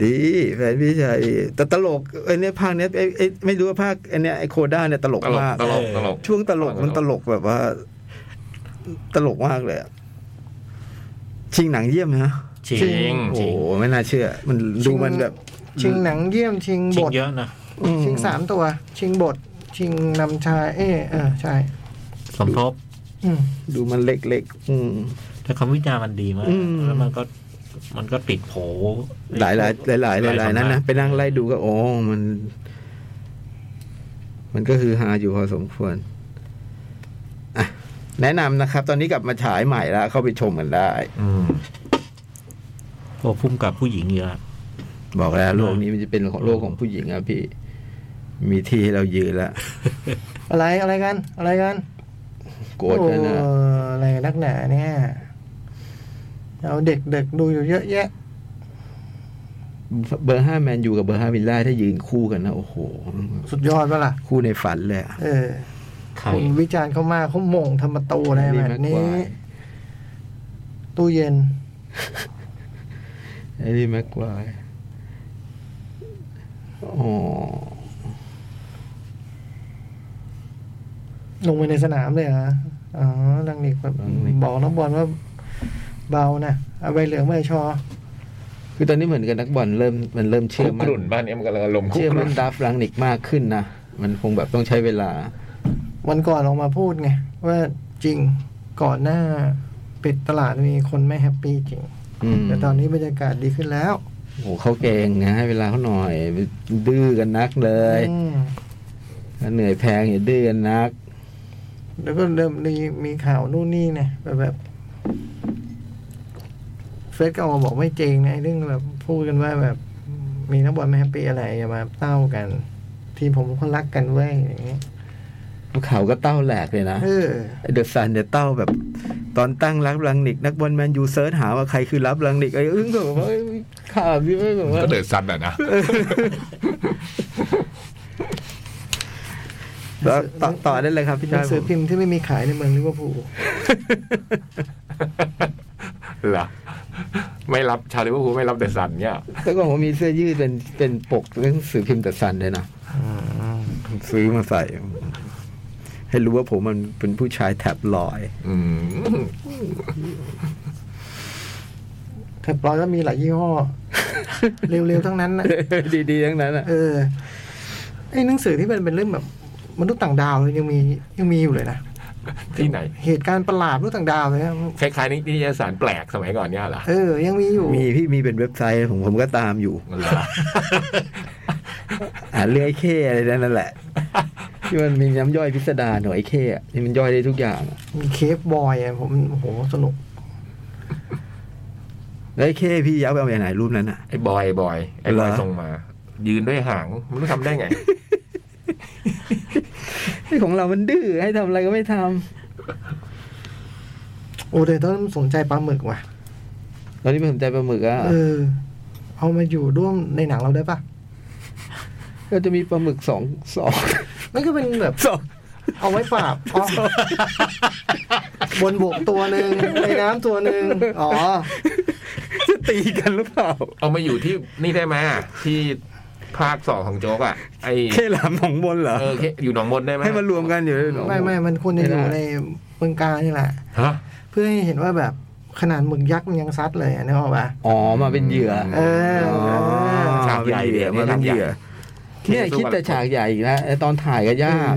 ดีแฟนพี่ชายแต่ตลกไอ้เนี่ยภาคเนี้ยไอ้ไอ้ไม่รู้ว่าภาคไอ้เนี่ยไอ้โคด้าเนี่ยตลก ตลก มาก ตลก เออ ตลก ช่วงตลกมันตลกแบบว่า ตลกมากเลยอะชิงหนังเยี่ยมนะ จริง จริง อืม โอ้โหไม่น่าเชื่อ มันดูมันแบบ ชิงหนังเยี่ยมชิง จริ บ ง ท เยอะนะ อืม ชิงสามตัว ชิงบท ชิงนำชาย เออเออใช่ สมทบ อืม ดูมันเล็กๆอืม แต่คำวิจารณ์มันดีมาก อืม แล้วมันก็มันก็ติดโผ หลายหลายหลายหลายๆหลายๆนั้นนะไปนั่งไล่ดูก็โอ้มัน มันก็คือฮาอยู่พอสมควรอ่ะแนะนำนะครับ ตอนนี้กลับมาฉายใหม่แล้ว เข้าไปชมกันได้ อืม โอ้พุ่มกับผู้หญิงเยอะ บอกแล้วโลกนี้มันจะเป็นของโลกของผู้หญิงอะพี่ มีที่ให้เรายืนแล้ว อะไรอะไรกัน อะไรกัน โกรธกันนะ โอ้อะไรกันนักหนาเนี่ยเอาเด็กเด็กๆดูอยู่เยอะแยะ เบอร์ห้าแมนยูกับเบอร์ห้าวิลล่าถ้ายืนคู่กันนะโอ้โห สุดยอดปะล่ะ คู่ในฝันเลยอะ เออ ใคร คุณวิจารณ์เขามากเขาหมงทำประตูอะไร แม แบบนี้ ตู้เย็น ไอ้นี่แม็กควายอ๋อ ลงไปในสนามเลยเหรอ อ๋อลังนิกแบบ ลังนิก บอกนักบอลว่าเบานะ เอาใบเหลืองไม่ชอ คือตอนนี้เหมือนกับนักบอลเริ่มมันเริ่ม คุ เชื่อกมั ก น ลุ่นบ้านนี้มันกำลังอารมณ์คุก เชื่อกมั ลุ่ น น ดับลังนิกมากขึ้นนะ มันคงแบบต้องใช้เวลา วันก่อนออกมาพูดไง ว่าจริงก่อนหน้าปิดตลาดมีคนไม่แฮปปี้จริง อืม แต่ตอนนี้บรรยากาศดีขึ้นแล้ว โอ้โหเขาเก่งนะให้เวลาเขาหน่อยดื้อกันนักเลย อืม เหนื่อยแพงอย่าดื้อกันนัก แล้วก็เริ่มมีมีข่าวนู่นนี่เนี่ยแบบแบบเฟซก็ออกมาบอกไม่จริงนะไอ้เรื่องแบบพูดกันว่าแบบ มีนักบอลไม่แฮปปี้อะไรอย่ามาเต้ากัน ทีมผมคนรักกันเว้ยอย่างเงี้ย ภูเขาก็เต้าแหลกเลยนะ เออ เดอะซันเนี่ยเต้าแบบตอนตั้งรับลังนิก นักบอลแมนยูเซิร์ชหาว่าใครคือรับลังนิกไอ้อึ้งก็บอกว่าเอ้ยข่าวนี้ไม่บอกว่า ก็เดือดซันแหละ นะ แล้วต่อต่อได้เลยครับพี่ หนั ชาย งสือพิมพ์ที่ไม่มีขายในเมืองลิเวอร์พูล เหรอไม่รับชาวลิเวอร์พูลไม่รับเดือดซันเนี่ย แต่ก่อนผมมีเสื้อยืดเป็นเป็นปกหนังสือพิมพ์เดอะซันเลยนะซื้อมาใส่ ให้รู้ว่าผมมันเป็นผู้ชายแถบลอย อืม แถบร้อยก็มีหลายยี่ห้อ เร็วๆทั้งนั้นนะ ดีๆทั้งนั้นอ่ะ เออไอ้หนังสือที่มันเป็นเรื่องแบบมนุษย์ต่างดาวยังมียังมีอยู่เลยนะ ที่ไหน เหตุการณ์ประหลาดมนุษย์ต่างดาวเลยนะ คล้ายๆนิตยสารแปลกสมัยก่อนเนี่ยเหรอ เออ ยังมีอยู่ มีพี่มีเป็นเว็บไซต์ผมผมก็ตามอยู่ เหรอ อ่านเรื่องไอ้เข้อะไรนั่นแหละ ที่มันมีน้ำย่อยพิสดารหน่อยไอ้เข้อะที่มันย่อยได้ทุกอย่างอะ มีเคฟบอยอะผมโอ้โหสนุก แล้วไอ้เข้พี่ยักษ์ไปเอาอย่างไหนรูปนั้นอ่ะ ไอ้บอยไอ้บอยไอ้บอย เหรอ ส่งมา ยืนด้วยหางไมันรู้ทำได้ไง ไอ้ของเรามันดื้อให้ทำอะไรก็ไม่ทำ โอ้เดี๋ยวต้องสนใจปลาหมึกว่ะ ตอนนี้ผมสนใจปลาหมึกอ่ะ เออ เอามาอยู่ร่วมในหนังเราได้ปะ ก็จะมีปลาหมึกสองสอง มันก็เป็นแบบ สอง เอาไว้ปราบอ๋อ บนบกตัวหนึ่งในน้ำตัวหนึ่งอ๋อ จะตีกันหรือเปล่า เอามาอยู่ที่นี่ได้ไหมอะที่ภาคสองของโจ๊กอ่ะไอ้ เข้หลามของบนเหรอ เอออยู่หนองมนต์ได้ไหม ให้มารวมกันอยู่ในหนอง ไม่ไม่มันควรจะอยู่ในเมืองกานี่แหละ ฮะ เพื่อให้เห็นว่าแบบขนาดหมึกยักษ์มันยังซัดเลยอะนึกออกปะ อ๋อมาเป็นเหยื่อ เออ อ๋อ ฉากใหญ่ มเป็นเหยื่อมาเป็นเหยื่อ เนี่ เนี่ยย ฉากใหญ่ คิดแต่ฉากใหญ่อีกนะไอ้ตอนถ่ายก็ยาก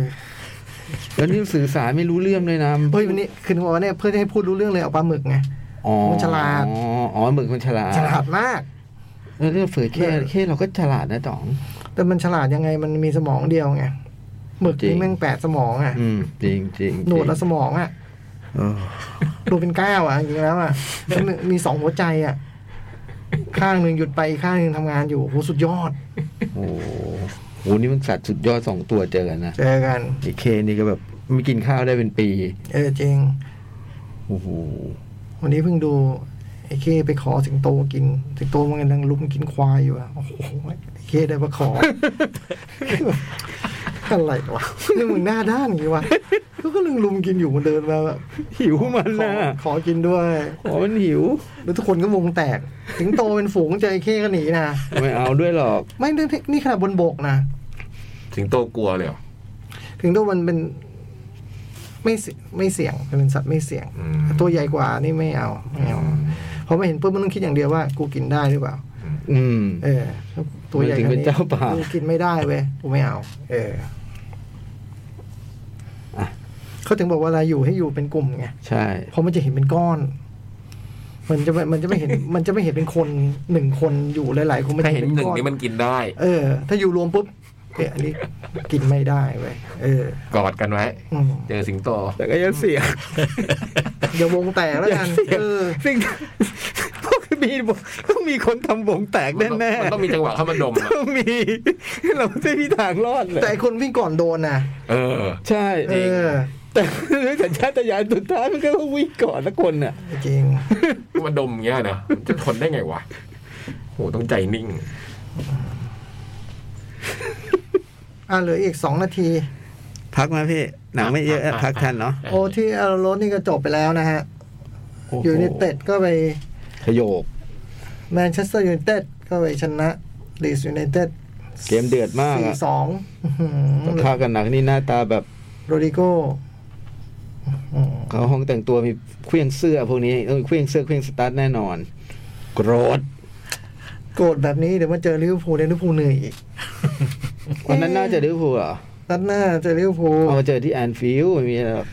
เออ แล้วนี่สื่อสารไม่รู้เรื่องเลยนะ เฮ้ยวันนี้คือบอกว่าเนี่ยเพื่อจะให้พูดรู้เรื่องเลยเอาปลาหมึกไง อ๋อ มันฉลาด อ๋ออ๋อหมึกมันฉลาด ฉลาดมาก เออเรื่องเฝือเข้เข้เราก็ฉลาดนะต๋อง แต่มันฉลาดยังไงมันมีสมองเดียวไงหมึก จริง นี่แม่งแปดสมองอ่ะ อืมจริงจริงจริง หนวดละสมองอ่ะรวมเป็นเก้าอ่ะจริงๆแล้วอ่ะแล้วมันมีสองหัวใจอ่ะ ข้างหนึ่งหยุดไปอีกข้างหนึ่งทำงานอยู่โหสุดยอด โอ้โหโหนี่มันสัตว์สุดยอดสองตัวเจอกันนะ เจอกัน ไอ้เคนี่ก็แบบไม่กินข้าวได้เป็นปี เออจริง โอ้โห วันนี้เพิ่งดูไอ้เคไปขอสิงโตกิน สิงโตมันกำลังลุมกินควายอยู่อ่ะโอ้โหไอ้เคได้มาข อ อะไรวะนี่มึงหน้าด้านอย่างงี้วะก็กำลังลุมกินอยู่มันเดินมาแบบ หิวมัน ขอ นะ ขอกินด้วย ขอมันหิว แล้วทุกคนก็วงแตก สิงโตเป็นฝูงเจอไอ้เคก็หนีนะ ไม่เอาด้วยหรอก ไม่นี่นี่ขนาดบนบกนะ สิงโตกลัวเลยเหรอ ถึงตัวมันเป็น ไม่เสีไม่เสี่ยงมันเป็นสัตว์ไม่เสี่ยง อืม ตัวใหญ่กว่านี่ไม่เอาไม่เอาเพราะไม่เห็นปุ๊บมันต้องคิดอย่างเดียวว่า กูกินได้หรือเปล่า อืม เออตัวใหญ่ มันถึงเป็นเจ้าป่า กูกินไม่ได้เว้ยกูไม่เอา เอออะ เขาถึงบอกว่าเวลาอยู่ให้อยู่เป็นกลุ่มไง ใช่ เพราะมันจะเห็นเป็นก้อน มันจะไม่มันจะไม่เห็น มันจะไม่เห็นเป็นคนหนึ่งคนอยู่หลายๆคนมัจะ ถ้าเห็นหนึ่ง ป็ก้อ นี่มันกินได้ เออ ถ้าอยู่รวมปุ๊บเอ๊ะอันนี้กินไม่ได้เว้ยเออก อดกันไว้ อืม เจอสิงโต แต่ก็ยังเสียง อย่าวงแตกแล้วกันเออ สิ่ง พวกมีบอกต้องมีคนทำวงแตกแน่ๆ มันต้องมีจังหวะเข้ามาด มอะ ต้องมี เราไม่ได้มีทางรอดเล แต่ไอย คนวิ่งก่อนโดนนะ เออ ใช่ เออ แต่ด้วยสัญชาตญาณสุดท้ายมันก็ต้องวิ่งก่อนละคนน่ะ จริง มาดมอย่างเงี้ยนะมันจะทนได้ไงวะโหต้องใจนิ่ง อ่ะเหลืออีกสองนาที พักมาพี่ หนังไม่เยอะอะพักทันเนาะ โอ้ที่อารถนี่ก็จบไปแล้วนะฮะ ยูไนเต็ดก็ไป ขยโก แมนเชสเตอร์ยูไนเต็ดก็ไปชนะลีสยูไนเต็ด เกมเดือดมาก สี่ อะ สอง เข้ากันหนักนี่หน้าตาแบบ โรดิโก้อื้อหือ เขาห้องแต่งตัวมีเครื่องเสื้อพวกนี้ต้องมีเครื่องเสื้อเครื่องสตาร์ทแน่นอน โกรธ โกรธแบบนี้เดี๋ยวมาเจอลิเวอร์พูลในลิเวอร์พูลเหนื่อยอีก วันนั้นน่าจะลิเวอร์พูลเหรอ นัดหน้าเจอลิเวอร์พูล เอามาเจอที่แอนฟิลด์มีอะไรหรอก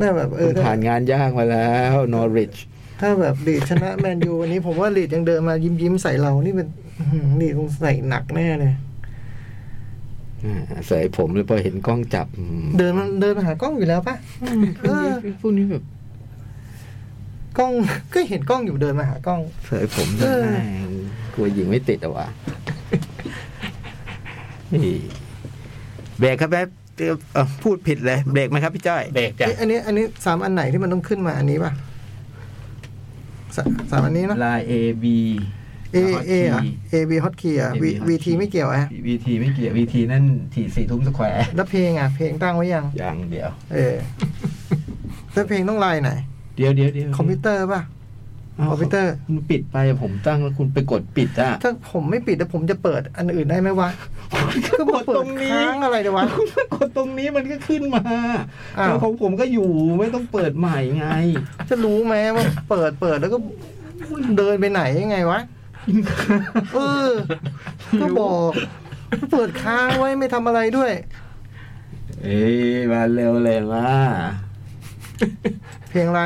น่าแบบเออ มัน ถ้า ผ่านงานยากมาแล้วนอริช ถ้าแบบลีดชนะแมนยูวันนี้ผมว่าลีดยังเดินมายิ้มยิ้มๆใส่เรานี่เป็นอื้อหือลีดคงใส่หนักแน่เลย ใส่ผมเลยพอเห็นกล้องจับอืม เดินมันเดินมาหากล้องอยู่แล้วปะเออ พวกนี้แบบ กล้องก็เห็นกล้องอยู่เดินมาหากล้อง ใส่ผม เออ แม่งกลัวหญิง ไม่ติดอะวะนี่เบรกครับแป๊บ เดี๋ยวเอ่อพูดผิดเลยเบรกไหมครับพี่จ้อย เบรกจ้ะ เอ๊ะอันนี้อันนี้สามอันไหนที่มันต้องขึ้นมาอันนี้ป่ะสาสามอันนี้เนอะ ลาย A B A A อ่ะ A B Hot Key อ่ะ V V T ไม่เกี่ยวอ่ะ วีทีไม่เกี่ยววีทีนั่นทีสี่ทุ่มสแควร์ แล้วเพลงอ่ะ เพลงตั้งไว้ยัง อย่างเดียว เออแล้วเพลงต้องไลน์ไหน เดี๋ยวเดี๋ยวเดี๋ยว คอมพิวเตอร์ป่ะ าว คอมพิวเตอร์ คุณปิดไปผมตั้งแล้วคุณไปกดปิดอ่ะ ถ้าผมไม่ปิดแล้วผมจะเปิดอันอื่นได้ไหมวะ ก็บอก กด เปิ ตร ด งนี้ ค้างอะไรเดี๋ยววะ คุณ ก็กดตรงนี้มันก็ขึ้นมา อ้าว แล้วของผมก็อยู่ไม่ต้องเปิดใหม่ไง จะรู้ไหมว่าเปิดเปิดแล้วก็เดินไปไหนยังไงวะ เออ ก็บอก เปิดค้างไว้ไม่ทำอะไรด้วย เอ้ยมาเร็วเลยว่า เพลงอะไร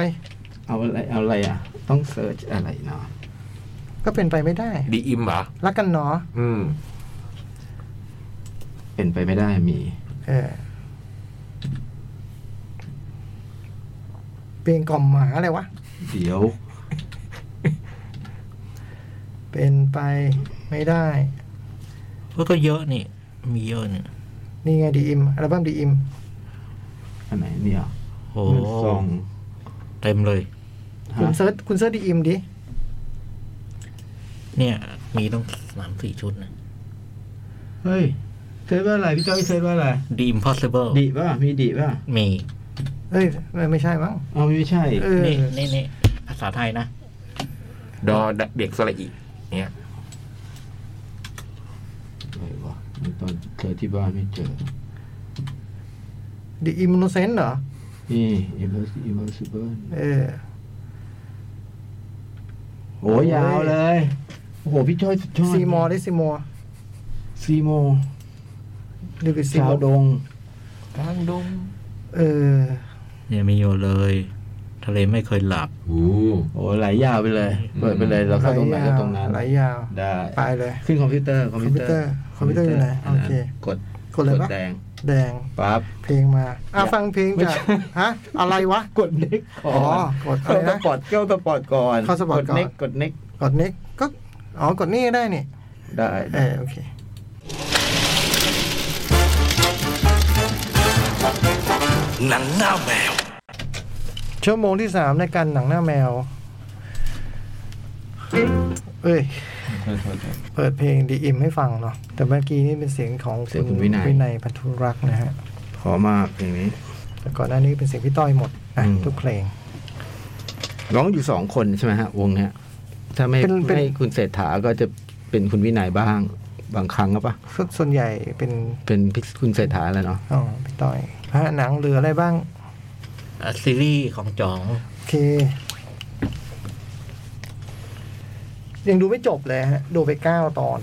เอาอะไรเอาอะไรอ่ะ ต้องเซิร์ชอะไรเนาะ ก็เป็นไปไม่ได้ ดีอิมเหรอ รักกันเนาะ อืม เป็นไปไม่ได้มี เออ เพลงกล่อมหมาอะไรวะ เดี๋ยว เป็นไปไม่ได้ เพื่อก็เยอะนี่ มีเยอะเนี่ย นี่ไงดีอิมอัลบั้มดีอิม อันไหนเนี่ย โอ้ เงินซอง เต็มเลย คุณ ฮะ เซิร์ชคุณเซิร์ชดีอิมดิ เนี่ย มีต้องสามสี่ชุดนะ เฮ้ยเซิร์ชว่าอะไรพี่จ้อยเซิร์ชว่าอะไร The Impossible ดีป่ะมีดีป่ะ มี เอ้ยไม่ไม่ใช่มั้ง เอาไม่ใช่ เออ นี่นี่นี่ภาษาไทยนะ ดอเด็กสระอีเนี่ย อะไรวะมันตอนเจอที่บ้านไม่เจอ ดีอิมโนเซนเหรอ นี่ impossible impossible เออ โอ้ยาวเลย โอ้โห พี่จ้อยสุดยอด ซีมอร์ดิซีมอร์ ซีโม ดูกิซี ชามว อร์ ดง กลางดง เออ เนี่ยมีอยู่เลย ทะเลไม่เคยหลับ โอ้ โอ้ไหลยาวไปเลย เปิดไปเลยเราเข้าตรงไหนก็ตรงนั้น ไหลยาว ได้ ไปเลย ขึ้นคอมพิวเตอร์ คอมพิวเตอร์ คอมพิวเตอร์อยู่ไหน นโอนั้นเค กด กดเลยปะ แดง แดง ปั๊บ เพลงมา อ่ะฟังเพลงจาก ไม่ใช่ ฮะ อะไรวะ กดเน็ก อ๋อกดอะไร เข้าส นะ ปอร์ตเข้าสปอร์ตก่อน เข้าสปอร์ตก่อน เน็กกดเน็ก กดนิกก็ อ๋อ กดนี่ก็ได้นี่ ได้ เออ โอเค หนังหน้าแมว ชั่วโมงที่สามในการหนังหน้าแมว เอ้ย โทษโทษโทษ เปิดเพลงดีอิมให้ฟังเนาะ แต่เมื่อกี้นี่เป็นเสียงของ เสียงคุณวินัย นัยพันธุรักษ์นะฮะ ขอมากอย่างนี้ แต่ก่อนหน้านี้เป็นเสียงพี่ต้อยหมดนะ อืม ทุกเพลง ร้องอยู่สองคนใช่ไหมฮะ วงเนี้ย ถ้าไม่ เป็นเป็น ไม่คุณเศรษฐาก็จะเป็นคุณวินัยบ้าง บางครั้งก็ปะ ซึ่งส่วนใหญ่เป็น เป็นพี่คุณเศรษฐาแล้วเนาะ อ๋อพี่ต้อยฮะหนังเหลืออะไรบ้าง อ่ะซีรีส์ของจ๋อง โอเค ยังดูไม่จบเลยฮะ ดูไปเก้าตอน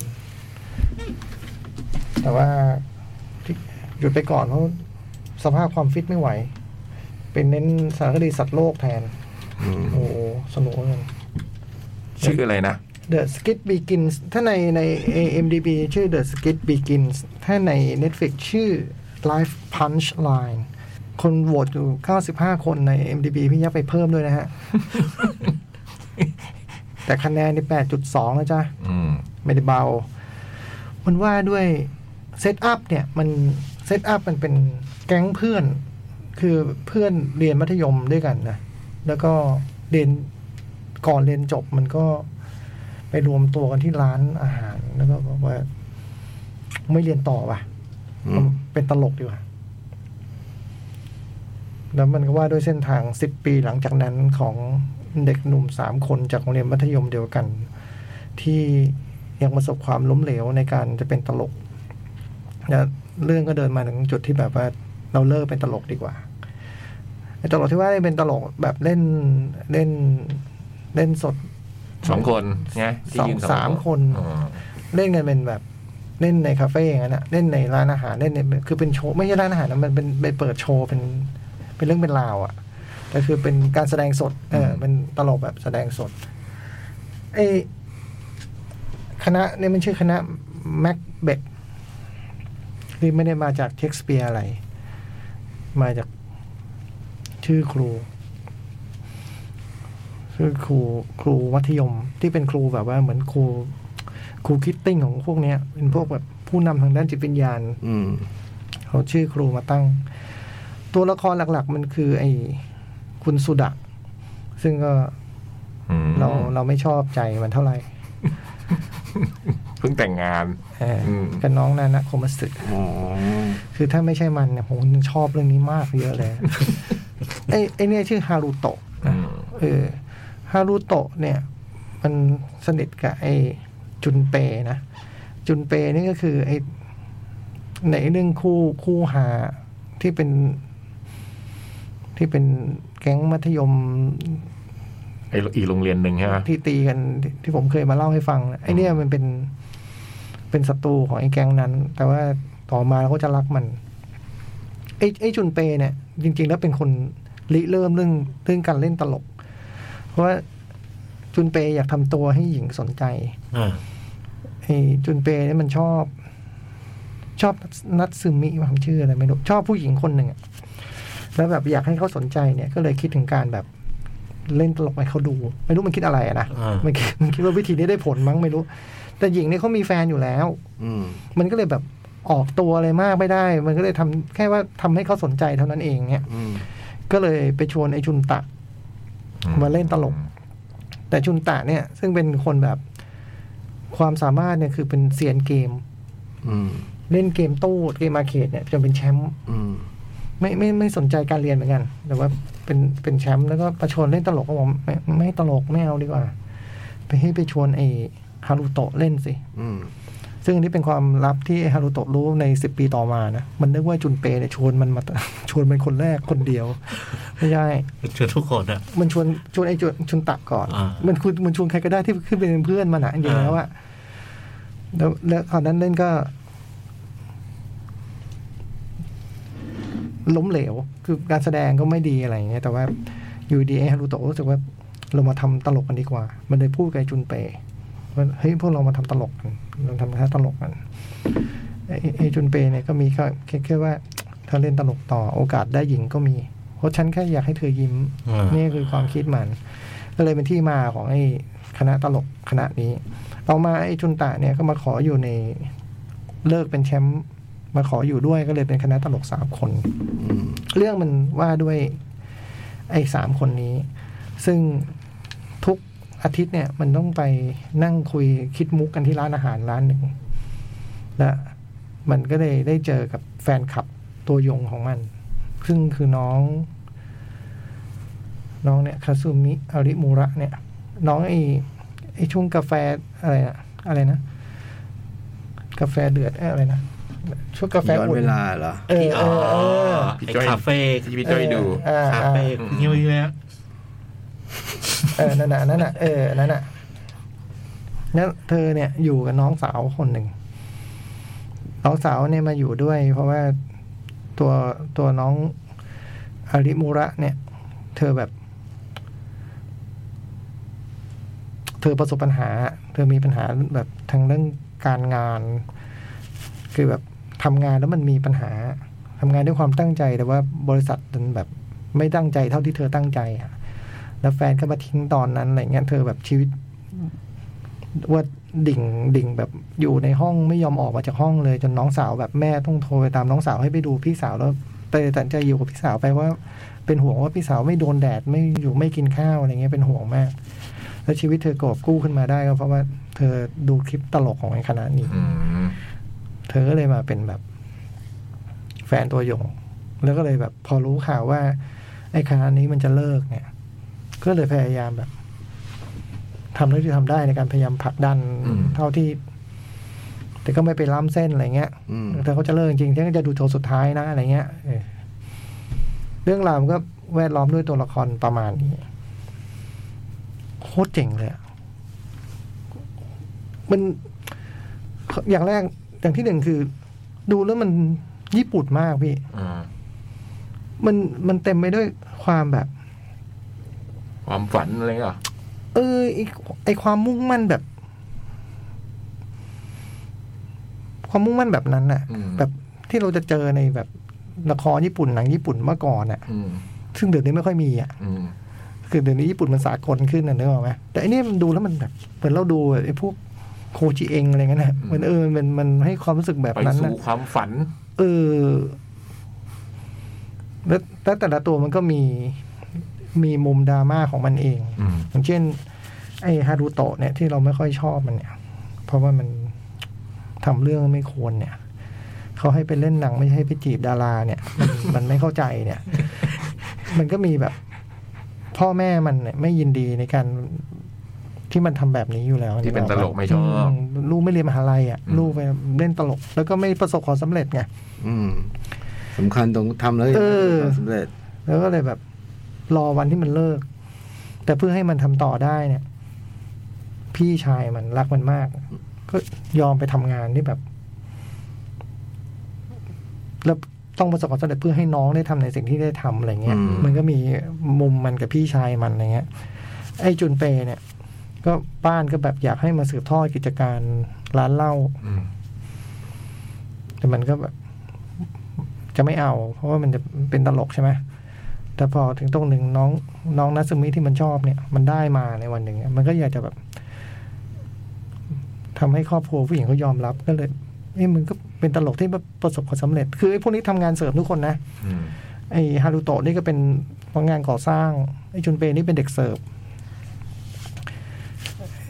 แต่ว่าที่หยุดไปก่อนเพราะสภาพความฟิตไม่ไหว เป็นเน้นสารคดีสัตว์โลกแทน อืม โอ้โหสนุกเหลย ชื่ออะไรนะ The Skit Begins ถ้าในใน AMDB ชื่อ The Skit Begins ถ้าใน Netflix ชื่อ Life Punchline คนโหวตอยู่ 95 คนใน MDB พี่ยักษ์ไปเพิ่มด้วยนะฮะ แต่คะแนนใน 8.2 นะจ๊ะ อืม ไม่ได้เบา มันว่าด้วยเซตอัพเนี่ย มันเซตอัพมันเป็นแก๊งเพื่อน คือเพื่อนเรียนมัธยมด้วยกันนะ แล้วก็เรียนก่อนเรียนจบมันก็ไปรวมตัวกันที่ร้านอาหาร แล้วก็บอกว่า ไม่เรียนต่อว่ะ อืม เป็นตลกดีกว่า แล้วมันก็ว่าด้วยเส้นทางสิบปีหลังจากนั้นของเด็กหนุ่มสามคนจากโรงเรียนมัธยมเดียวกัน ที่ยังประสบความล้มเหลวในการจะเป็นตลกแล้วเรื่องก็เดินมาถึงจุดที่แบบว่าเราเลิกเป็นตลกดีกว่าไอ้ตลกที่ว่าเนี่ยเป็นตลกแบบเล่นเล่นเล่นสด สองคนไงที่ยืน สองสามคน อ๋อ เล่นกันเป็นแบบเล่นในคาเฟ่อย่างนั้นอะเล่นในร้านอาหารเล่นในคือเป็นโชว์ไม่ใช่ร้านอาหารนะมันเป็นไปเปิดโชว์เป็นเป็นเรื่องเป็นราวอะแต่คือเป็นการแสดงสด เออเป็นตลกแบบแสดงสดไอคณะเนี่ยมันชื่อคณะแม็กเบกที่ไม่ได้มาจากเท็กสเปียอะไร มาจากชื่อครู ชื่อครูครูมัธยมที่เป็นครูแบบว่าเหมือนครู ครูคิดติ้งของพวกเนี้ยเป็นพวกแบบผู้นำทางด้านจิตวิญญาณ อืม เอาชื่อครูมาตั้ง ตัวละครหลักๆ มันคือ ไอ้คุณสุดะซึ่งก็ อืม เราเราไม่ชอบใจมันเท่าไหร่ เพิ่งแต่งงาน เอออ ม กับน้องนานะโคมัสึ อ๋อ คือถ้าไม่ใช่มันเนี่ยผมชอบเรื่องนี้มากเยอะ เลย ไอ้ไอ้เนี่ยชื่อฮารุโตะนะเออฮารุโตะเนี่ย มันสนิทกับไอ้จุนเปนะ จุนเปนี่ก็คือไอ้ในเรื่องคู่คู่หาที่เป็น ที่เป็นแก๊งมัธยม ไออีกโรงเรียนหนึ่งใช่ไหม ที่ตีกันที่ที่ผมเคยมาเล่าให้ฟังนะไอ้เนี่ยมันเป็นเป็นศัตรูของไอ้แก๊งนั้น แต่ว่าต่อมาเราก็จะรักมัน ไอ้ไอ้จุนเปเนี่ย จริง ๆ แล้วเป็นคนริเริ่มเรื่องเรื่องการเล่นตลก เพราะว่าจุนเปอยากทำตัวให้หญิงสนใจ อ่า ไอ้จุนเปเนี่ยมันชอบ ชอบนัดซึมิว่าผมชื่ออะไรไม่รู้ชอบผู้หญิงคนหนึ่งอะแล้วแบบอยากให้เขาสนใจเนี่ย ก็เลยคิดถึงการแบบเล่นตลกให้เขาดู ไม่รู้มันคิดอะไรอะนะ อ่า มันคิดมันคิดว่าวิธีนี้ได้ผลมั้งไม่รู้ แต่หญิงเนี่ยเขามีแฟนอยู่แล้ว อืม มันก็เลยแบบออกตัวอะไรมากไม่ได้ มันก็เลยทำแค่ว่าทำให้เขาสนใจเท่านั้นเองเนี่ย อืม ก็เลยไปชวนไอ้ชุนตะ มาเล่นตลก แต่ชุนตะเนี่ย ซึ่งเป็นคนแบบความสามารถเนี่ยคือเป็นเซียนเกม อืม เล่นเกมตู้เกมอาร์เคดเนี่ยจนเป็นแชมป์ อืม ไม่ไม่ไม่สนใจการเรียนเหมือนกัน แต่ว่าเป็นเป็นแชมป์แล้วก็ประชวนเล่นตลกก็บอกไม่ไม่ตลกไม่เอาดีกว่า ไปให้ไปชวนไอ้ฮารุโตะเล่นสิ อืม ซึ่งอันนี้เป็นความลับที่ฮารุโตะรู้ในสิบปีต่อมานะ มันนึกว่าจุนเปเนี่ยชวนมันมา ชวนมันคนแรกคนเดียว ไม่ใช่ เจอทุกคนอ่ะ มันชวนชวนไอ้จุนชุนตะก่อน อ่ามั มันคุณมันชวนใครก็ได้ที่ขึ้นไปเป็นเพื่อนมันอะจริงๆ อ่า แล้วอะแล้วแล้วคราวนั้นเล่นก็ ล้มเหลว คือการแสดงก็ไม่ดีอะไรอย่างเงี้ย แต่ว่าอยู่ดีไอ้ฮารุโตะรู้สึกว่า เรามาทำตลกกันดีกว่า มันเลยพูดกับไอ้จุนเปว่าเฮ้ยพวกเรามาทำตลกกันเราทำแค่ตลกกันไอ้ไอ้จุนเปเนี่ยก็มีแค่แค่แค่ว่า ถ้าเล่นตลกต่อโอกาสได้หญิงก็มี เพราะฉันแค่อยากให้เธอยิ้ม อ่า นี่คือความคิดมัน ก็เลยเป็นที่มาของไอ้คณะตลกคณะนี้ ต่อมาไอ้จุนตะเนี่ยก็มาขออยู่ในเลิกเป็นแชมป์มาขออยู่ด้วยก็เลยเป็นคณะตลกสามคน อืม เรื่องมันว่าด้วยไอ้สามคนนี้ ซึ่งทุกอาทิตย์เนี่ย มันต้องไปนั่งคุยคิดมุกกันที่ร้านอาหารร้านหนึ่ง และมันก็เลยได้เจอกับแฟนคลับตัวยงของมัน ซึ่งคือน้อง น้องเนี่ยคาซูมิอาริมูระเนี่ย น้องไอ้ไอ้ช่วงกาแฟอะไรนะอะไรนะ กาแฟเดือดเอ้ยอะไรนะช่วงกาแฟ ย้อน อุ่น เวลาเหรอ เออเออเออ ไอ้คาเฟ่ ที่พี่จ้อยดู เออ คา อ่า เฟ่เงี้ยวเงี้ย เออนั่นน่ะนั่นน่ะเออนั่นน่ะนั่นเธอเนี่ยอยู่กับน้องสาวคนหนึ่ง น้องสาวเนี่ยมาอยู่ด้วย เพราะว่าตัวตัวน้องอาริมูระเนี่ย เธอแบบ เธอประสบปัญหา เธอมีปัญหาแบบทางเรื่องการงาน คือแบบทำงานแล้วมันมีปัญหาทำงานด้วยความตั้งใจแต่ว่าบริษัทมันแบบไม่ตั้งใจเท่าที่เธอตั้งใจอะ แล้วแฟนก็มาทิ้งตอนนั้นอะไรเงี้ยเธอแบบชีวิตว่าดิ่งดิ่งแบบอยู่ในห้องไม่ยอมออกมาจากห้องเลย จนน้องสาวแบบแม่ต้องโทรไปตามน้องสาวให้ไปดูพี่สาวแล้วเตยตัดสินใจอยู่กับพี่สาวไปว่า เป็นห่วงว่าพี่สาวไม่โดนแดดไม่อยู่ไม่กินข้าวอะไรเงี้ยเป็นห่วงมาก แล้วชีวิตเธอกอบกู้ขึ้นมาได้ก็เพราะว่าเธอดูคลิปตลกของไอ้คณะนี้ อืม เธอก็เลยมาเป็นแบบ แฟนตัวยง แล้วก็เลยแบบ พอรู้ข่าวว่า ไอ้คณะนี้มันจะเลิกเนี่ย ก็เลยพยายามแบบทำเท่าที่ทำได้ในการพยายามผลักดันเท่าที่ แต่ก็ไม่ไปล้ำเส้นอะไรเงี้ย อืม แต่เขาจะเลิกจริงๆฉันก็จะดูโชว์สุดท้ายนะอะไรเงี้ยเออเรื่องราวมันก็แวดล้อมด้วยตัวละครประมาณนี้ โคตรเจ๋งเลยอะมัน อย่างแรกอย่างที่หนึ่งคือ ดูแล้วมันญี่ปุ่นมากพี่ อืม มันมันเต็มไปด้วยความแบบ ความฝันอะไรเหรอ เออไอ้ไอความมุ่งมั่นแบบ ความมุ่งมั่นแบบนั้นน่ะ อืม แบบที่เราจะเจอในแบบละครญี่ปุ่นหนังญี่ปุ่นเมื่อก่อนน่ะ อืม ซึ่งเดี๋ยวนี้ไม่ค่อยมีอ่ะ อืม คือเดี๋ยวนี้ญี่ปุ่นมันสากลขึ้นนะนึกออกไหมแต่อันนี้มันดูแล้วมันแบบเหมือนเราดูไอ้พวกโคจิเองอะไรเงี้ยนะมันเออมันมันให้ความรู้สึกแบบ ไป นั้น สู่ นะ ความฝัน เออ แล้วแล้วแต่ละตัวมันก็มีมีมุมดราม่าของมันเอง อืม อย่างเช่น ไอ้ฮารุโตะเนี่ยที่เราไม่ค่อยชอบมันเนี่ย เพราะว่ามันทำเรื่องไม่ควรเนี่ยเขาให้ไปเล่นหนังไม่ให้ไปจีบดาราเนี่ย มันมันไม่เข้าใจเนี่ย มันก็มีแบบ พ่อแม่มันเนี่ยไม่ยินดีในการที่มันทำแบบนี้อยู่แล้ว ที่เป็นตลกไม่ชอบ มลูกไม่เรียนมหาลัยอ่ะลูกไปเล่นตลก แล้วก็ไม่ประสบความสำเร็จไง อืมสำคัญตรงทำแล้ว เออ ความสำเร็จ แล้วก็เลยแบบ รอวันที่มันเลิก แต่เพื่อให้มันทำต่อได้เนี่ย พี่ชายมันรักมันมาก ก็ยอมไปทำงานที่แบบ แล้วต้องประสบความสำเร็จเพื่อให้น้องได้ทำในสิ่งที่ได้ทำอะไรเงี้ย อืม มันก็มีมุมมันกับพี่ชายมันอะไรเงี้ย ไอ้จุนเปเนี่ย ก็บ้านก็แบบอยากให้มาสืบทอดกิจการร้านเหล้า อืม แต่มันก็แบบจะไม่เอา เพราะว่ามันจะเป็นตลกใช่ไหมแต่พอถึงตรงหนึ่งน้องน้องนัสมิที่มันชอบเนี่ย มันได้มาในวันหนึ่งเนี่ยมันก็อยากจะแบบทำให้ครอบครัวผู้หญิงเขายอมรับก็เลยเอ้ยมึงก็เป็นตลกที่แบบประสบความสำเร็จ คือไอ้พวกนี้ทำงานเสริมทุกคนนะ อืม ไอ้ฮารุโตะนี่ก็เป็นพนักงานก่อสร้างไอ้จุนเปนี่เป็นเด็กเสิร์ฟ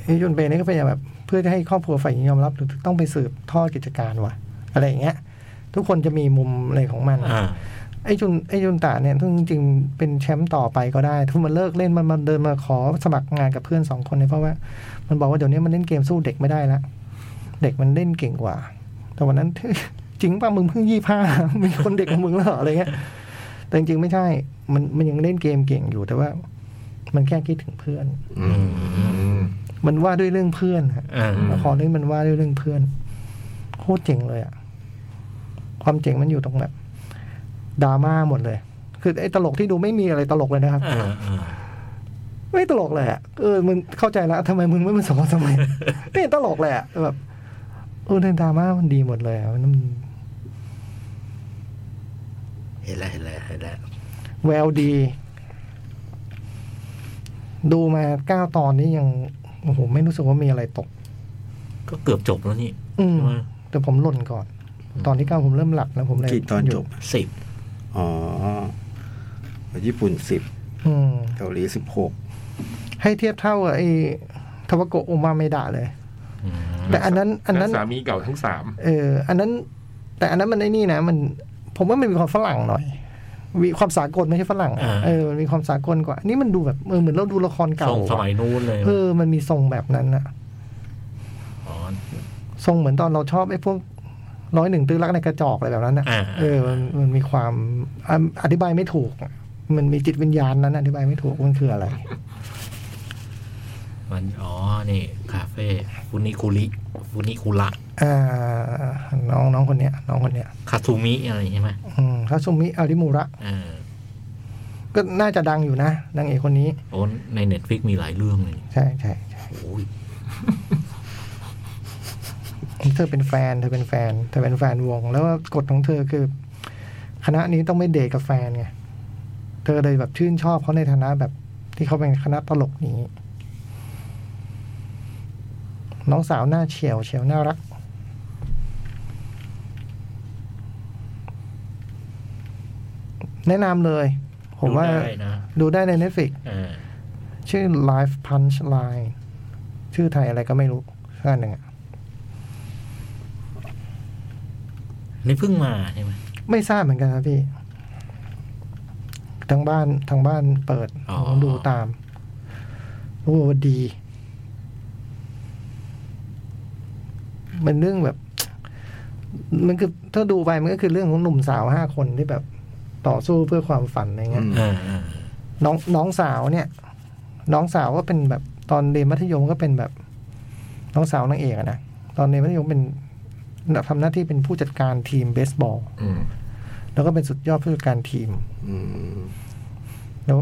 ไอ้จุนเปนี่ก็เป็นแบบ เพื่อจะให้ครอบครัวฝ่ายหญิงยอมรับหรือต้องไปสืบทอดกิจการว่ะ อะไรอย่างเงี้ย ทุกคนจะมีมุมอะไรของมัน อ่า ไอ้จุนไอ้จุนตาเนี่ยซึ่งจริงๆเป็นแชมป์ต่อไปก็ได้ทุกมันเลิกเล่นมันมันเดินมาขอสมัครงานกับเพื่อนสองคนเนี่ยเพราะว่า มันบอกว่าเดี๋ยวนี้มันเล่นเกมสู้เด็กไม่ได้ละเด็กมันเล่นเก่งกว่า แต่วันนั้น จริงป่ะมึงเพิ่งยี่ห้า มีคนเด็กของมึงแล้วเหรออะไรเงี้ยแต่จริงๆไม่ใช่ มันมันยังเล่นเกมเก่งอยู่แต่ว่า มันแค่คิดถึงเพื่อน อืม อืม มันว่าด้วยเรื่องเพื่อนฮะ อ่า ละครเรื่องนี้มันว่าด้วยเรื่องเพื่อน โคตรเจ๋งเลยอะความเจ๋งมันอยู่ตรงแบบดราม่าหมดเลย คือไอ้ตลกที่ดูไม่มีอะไรตลกเลยนะครับ อ่าอ่า ไม่ตลกเลยอะเออมึงเข้าใจแล้วทำไมมึงไม่มาสอนทำไม ไม่เห็นตลกเลยอะแบบเออเรื่องดราม่ามันดีหมดเลยอะมัน เห็นแล้วเห็นแล้วเห็นแล้ว แววดี ดูมาเก้าตอนนี้ยังโอ้โหไม่รู้สึกว่ามีอะไรตก ก็เกือบจบแล้วนี่ อืม ใช่ไหม แต่ผมหล่นก่อน ตอนที่เก้าผมเริ่มหลับแล้วผมเลย กี่ตอน หยุด จบ สิบ อ๋อ ญี่ปุ่นสิบ อืม เกาหลีสิบหก ให้เทียบเท่ากับไอ้ทาวะโกะโอมาเมดะเลย แต่อันนั้นอันนั้น สามีเก่าทั้งสาม เออ อันนั้น แต่อันนั้นมันไอ้นี่นะ มัน ผมว่ามันมีความฝรั่งหน่อย มีความสากลไม่ใช่ฝรั่งอะเออมันมีความสากลกว่า นี่มันดูแบบเออเหมือนเราดูละครเก่า ส่งสมัยนู้นเลย เออ มันมีทรงแบบนั้นอะ อ๋อ ทรงเหมือนตอนเราชอบไอ้พวกร้อยหนึ่งตื้อรักในกระจอกอะไรแบบนั้นอะ อ่า เออมันมันมีความอ่ะอธิบายไม่ถูกอะมันมีจิตวิญญาณนั้น อธิบายไม่ถูกว่ามันคืออะไร มันอ๋อ นี่คาเฟ่ฟุนิคุริฟุนิคุระ อ่า น้องน้องคนเนี้ย น้องคนเนี้ย คาซูมิอะไรใช่ไหม อืมคาซุมิอาริมูระ เออ ก็น่าจะดังอยู่นะนางเอกคนนี้ โอ้ในเน็ตฟิกมีหลายเรื่องเลย ใช่ใช่ใช่ โอ้ย เธอเป็นแฟน เธอเป็นแฟน เธอเป็นแฟนวง แล้วกฎของเธอคือ คณะนี้ต้องไม่เดทกับแฟนไง เธอเลยแบบชื่นชอบเขาในฐานะแบบที่เขาเป็นคณะตลกนี้ น้องสาวหน้าเฉียวเฉียวน่ารัก แนะนำเลย ผมว่า ดูได้นะ ดูได้ใน Netflix เออ ชื่อ Life Punch Line ชื่อไทยอะไรก็ไม่รู้ชื่ออันหนึ่งอะ นี่เพิ่งมาใช่ไหม ไม่ทราบเหมือนกันครับพี่ทางบ้านทางบ้านเปิด อ๋อ ผมดูตามรู้ว่าดี มันเรื่องแบบ มันคือถ้าดูไปมันก็คือเรื่องของหนุ่มสาวห้าคนที่แบบต่อสู้เพื่อความฝันอะไรเงี้ย เออเออ น้องน้องสาวเนี่ย น้องสาวก็เป็นแบบตอนเรียนมัธยมก็เป็นแบบ น้องสาวนางเอกอะนะตอนเรียนมัธยมเป็นทำหน้าที่เป็นผู้จัดการทีมเบสบอล อืม แล้วก็เป็นสุดยอดผู้จัดการทีม อืม แล้ว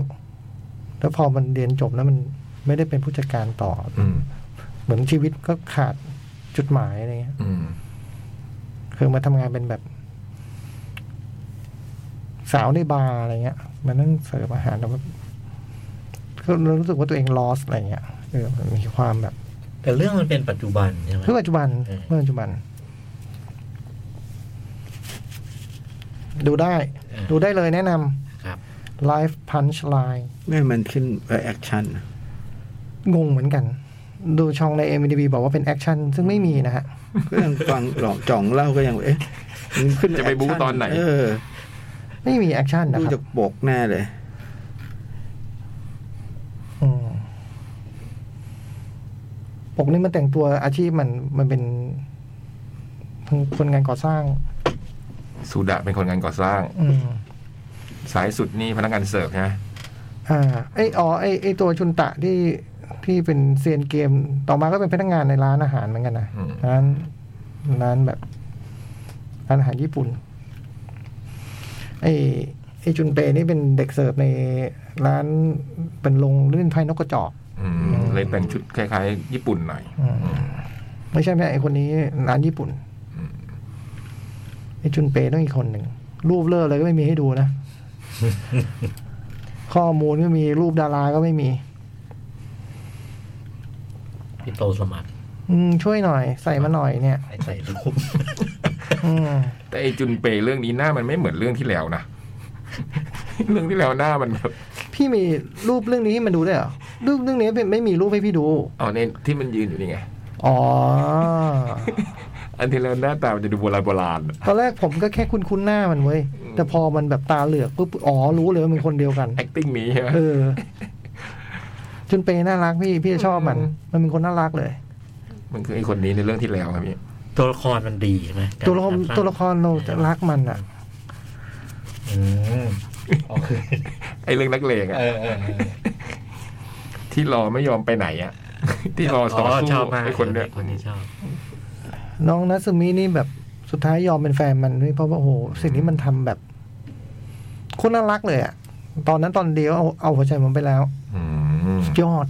แล้วพอมันเรียนจบแล้วมันไม่ได้เป็นผู้จัดการต่อ อืม เหมือนชีวิตก็ขาดจุดหมายอะไรเงี้ย อืม คือมาทำงานเป็นแบบ สาวในบาร์อะไรเงี้ยมานั่งเสิร์ฟอาหารแล้วแบบก็รู้สึกว่าตัวเองลอสอะไรเงี้ยเออมันมีความแบบ แต่เรื่องมันเป็นปัจจุบันใช่ไหม เมื่อปัจจุบัน เออ เมื่อปัจจุบัน ดูได้ อ่า ดูได้เลยแนะน ครับ ำ Live Punchline แม่มันขึ้นแอคชั่นนะ งงเหมือนกัน ดูช่องใน m d b บอกว่าเป็นแอคชั่นซึ่งไม่มีนะฮะ ก็ยังฟังหลอกจ่องเล่าก็ยังเอ๊ะมันขึ้น จะไปบู๊ แคชั่ ตอนไหน เออ ไม่มีแอคชั่นนะ ดู ครั จาก บ ปกแน่เลย อืมปกนี้มันแต่งตัวอาชีพมันมันเป็นคนงานก่อสร้าง สุดะเป็นคนงานก่อสร้าง อืม สายสุดนี่พนักงานเสิร์ฟนะ อ่าไออ๋อไอไอตัวชุนตะที่ที่เป็นเซียนเกม ต่อมาก็เป็นพนักงานในร้านอาหารเหมือนกันนะร้านร้านแบบร้านอาหารญี่ปุ่น ไอไอจุนเปนี่เป็นเด็กเสิร์ฟในร้านเป็นลงเล่นไพ่นกกระจอก อืมเลยแต่งชุดคล้ายๆ ญี่ปุ่นหน่อย อืม ไม่ใช่แม่ไอคนนี้ร้านญี่ปุ่นไอจุนเปต้องอีกคนหนึ่ง รูปเลิศเลยก็ไม่มีให้ดู นะ ข้อมูลก็มีรูปดาราก็ไม่มี พี่โตสมัคร อืมช่วยหน่อยใส่มาหน่อยเนี่ย ให้ใส่รูป อืม แต่ไอจุนเปเรื่องนี้หน้ามันไม่เหมือนเรื่องที่แล้วนะ เรื่องที่แล้วหน้ามันแบบ พี่มีรูปเรื่องนี้ให้มันดูได้วยเหรอรูปเรื่องนี้ไม่ไม่มีรูปให้พี่ดู อ๋อเนี่ยที่มันยืนอยู่นี่ไง อ๋อ อันที่แล้วหน้าตามันจะดูโบราณโบราณ ตอนแรกผมก็แค่คุ้นคุ้นๆหน้ามันเว้ย แต่พอมันแบบตาเหลือกปุ๊บอ๋อรู้เลยว่ามันคนเดียวกัน ๆ acting นี้ใช่ไหม เออ จุนเปน่ารักพี่พี่ชอบมัน มันเป็นคนน่ารักเลย มันคือไอคนนี้ในเรื่องที่แล้วครับพี่ ตัวละครมันดีใช่ไหมการ ตัวละคร การสาง ตัวละครเราจะรักมันอ่ะ อืมโอเค ไอเรื่องนักเลงอะ เออเออเออ ที่รอไม่ยอมไปไหนอะ ที่รอต่อสู้ ชอบมาก ไอคนเนี้ย คนนี้ชอบ น้องนัสมินี่แบบสุดท้ายยอมเป็นแฟนมันด้วยเพราะว่าโอ้โหสิ่งนี้มันทำแบบโคนน่ารักเลยอะตอนนั้นตอนเดียวเอาเอาหัวใจผมไปแล้ว อืม ยอด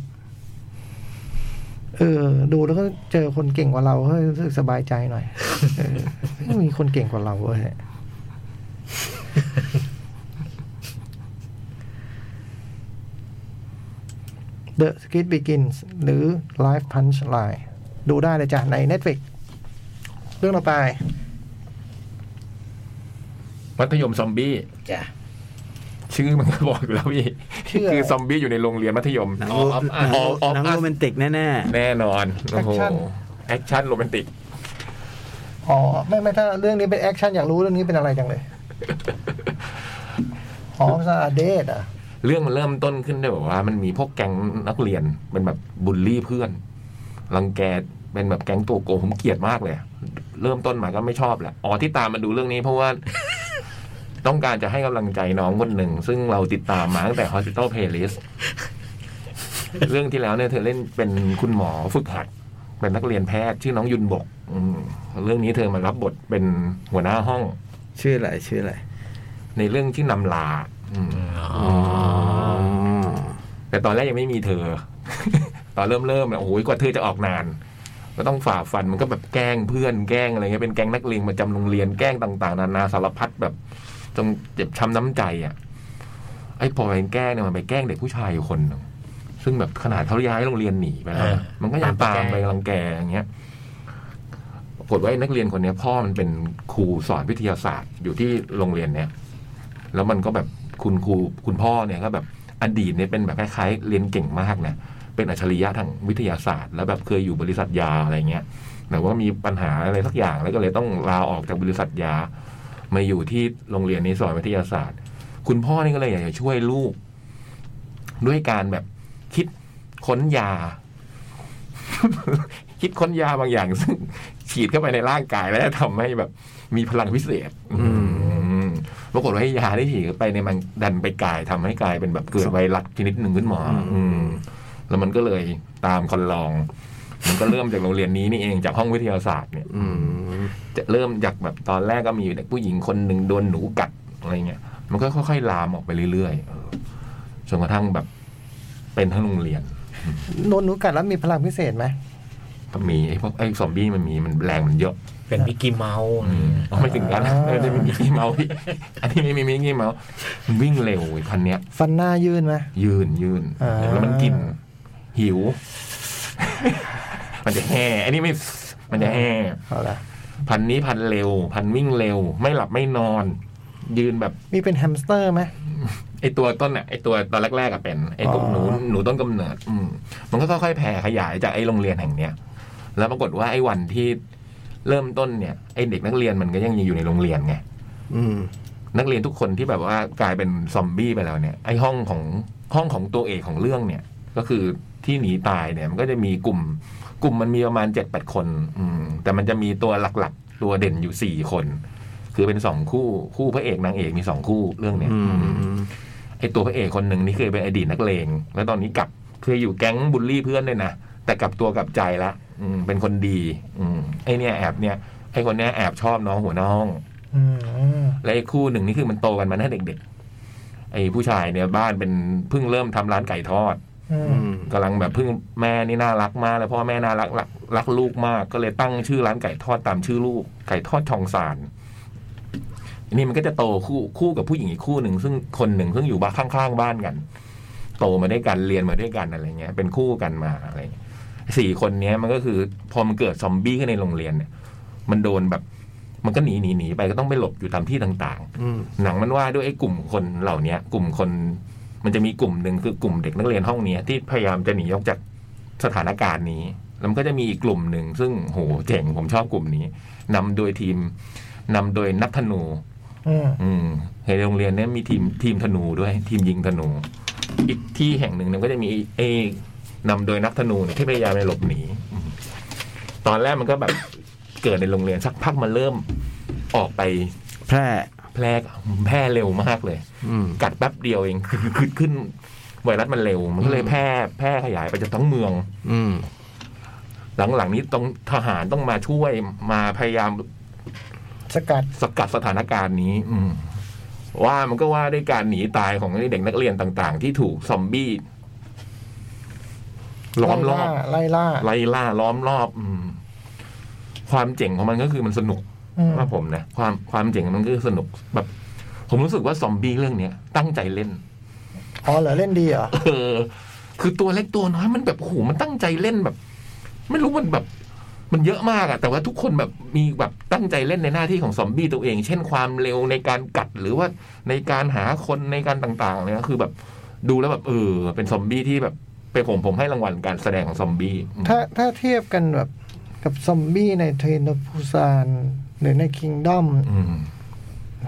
เออ ดูแล้วก็เจอคนเก่งกว่าเราเฮ้ยรู้สึกสบายใจหน่อยเออมีคนเก่งกว่าเราเว้ยเดอะสกิ t Begins หรือ Live Punchline ดูได้เลยจ้ะใน Netflix เรื่องต่อไป มัธยมซอมบี้ จ้ะ ชื่อมันก็บอกอยู่แล้วพี่ ชื่ออะไร คือซอมบี้อยู่ในโรงเรียนมัธยม หนัง All of Us หนัง All of หนัง Us โรแมนติกแน่ แน่นอนโอ้โห Action แอคชั่นโรแมนติก อ๋อ ไม่ไม่ถ้าเรื่องนี้เป็นแอคชั่นอยากรู้เรื่องนี้เป็นอะไรจังเลย อ๋อซาเดสอ่ะ เรื่องมันเริ่มต้นขึ้นด้วยแบบว่ามันมีพวกแก๊งนักเรียนเป็นแบบบูลลี่เพื่อน รังแกเป็นแบบแก๊งตัวโกงผมเกลียดมากเลยอะเริ่มต้นมาก็ไม่ชอบแหละอ๋อที่ตามมาดูเรื่องนี้เพราะว่า ต้องการจะให้กำลังใจน้องคนหนึ่ง ซึ่งเราติดตามมาตั้งแต่ Hospital Playlist เรื่องที่แล้วเนี่ยเธอเล่นเป็นคุณหมอฝึกหัด เป็นนักเรียนแพทย์ชื่อน้องยุนบก อืมเรื่องนี้เธอมารับบทเป็นหัวหน้าห้อง ๆชื่ออะไรชื่ออะไร ในเรื่องชื่อนำลาอืม อ๋อ แต่ตอนแรกยังไม่มีเธอ ตอนเริ่มเริ่มๆนะโอ้ยกว่าเธอจะออกนาน ก็ต้องฝ่าฟันมันก็แบบแกล้งเพื่อนแกล้งอะไรเงี้ยเป็นแก๊งนักเลงประจำโรงเรียนแกล้งต่าง ๆ นานาสารพัดแบบจงเจ็บช้ำน้ำใจอ่ะไอ้พอไปแกล้งเนี่ยมันไปแกล้งเด็กผู้ชายอยู่คนหนึ่งซึ่งแบบขนาดเขาย้ายโรงเรียนหนีไปแล้วนะมันก็ยังตามไปรังแกอย่างเงี้ยปรากฏว่าไอ้นักเรียนคนเนี้ย พ่อมันเป็นครูสอนวิทยาศาสตร์อยู่ที่โรงเรียนเนี้ย แล้วมันก็แบบคุณครูคุณพ่อเนี่ยก็แบบอดีตเนี่ยเป็นแบบคล้ายๆเรียนเก่งมากนะเป็นอัจฉริยะทางวิทยาศาสตร์ แล้วแบบเคยอยู่บริษัทยาอะไรเงี้ยแต่ว่ามีปัญหาอะไรสักอย่างแล้วก็เลยต้องลาออกจากบริษัทยา มาอยู่ที่โรงเรียนนี้สอนวิทยาศาสตร์ คุณพ่อนี่ก็เลยอยากจะช่วยลูก ด้วยการแบบคิดค้นยา คิดค้นยาบางอย่าง ซึ่งฉีดเข้าไปในร่างกายแล้วจะทำให้แบบมีพลังพิเศษ อืมปรากฏว่าไอ้ยาที่ฉีดเข้าไปในยมันดันไปกลายทำให้กลายเป็นแบบเกิดไวรัสชนิดหนึ่งขึ้นมาอืม แล้วมันก็เลยตามคนลอง มันก็เริ่มจากโรงเรียนนี้นี่เองจากห้องวิทยาศาสตร์เนี่ย อืม จะเริ่มจากแบบตอนแรกก็มีเด็กผู้หญิงคนหนึ่งโดนหนูกัดอะไรเงี้ย มันก็ค่อยๆลามออกไปเรื่อยๆเออจนกระทั่งแบบเป็นทั้งโรงเรียน โดนหนูกัดแล้วมีพลังพิเศษไหม มันมีไอ้พวกไอ้ซอมบี้มันมีมันแรงมันเยอะ เป็นมิกกี้เมาส์อะไร อื อ ม ย่างเงี้ย เอาไม่ถึงกัน อ่า เออจะมีมิกกี้เมาส์อีกอันนี้ไม่มีมิกกี้เมาส์มันวิ่งเร็วไอ้พันเนี้ย ฟันหน้ายื่นไหม ยืนยืน อ่า แล้วมันกิน หิว มันจะแห่อันนี้ไม่มันจะแห่ เอาละ พันนี้พันเร็ว พันวิ่งเร็ว ไม่หลับไม่นอน ยืนแบบ มีเป็นแฮมสเตอร์ไหม ไอตัวต้นอ่ะไอตัวตอนแรกๆอะเป็นไอตัวหอ๋อนูหนูต้นกำเนิด อืมมันก็ค่อยๆแผ่ขยายจากไอโรงเรียนแห่งเนี้ยแล้วปรากฏว่าไอวันที่เริ่มต้นเนี่ยไอเด็กนักเรียนมันก็ยังอยู่ในโรงเรียนไง อืม นักเรียนทุกคนที่แบบว่ากลายเป็นซอมบี้ไปแล้วเนี่ยไอห้องของห้องของตัวเอกของเรื่องเนี่ย ก็คือที่หนีตายเนี่ยมันก็จะมีกลุ่ม กลุ่มมันมีประมาณเจ็ดแปดคน อืม แต่มันจะมีตัวหลักๆ ตัวเด่นอยู่สี่คน คือเป็นสองคู่คู่พระเอกนางเอกมีสองคู่เรื่องเนี่ย อืม อืม ไอตัวพระเอกคนหนึ่งนี่เคยเป็นอดีตนักเลงแล้วตอนนี้กลับเคยอยู่แก๊งบูลลี่เพื่อนด้วยนะแต่กลับตัวกลับใจละอืมเป็นคนดี อืมไอเนี่ยแอบเนี่ยไอคนเนี้ยแอบชอบน้องหัวหน้าห้อง อืม และไอคู่หนึ่งนี่คือมันโตกันมาตั้งแต่เด็กๆไอผู้ชายเนี่ยบ้านเป็นเพิ่งเริ่มทำร้านไก่ทอด อื อื ม ม กำลังแบบเพิ่งแม่นี่น่ารักมากแล้วพ่อแม่น่ารักรักรักลูกมาก ก็เลยตั้งชื่อร้านไก่ทอดตามชื่อลูกไก่ทอดชองสารอันนี่มันก็จะโตคู่คู่กับผู้หญิงอีกคู่หนึ่งซึ่งคนหนึ่งซึ่งอยู่บ้านข้างๆบ้านกัน โตมาด้วยกันเรียนมาด้วยกันอะไรเงี้ยเป็นคู่กันมาอะไรเงี้ยสี่คนเนี้ยมันก็คือพอมันเกิดซอมบี้ขึ้นในโรงเรียนเนี่ยมันโดนแบบ มันก็หนีหนีหนีไปก็ต้องไปหลบอยู่ตามที่ต่างๆ อืม หนังมันว่าด้วยไอ้กลุ่มคนเหล่าเนี้ย กลุ่มคน มันจะมีกลุ่มหนึ่งคือกลุ่มเด็กนักเรียนห้องเนี้ยที่พยายามจะหนีออกจากสถานการณ์นี้ แล้วมันก็จะมีอีกกลุ่มหนึ่งซึ่งโหเจ๋งผมชอบกลุ่มนี้นำโดยทีมนำโดยนักธนู อืม อืมในโรงเรียนเนี่ยมีทีมทีมธนูด้วย ทีมยิงธนู อีกที่แห่งหนึ่งเนี่ยก็จะมีเอนำโดยนักธนูเนี่ยที่พยายามจะหลบหนีอืมตอนแรกมันก็แบบ เกิดในโรงเรียนสักพักมันเริ่มออกไป แพร่ แพร่แพร่เร็วมากเลย อืม กัดแป๊บเดียวเอง คือคือขึ้นไวรัสมันเร็ว มันก็เลย อืม แพร่แพร่ขยายไปจนทั้งเมือง อืม หลังๆนี้ต้องทหารต้องมาช่วยมาพยายาม สกัด สกัดสถานการณ์นี้ อืมว่ามันก็ว่าด้วยการหนีตายของเด็กนักเรียนต่าง ๆ ที่ถูกซอมบี้ล้อมรอบ ไล่ล่าไล่ล่า ไล่ล่าล้อมรอบ อืม ความเจ๋งของมันก็คือมันสนุก อืม ว่าผมนะความความเจ๋งของมันก็คือสนุกแบบ ผมรู้สึกว่าซอมบี้เรื่องเนี้ยตั้งใจเล่น อ๋อเหรอเล่นดีเหรอ เออคือตัวเล็กตัวน้อยมันแบบโอ้โหมันตั้งใจเล่นแบบ ไม่รู้มันแบบ มันเยอะมากอะแต่ว่าทุกคนแบบมีแบบตั้งใจเล่นในหน้าที่ของซอมบี้ตัวเอง เช่นความเร็วในการกัดหรือว่าในการหาคนในการต่างๆเนี่ยคือแบบดูแล้วแบบเออ เป็นซอมบี้ที่แบบเป็นผมผมให้รางวัลการแสดงของซอมบี้อืม ถ้าถ้าเทียบกันแบบกับซอมบี้ในเทรนปูซานหรือในคิงดอม อืม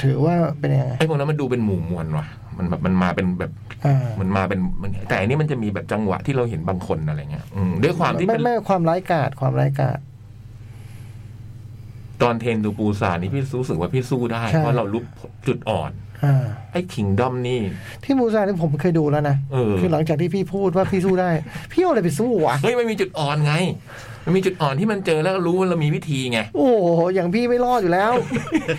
ถือว่าเป็นยังไง ไอ้พวกนั้นมันดูเป็นหมู่มวลว่ะ มันแบบมันมาเป็นแบบ อ่า มันมาเป็นมันแต่อันนี้มันจะมีแบบจังหวะที่เราเห็นบางคนอะไรเงี้ยอืมด้วยความที่ ไม่ เป็น ไม่ความร้ายกาจความร้ายกาจ ตอนเทรนดูปูซานนี่พี่รู้สึกว่าพี่สู้ได้ ใช่ เพราะเรารู้จุดอ่อน อ่า ไอ้คิงดอมนี่ ที่มูซานที่ผมเคยดูแล้วนะ เออ คือหลังจากที่พี่พูดว่าพี่สู้ได้ พี่เอาอะไรไปสู้วะ เฮ้ยมันมีจุดอ่อนไง มันมีจุดอ่อนที่มันเจอแล้วรู้ว่าเรามีวิธีไง โอ้โหอย่างพี่ไม่รอดอยู่ แล้ว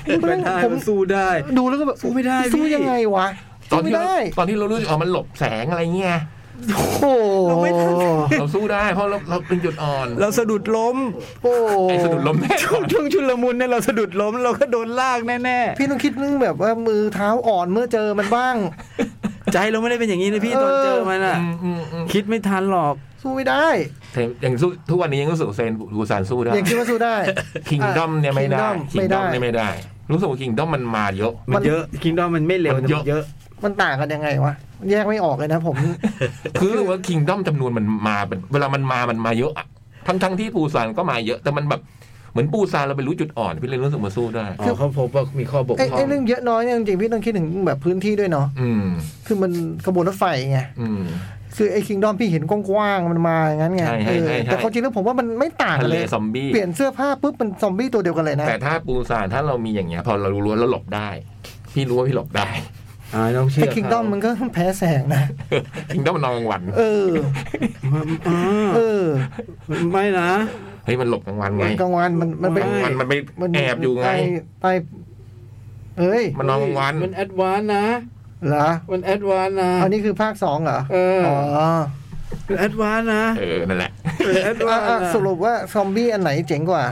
ไม่ได้ ผม มันสู้ได้ ดูแล้วก็แบบ สู้ไม่ได้ สู้ พี่ ยังไงวะ ตอ สู้ น ไม่ ที่เรา ได้ ตอนที่เรารู้จุดอ่อนมันหลบแสงอะไรเงี้ย โอ้โห เราไม่ทัน เราสู้ได้เพราะเราเราเป็นจุดอ่อน เราสะดุดล้ม โอ้โห ไอ้สะดุดล้มแน่นอน ช่วงชุลมุนเนี่ยเราสะดุดล้มเราก็โดนลากแน่ พี่ต้องคิดเรื่องแบบว่ามือเท้าอ่อนเมื่อเจอมันบ้าง ๆ ใจเราไม่ได้เป็นอย่างนี้นะพี่ เออ ตอนเจอมันอ่ะ อืมอืมอืม คิดไม่ทันหรอก สู้ไม่ได้ เทรนยังสู้ทุกวันนี้ยังรู้สึกเซนดูซานสู้ได้ ยังคิดว่าสู้ได้ คิงดอมเนี่ยไม่ได้ Kingdom คิ ไม่ งด ได้ อมเนี่ยไม่ได้ รู้สึกว่าคิงดอมมันมาเยอะ มั มัน นเยอะคิงดอมมันไม่เร็ว มัน แต่ เยอะมันเยอะ มันต่างกันยังไงวะ แยกไม่ออกเลยนะผม คือรู้สึกว่าคิงดอมจำนวนมันมาเป็นเวลามันมามันมาเยอะอะทั้งทั้งที่ปูซานก็มาเยอะ แต่มันแบบเหมือนปูซานเราไปรู้จุดอ่อน พี่เลยรู้สึกมาสู้ได้ อ๋อเขาพบว่ามีข้อบก ไอ้ พร่อ ไอ้ ง เรื่องเยอะน้อยเนี่ยจริงๆพี่ต้องคิดถึงแบบพื้นที่ด้วยเนาะ อืม คือมันขบวนรถไฟไง อืม คือไอ้คิงดอมพี่เห็นกว้างๆมันมาอย่างนั้นไง ใช่ใช่ เออ ใช่ใช่ แต่ความจริงแล้วผมว่ามันไม่ต่างกั ทะ น เล เลย ซอมบี้ เปลี่ยนเสื้อผ้าปุ๊บมันซอมบี้ตัวเดียวกันเลยนะ แต่ถ้าปูซานถ้าเรามีอย่างเงี้ย พอเรารู้แล้วเราหลบได้ พี่รู้ว่าพี่หลบได้ อ่าต้องเชื่ แต่ อ คิงดอมมันก็แพ้แสงนะ คิงดอมมันนอนกลางวัน เออ มันอ่า เออ ไม่นะ เฮ้ยมันหลบกลางวันไง กลางวันมันมันไป กลางวันมันไป มัน แอบอยู่ไง ใต้ใต้เอ้ย มันนอนกลางวัน มันแอดวานซ์นะ เหรอ มันแอดวานซ์นะ อันนี้คือภาคสองเหรอ เอออ๋ อ มันแอดวานซ์นะ เออนั่นแหละ มันแอดวา อ่ะ นซ์ อ่ะ นะ สรุปว่าซอมบี้อันไหนเจ๋งกว่า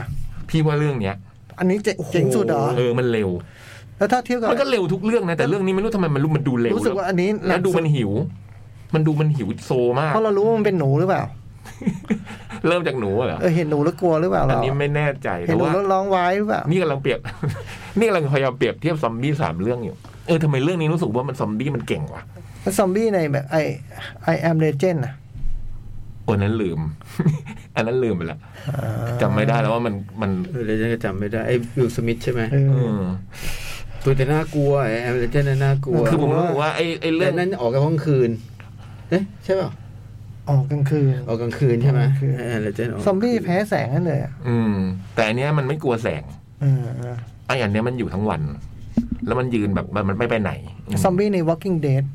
พี่ว่าเรื่องเนี้ย อันนี้เจ๋งเจ๋งสุดเหรอ เออมันเร็ว แล้วถ้าเทียบกับ มันก็เร็วทุกเรื่องนะแต่เรื่องนี้ไม่รู้ทำไมมันรู้มันดูเร็ว รู้สึกว่าอันนี้หนั แล้ ก วดู สุ มันหิว มันดูมันหิวโซมาก เพราะเรารู้ว่ามันเป็นหนูหรือเปล่า เริ่มจากหนูเหรอ เออเห็นหนูแล้วกลัวหรือเปล่า อัน เรา นี้ไม่แน่ใจ เห็ แต่ นหนู ว่า แล้วร้องไว้หรือเปล่า นี่กำลังเปรียบ นี่กำลังพยายามเปรียบเทียบซอมบี้สามเรื่องอยู่ เออทำไมเรื่องนี้รู้สึกว่ามันซอมบี้มันเก่งวะ แล้วซอมบี้ในแบบไอไอแอมเลเจนอะ โอ้นั้นลืม อันนั้นลืมไปละ อ่า จำไม่ได้แล้วว่ามันมัน เออเลเจนก็จำไม่ได้ไอ้วิลสมิธใช่ไหม เอ เอ อ อ ตัวแต่น่ากลัวไอ้แอมเลเจนน่ากลัว คือผมรู้สึกว่าไอ้ไอ้เรื่อเรื่อง งนั้นออกกลางคืนเอ๊ะใช่เปล่า ออกกลางคืน ออกกลางคืนใช่ไหม ออกกลางคืน ไอ้แอมเลเจนออกกลางคืน ซอมบี้แพ้แสงนั่นเลยอะ อืม แต่อันเนี้ยมันไม่กลัวแสง เออเออ ไอ้อันเนี้ยมันอยู่ทั้งวัน แล้วมันยืนแบบมันมันไม่ไปไหน ซอมบี้ใน Walking Dead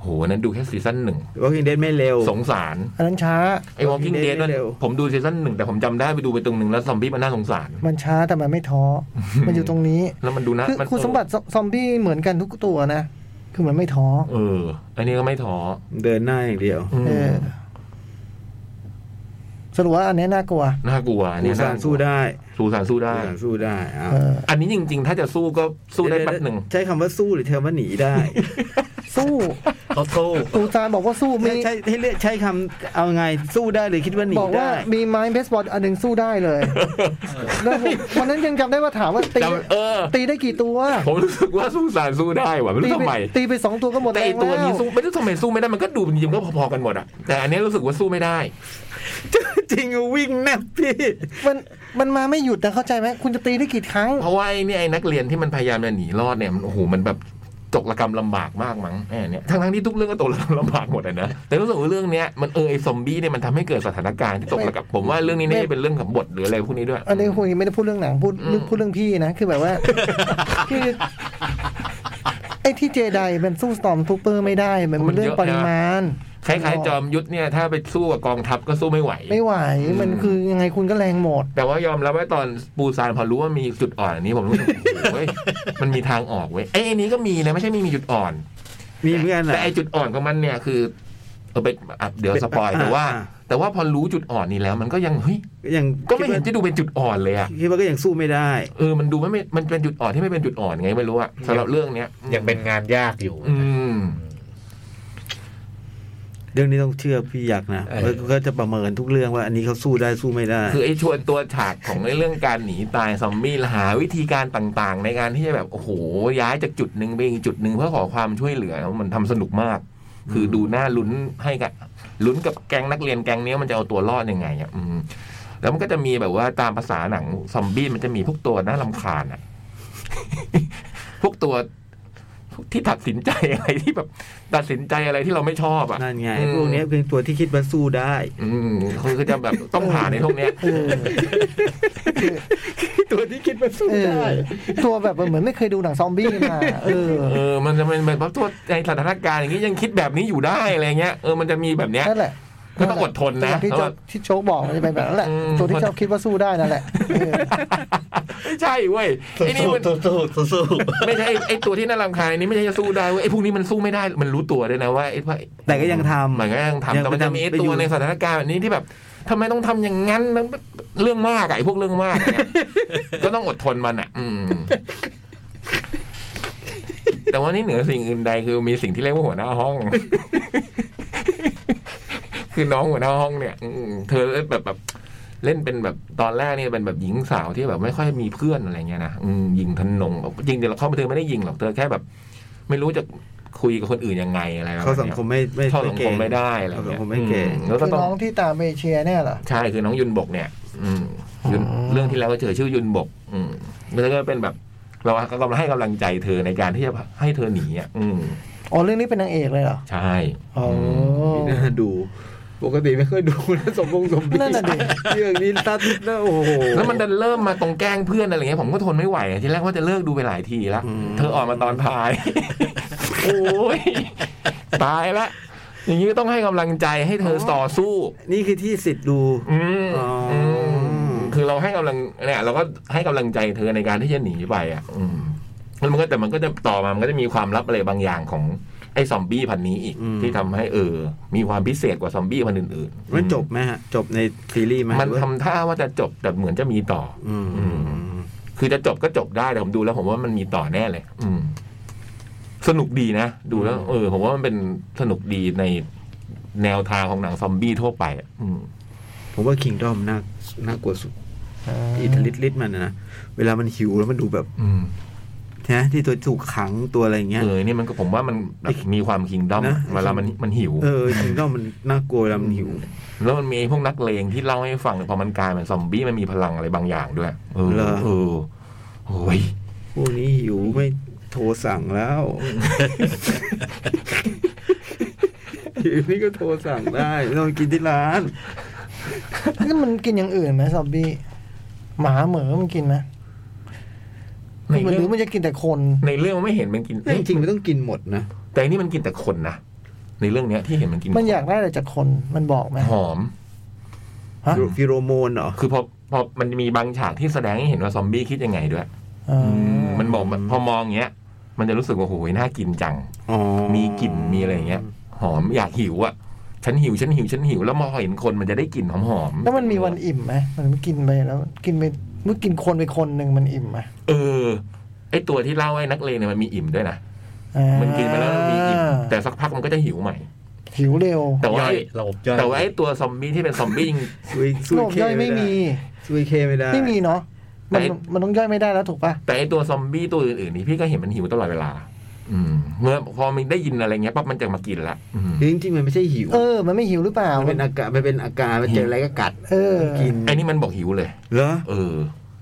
โหอันนั้นดูแค่ซีซั่นหนึ่ง วอล์กอินเดดไม่เร็ว สงสาร อันนั้นช้า ไอ้ Walking Walking Dead Dead นั่น เร็ว ผมดูซีซั่นหนึ่งแต่ผมจำได้ไปดูไปตรงหนึ่งแล้วซอมบี้มันน่าสงสาร มันช้าแต่มันไม่ท้อ มันอยู่ตรงนี้ แล้วมันดูนะ คือ มัน คุณสมบัติซอมซอมบี้เหมือนกันทุกตัวนะ คือมันไม่ท้อ เออ อันนี้ก็ไม่ท้อ เดินหน้าอย่างเดียว อืม เออสรุปว่าอันนี้น่ากลัว น่ากลัวอัน สู เนี้ย สา น่าร กลัว สู้ได้ สูสานสู้ได้ สูสารสู้ได้อ้าว เออ อันนี้จริง ๆ ถ้าจะสู้ก็สู้ได้แป๊บหนึ่ง ใช้คำว่าสู้หรือเธอว่าหนีได้ สู้ เขาสู้ ตูซานบอกว่าสู้ ใช่ มี ใช่ให้เลือกใช้คำเอาไงสู้ได้หรือคิดว่าหนี บอกว่า ได้ มีไม้เบสบอลอันหนึ่งสู้ได้เลยแล้วผมวันนั้นยังจำได้ว่าถามว่าตี จำเออ ตีได้กี่ตัว ผมรู้สึกว่าสู้สานสู้ได้ว่ะไม่ ตี รู้ ไป ทำไม ตีไปสองตัวก็หมด แต่ไอ้ แรง ตัว แล้ นี้ ว สู้ไม่รู้ทำไมสู้ไม่ได้มันก็ดูจริงๆก็พอๆกันหมดอ่ะแต่อันนี้รู้สึกว่าสู้ไม่ได้ จริงอะวิ่งแนบพี่ มันมันมาไม่หยุดนะเข้าใจไหมคุณจะตีได้กี่ครั้ง เพราะว่าไอ้เนี่ยไอ้นักเรียนที่มันพยายามจะหนีรอดเนี่ยมันโอ้โหมันแบบตกระกรรมลำบากมากมั้งแอนเนี่ยทั้งๆที่ทุกเรื่องก็ตกระกรรมลำบากหมดอะนะแต่รู้สึกว่าเรื่องเนี้ยมันเออไอ้ซอมบี้เนี่ยมันทำให้เกิดสถานการณ์ที่ตกระกรรมผมว่าเรื่องนี้เนี่ยเป็นเรื่องของบทหรืออะไรพวกนี้ด้วย อันนี้คุณไม่ได้พูดเรื่องหนังพูด อืม พูดเรื่องพี่นะ คือแบบ ว่า คือไอ้ที่เจไดมันสู้สตอมทูเปอร์ไม่ได้ มันเป็นเรื่องปริมาณ คล้ายๆจอมยุทธเนี่ยถ้าไปสู้กับกองทัพก็สู้ไม่ไหว ไม่ไหวมันคือยังไงคุณก็แรงหมด แต่ว่ายอมรับว่าตอนปูซานพอรู้ว่ามีจุดอ่อนอันนี้ผมรู้สึก โอ้ยมันมีทางออกเว้ยไอ้ยอันนี้ก็มีนะไม่ใช่ไม่มีจุดอ่อน มีเหมือนกัน แต่ อะ ไอ้จุดอ่อนของมันเนี่ยคือเออเป็นอ่ะเดี๋ยวสปอย เป็น แต่ว่า อ่า แต่ว่าพอรู้จุดอ่อนนี้แล้ว มันก็ยังเฮ้ย ยัง ก็ไม่เห็นจะดูเป็นจุดอ่อนเลยอะ คิดว่าก็ยังสู้ไม่ได้ เออมันดูไม่เป็นมันเป็นจุดอ่อนที่ไม่เป็นจุดอ่อนไงไม่รู้อะสำหรับเรื่องเนี้ย ยังเป็นงานยากอยู่ อืม เรื่องนี้ต้องเชื่อพี่ยักษ์นะ เออ แล้วก็จะประเมินทุกเรื่องว่า อันนี้เขาสู้ได้สู้ไม่ได้ คือไอ้ชวนตัวฉากของไอ้เรื่องการหนีตายซอมบี้และหาวิธีการต่างๆ ในการที่จะแบบโอ้โหย้ายจากจุดหนึ่งไปอีกจุดหนึ่งเพื่อขอความช่วยเหลือมันทำสนุกมาก คือดูหน้าลุ้นให้กับลุ้นกับแก๊งนักเรียนแก๊งเนี้ยมันจะเอาตัวรอดยังไงอ่ะอืมแล้วมันก็จะมีแบบว่าตามภาษาหนังซอมบี้มันจะมีพวกตัวน่าลำคาญอ่ะ พวกตัวที่ตัดสินใจอะไรที่แบบตัดสินใจอะไรที่เราไม่ชอบอ่ะ นั่นไง อืม พวกเนี้ยเป็นตัวที่คิดว่าสู้ได้ อืมคือจะแบบต้องผ่านในพวกเนี้ย เออ ตัวที่คิดว่าสู้ เออตัวแบบเหมือนไม่เคยดูหนังซอมบี้มาเออ เออ มันจะเป็นแบบตัวในสถานการณ์อย่างนี้ยังคิดแบบนี้อยู่ได้อะไรเงี้ย เออ มันจะมีแบบเนี้ย นั่นแหละ ก็ต้องอดทนนะ อย่างที่โจ๊แล้วกก็ ที่โชคบอกมันจะเป็นแบบนั้นแหละ อืม ตัวที่ชอบคิดว่าสู้ได้นั่นแหละเออ ไม่ใช่เว้ย สู้ ไอ้นี่มัน สู้สู้สู้สู้ ไม่ใช่ไอ้ตัวที่น่ารำคาญนี่ไม่ใช่จะสู้ได้เว้ย ไอ้พวกนี้มันสู้ไม่ได้ มันรู้ตัวด้วยนะว่าไอ้พวก แต่ก็ยังทำ มันก็ยังทำแต่มันจะมีไอ้ตัวในสถานการณ์แบบนี้ที่แบบทำไมต้องทำอย่างนั้นแล้วเรื่องมากอะไอ้พวกเรื่องมาก เนี่ย ก็ต้องอดทนมันอ่ะ อืม แต่ว่านี่เหนือสิ่งอื่นใดคือมีสิ่งที่เรียกว่าหัวหน้า ห้อง คือน้องหัวหน้าห้องเนี่ยอืมเธอแบบแบบเล่นเป็นแบบตอนแรกเนี่ยเป็นแบบหญิงสาวที่แบบไม่ค่อยมีเพื่อนอะไรเงี้ยนะอืมยิงทนงจริงๆเดี๋ยวเราเข้ามาเธอไม่ได้ยิงหรอกเธอแค่แบบ ไม่รู้จะคุยกับคนอื่นยังไงอะไรประมาณ เขา นี้ย สังคมไม่ไม่ เข้าสังคมไม่ได้อะไร เขาสั เงี้ ง ย คมไม่เก่ง อืแล้วก็ คือ ต้อง น้องที่ตามเอเชียเนี่ยเหรอ ใช่คือน้องยุนบกเนี่ย อืมยุน อ๋อ เรื่องที่แล้วก็เจอชื่อยุนบก อืมแล้วก็เป็นแบบ เราก็กำลังให้กำลังใจเธอในการที่จะให้เธอหนีอ่ะอืม อ๋อเรื่องนี้เป็นนางเอกเลยเหรอ ใช่ อ๋อ ม อ น่าดู ปกติไม่ค่อยดูนะ สมบงสมบี นั่นน่ะดิ เรื่องนี้ตัดนะโอ้โห แล้วมันดันเริ่มมาตรงแกล้งเพื่อนอะไรเงี้ยผมก็ทนไม่ไหวอะทีแรกว่าจะเลิกดูไปหลายทีแล้ว อืม เธอออกมาตอนท้าย โอ้ยตายละอย่างนี้ก็ต้องให้กำลังใจให้เธอต่อสู้ นี่คือที่สิทธิ์ดู อืม อ๋ออื มคือเราให้กำลังเนี่ยเราก็ให้กำลังใจเธอในการที่จะหนีไปอ่ะ อืมแล้วมันก็แต่มันก็จะต่อมา มันก็จะมีความลับอะไรบางอย่างของไอ้ซอมบี้พันนี้อีก อืม ที่ทำให้เออ มีความพิเศษกว่าซอมบี้พันอื่นๆ มันจบไหมฮะ จบในซีรีส์ไหม มัน หรือว่า ทำท่าว่าจะจบแต่เหมือนจะมีต่อ อืม คือจะจบก็จบได้แต่ผมดูแล้วผมว่ามันมีต่อแน่เลย อืม สนุกดีนะ ดูแล้ว อืม เออ ผมว่ามันเป็นสนุกดีใน แนวทางของหนังซอมบี้ทั่วไปอะอืม ผมว่าคิงดอมน่าน่ากลัวสุดอิทลิทลิทมันนะนะเวลามันหิวแล้วมันดูแบบ อืม นะที่ตัวถูกขังตัวอะไรอย่างเงี้ย เออนี่มันก็ผมว่ามันแบบมีความคิงดอม นะ เวลามันมันหิว เออคิงดอมมันน่ากลัวเวลามันหิว แล้วมันมีพวกนักเลงที่เล่าให้ฟังเนี่ยพอมันกลายเป็นซอมบี้มันมีพลังอะไรบางอย่างด้วย เออเออโอ้ย พวกนี้หิวไม่โทรสั่งแล้ว หิวนี่ก็โทรสั่งได้ไม่ต้องกินที่ร้าน นี่มันกินอย่างอื่นไหมซอมบี้หมาเหมือมันกินไหม ใน มัน เรื่ หรือ อง มันจะกินแต่คน ในเรื่องมันไม่เห็นมันกิน จริงๆมันต้องกินหมดนะ แต่อันนี่มันกินแต่คนนะในเรื่องเนี้ยที่เห็นมันกิน มันอยากได้อะไรจากคนมันบอกไหม หอม ฮะ ฟิโรโมนเหรอ คือพอพอมันมีบางฉากที่แสดงให้เห็นว่าซอมบี้คิดยังไงด้วย อ่า มันบอกมันพอมองอย่างเงี้ย มันจะรู้สึกว่าโอ้ยน่ากินจัง อ๋อ มีกลิ่นมีอะไรอย่างเงี้ย หอมอยากหิวอ่ะฉันหิวฉันหิวฉันหิวแล้วมองเห็นคนมันจะได้กลิ่นหอมหอมๆ แล้วมันมีวันอิ่มไหมมันกินไปแล้ว กินไปเมื่อกินคนไปคนหนึ่งมันอิ่มไหม เออไอตัวที่เล่าไอ้นักเลงเนี่ยมันมีอิ่มด้วยนะ อ่า มันกินไปแล้วมันมีอิ่มแต่สักพักมันก็จะหิวใหม่ หิวเร็ว แต่ว่า ย่อย ไอ้ ระบบย่อย แต่ว่าไอตัวซอมบี้ที่เป็นซอมบี้จริง ซุยซุ โล ย ก เค ย่อยไม่มี ซุยเคไม่ได้ ไม่มีเนาะมัน แต่ มันต้องย่อยไม่ได้แล้วถูกป่ะ แต่ไอตัวซอมบี้ตัวอื่นๆนี่พี่ก็เห็นมันหิวตลอดเวลา อืม เมื่อพอมันได้ยินอะไรเงี้ยปั๊บมันจะมากินละอืม จริงจริงๆมันไม่ใช่หิว เออ มันไม่หิวหรือเปล่า มันเป็นอาการมันเป็นอาการมันเจออะไรก็กัด เออ กิน ไอ้นี่มันบอกหิวเลย เหรอ เออ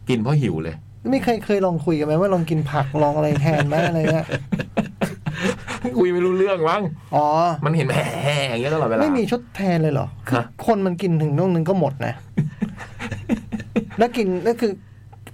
กินเพราะหิวเลย ไม่เคยเคยลองคุยกันไหมว่าลองกินผักลองอะไรแทนไหมอะไรเงี้ย คุยไม่รู้เรื่องมั้ง อ๋อ มันเห็นแหมอย่างเงี้ยตลอดเวลา ไม่มีชุดแทนเลยเหรอ ฮะ คนมันกินถึงน่องนึงก็หมด นะ แล้วกินแล้วคือ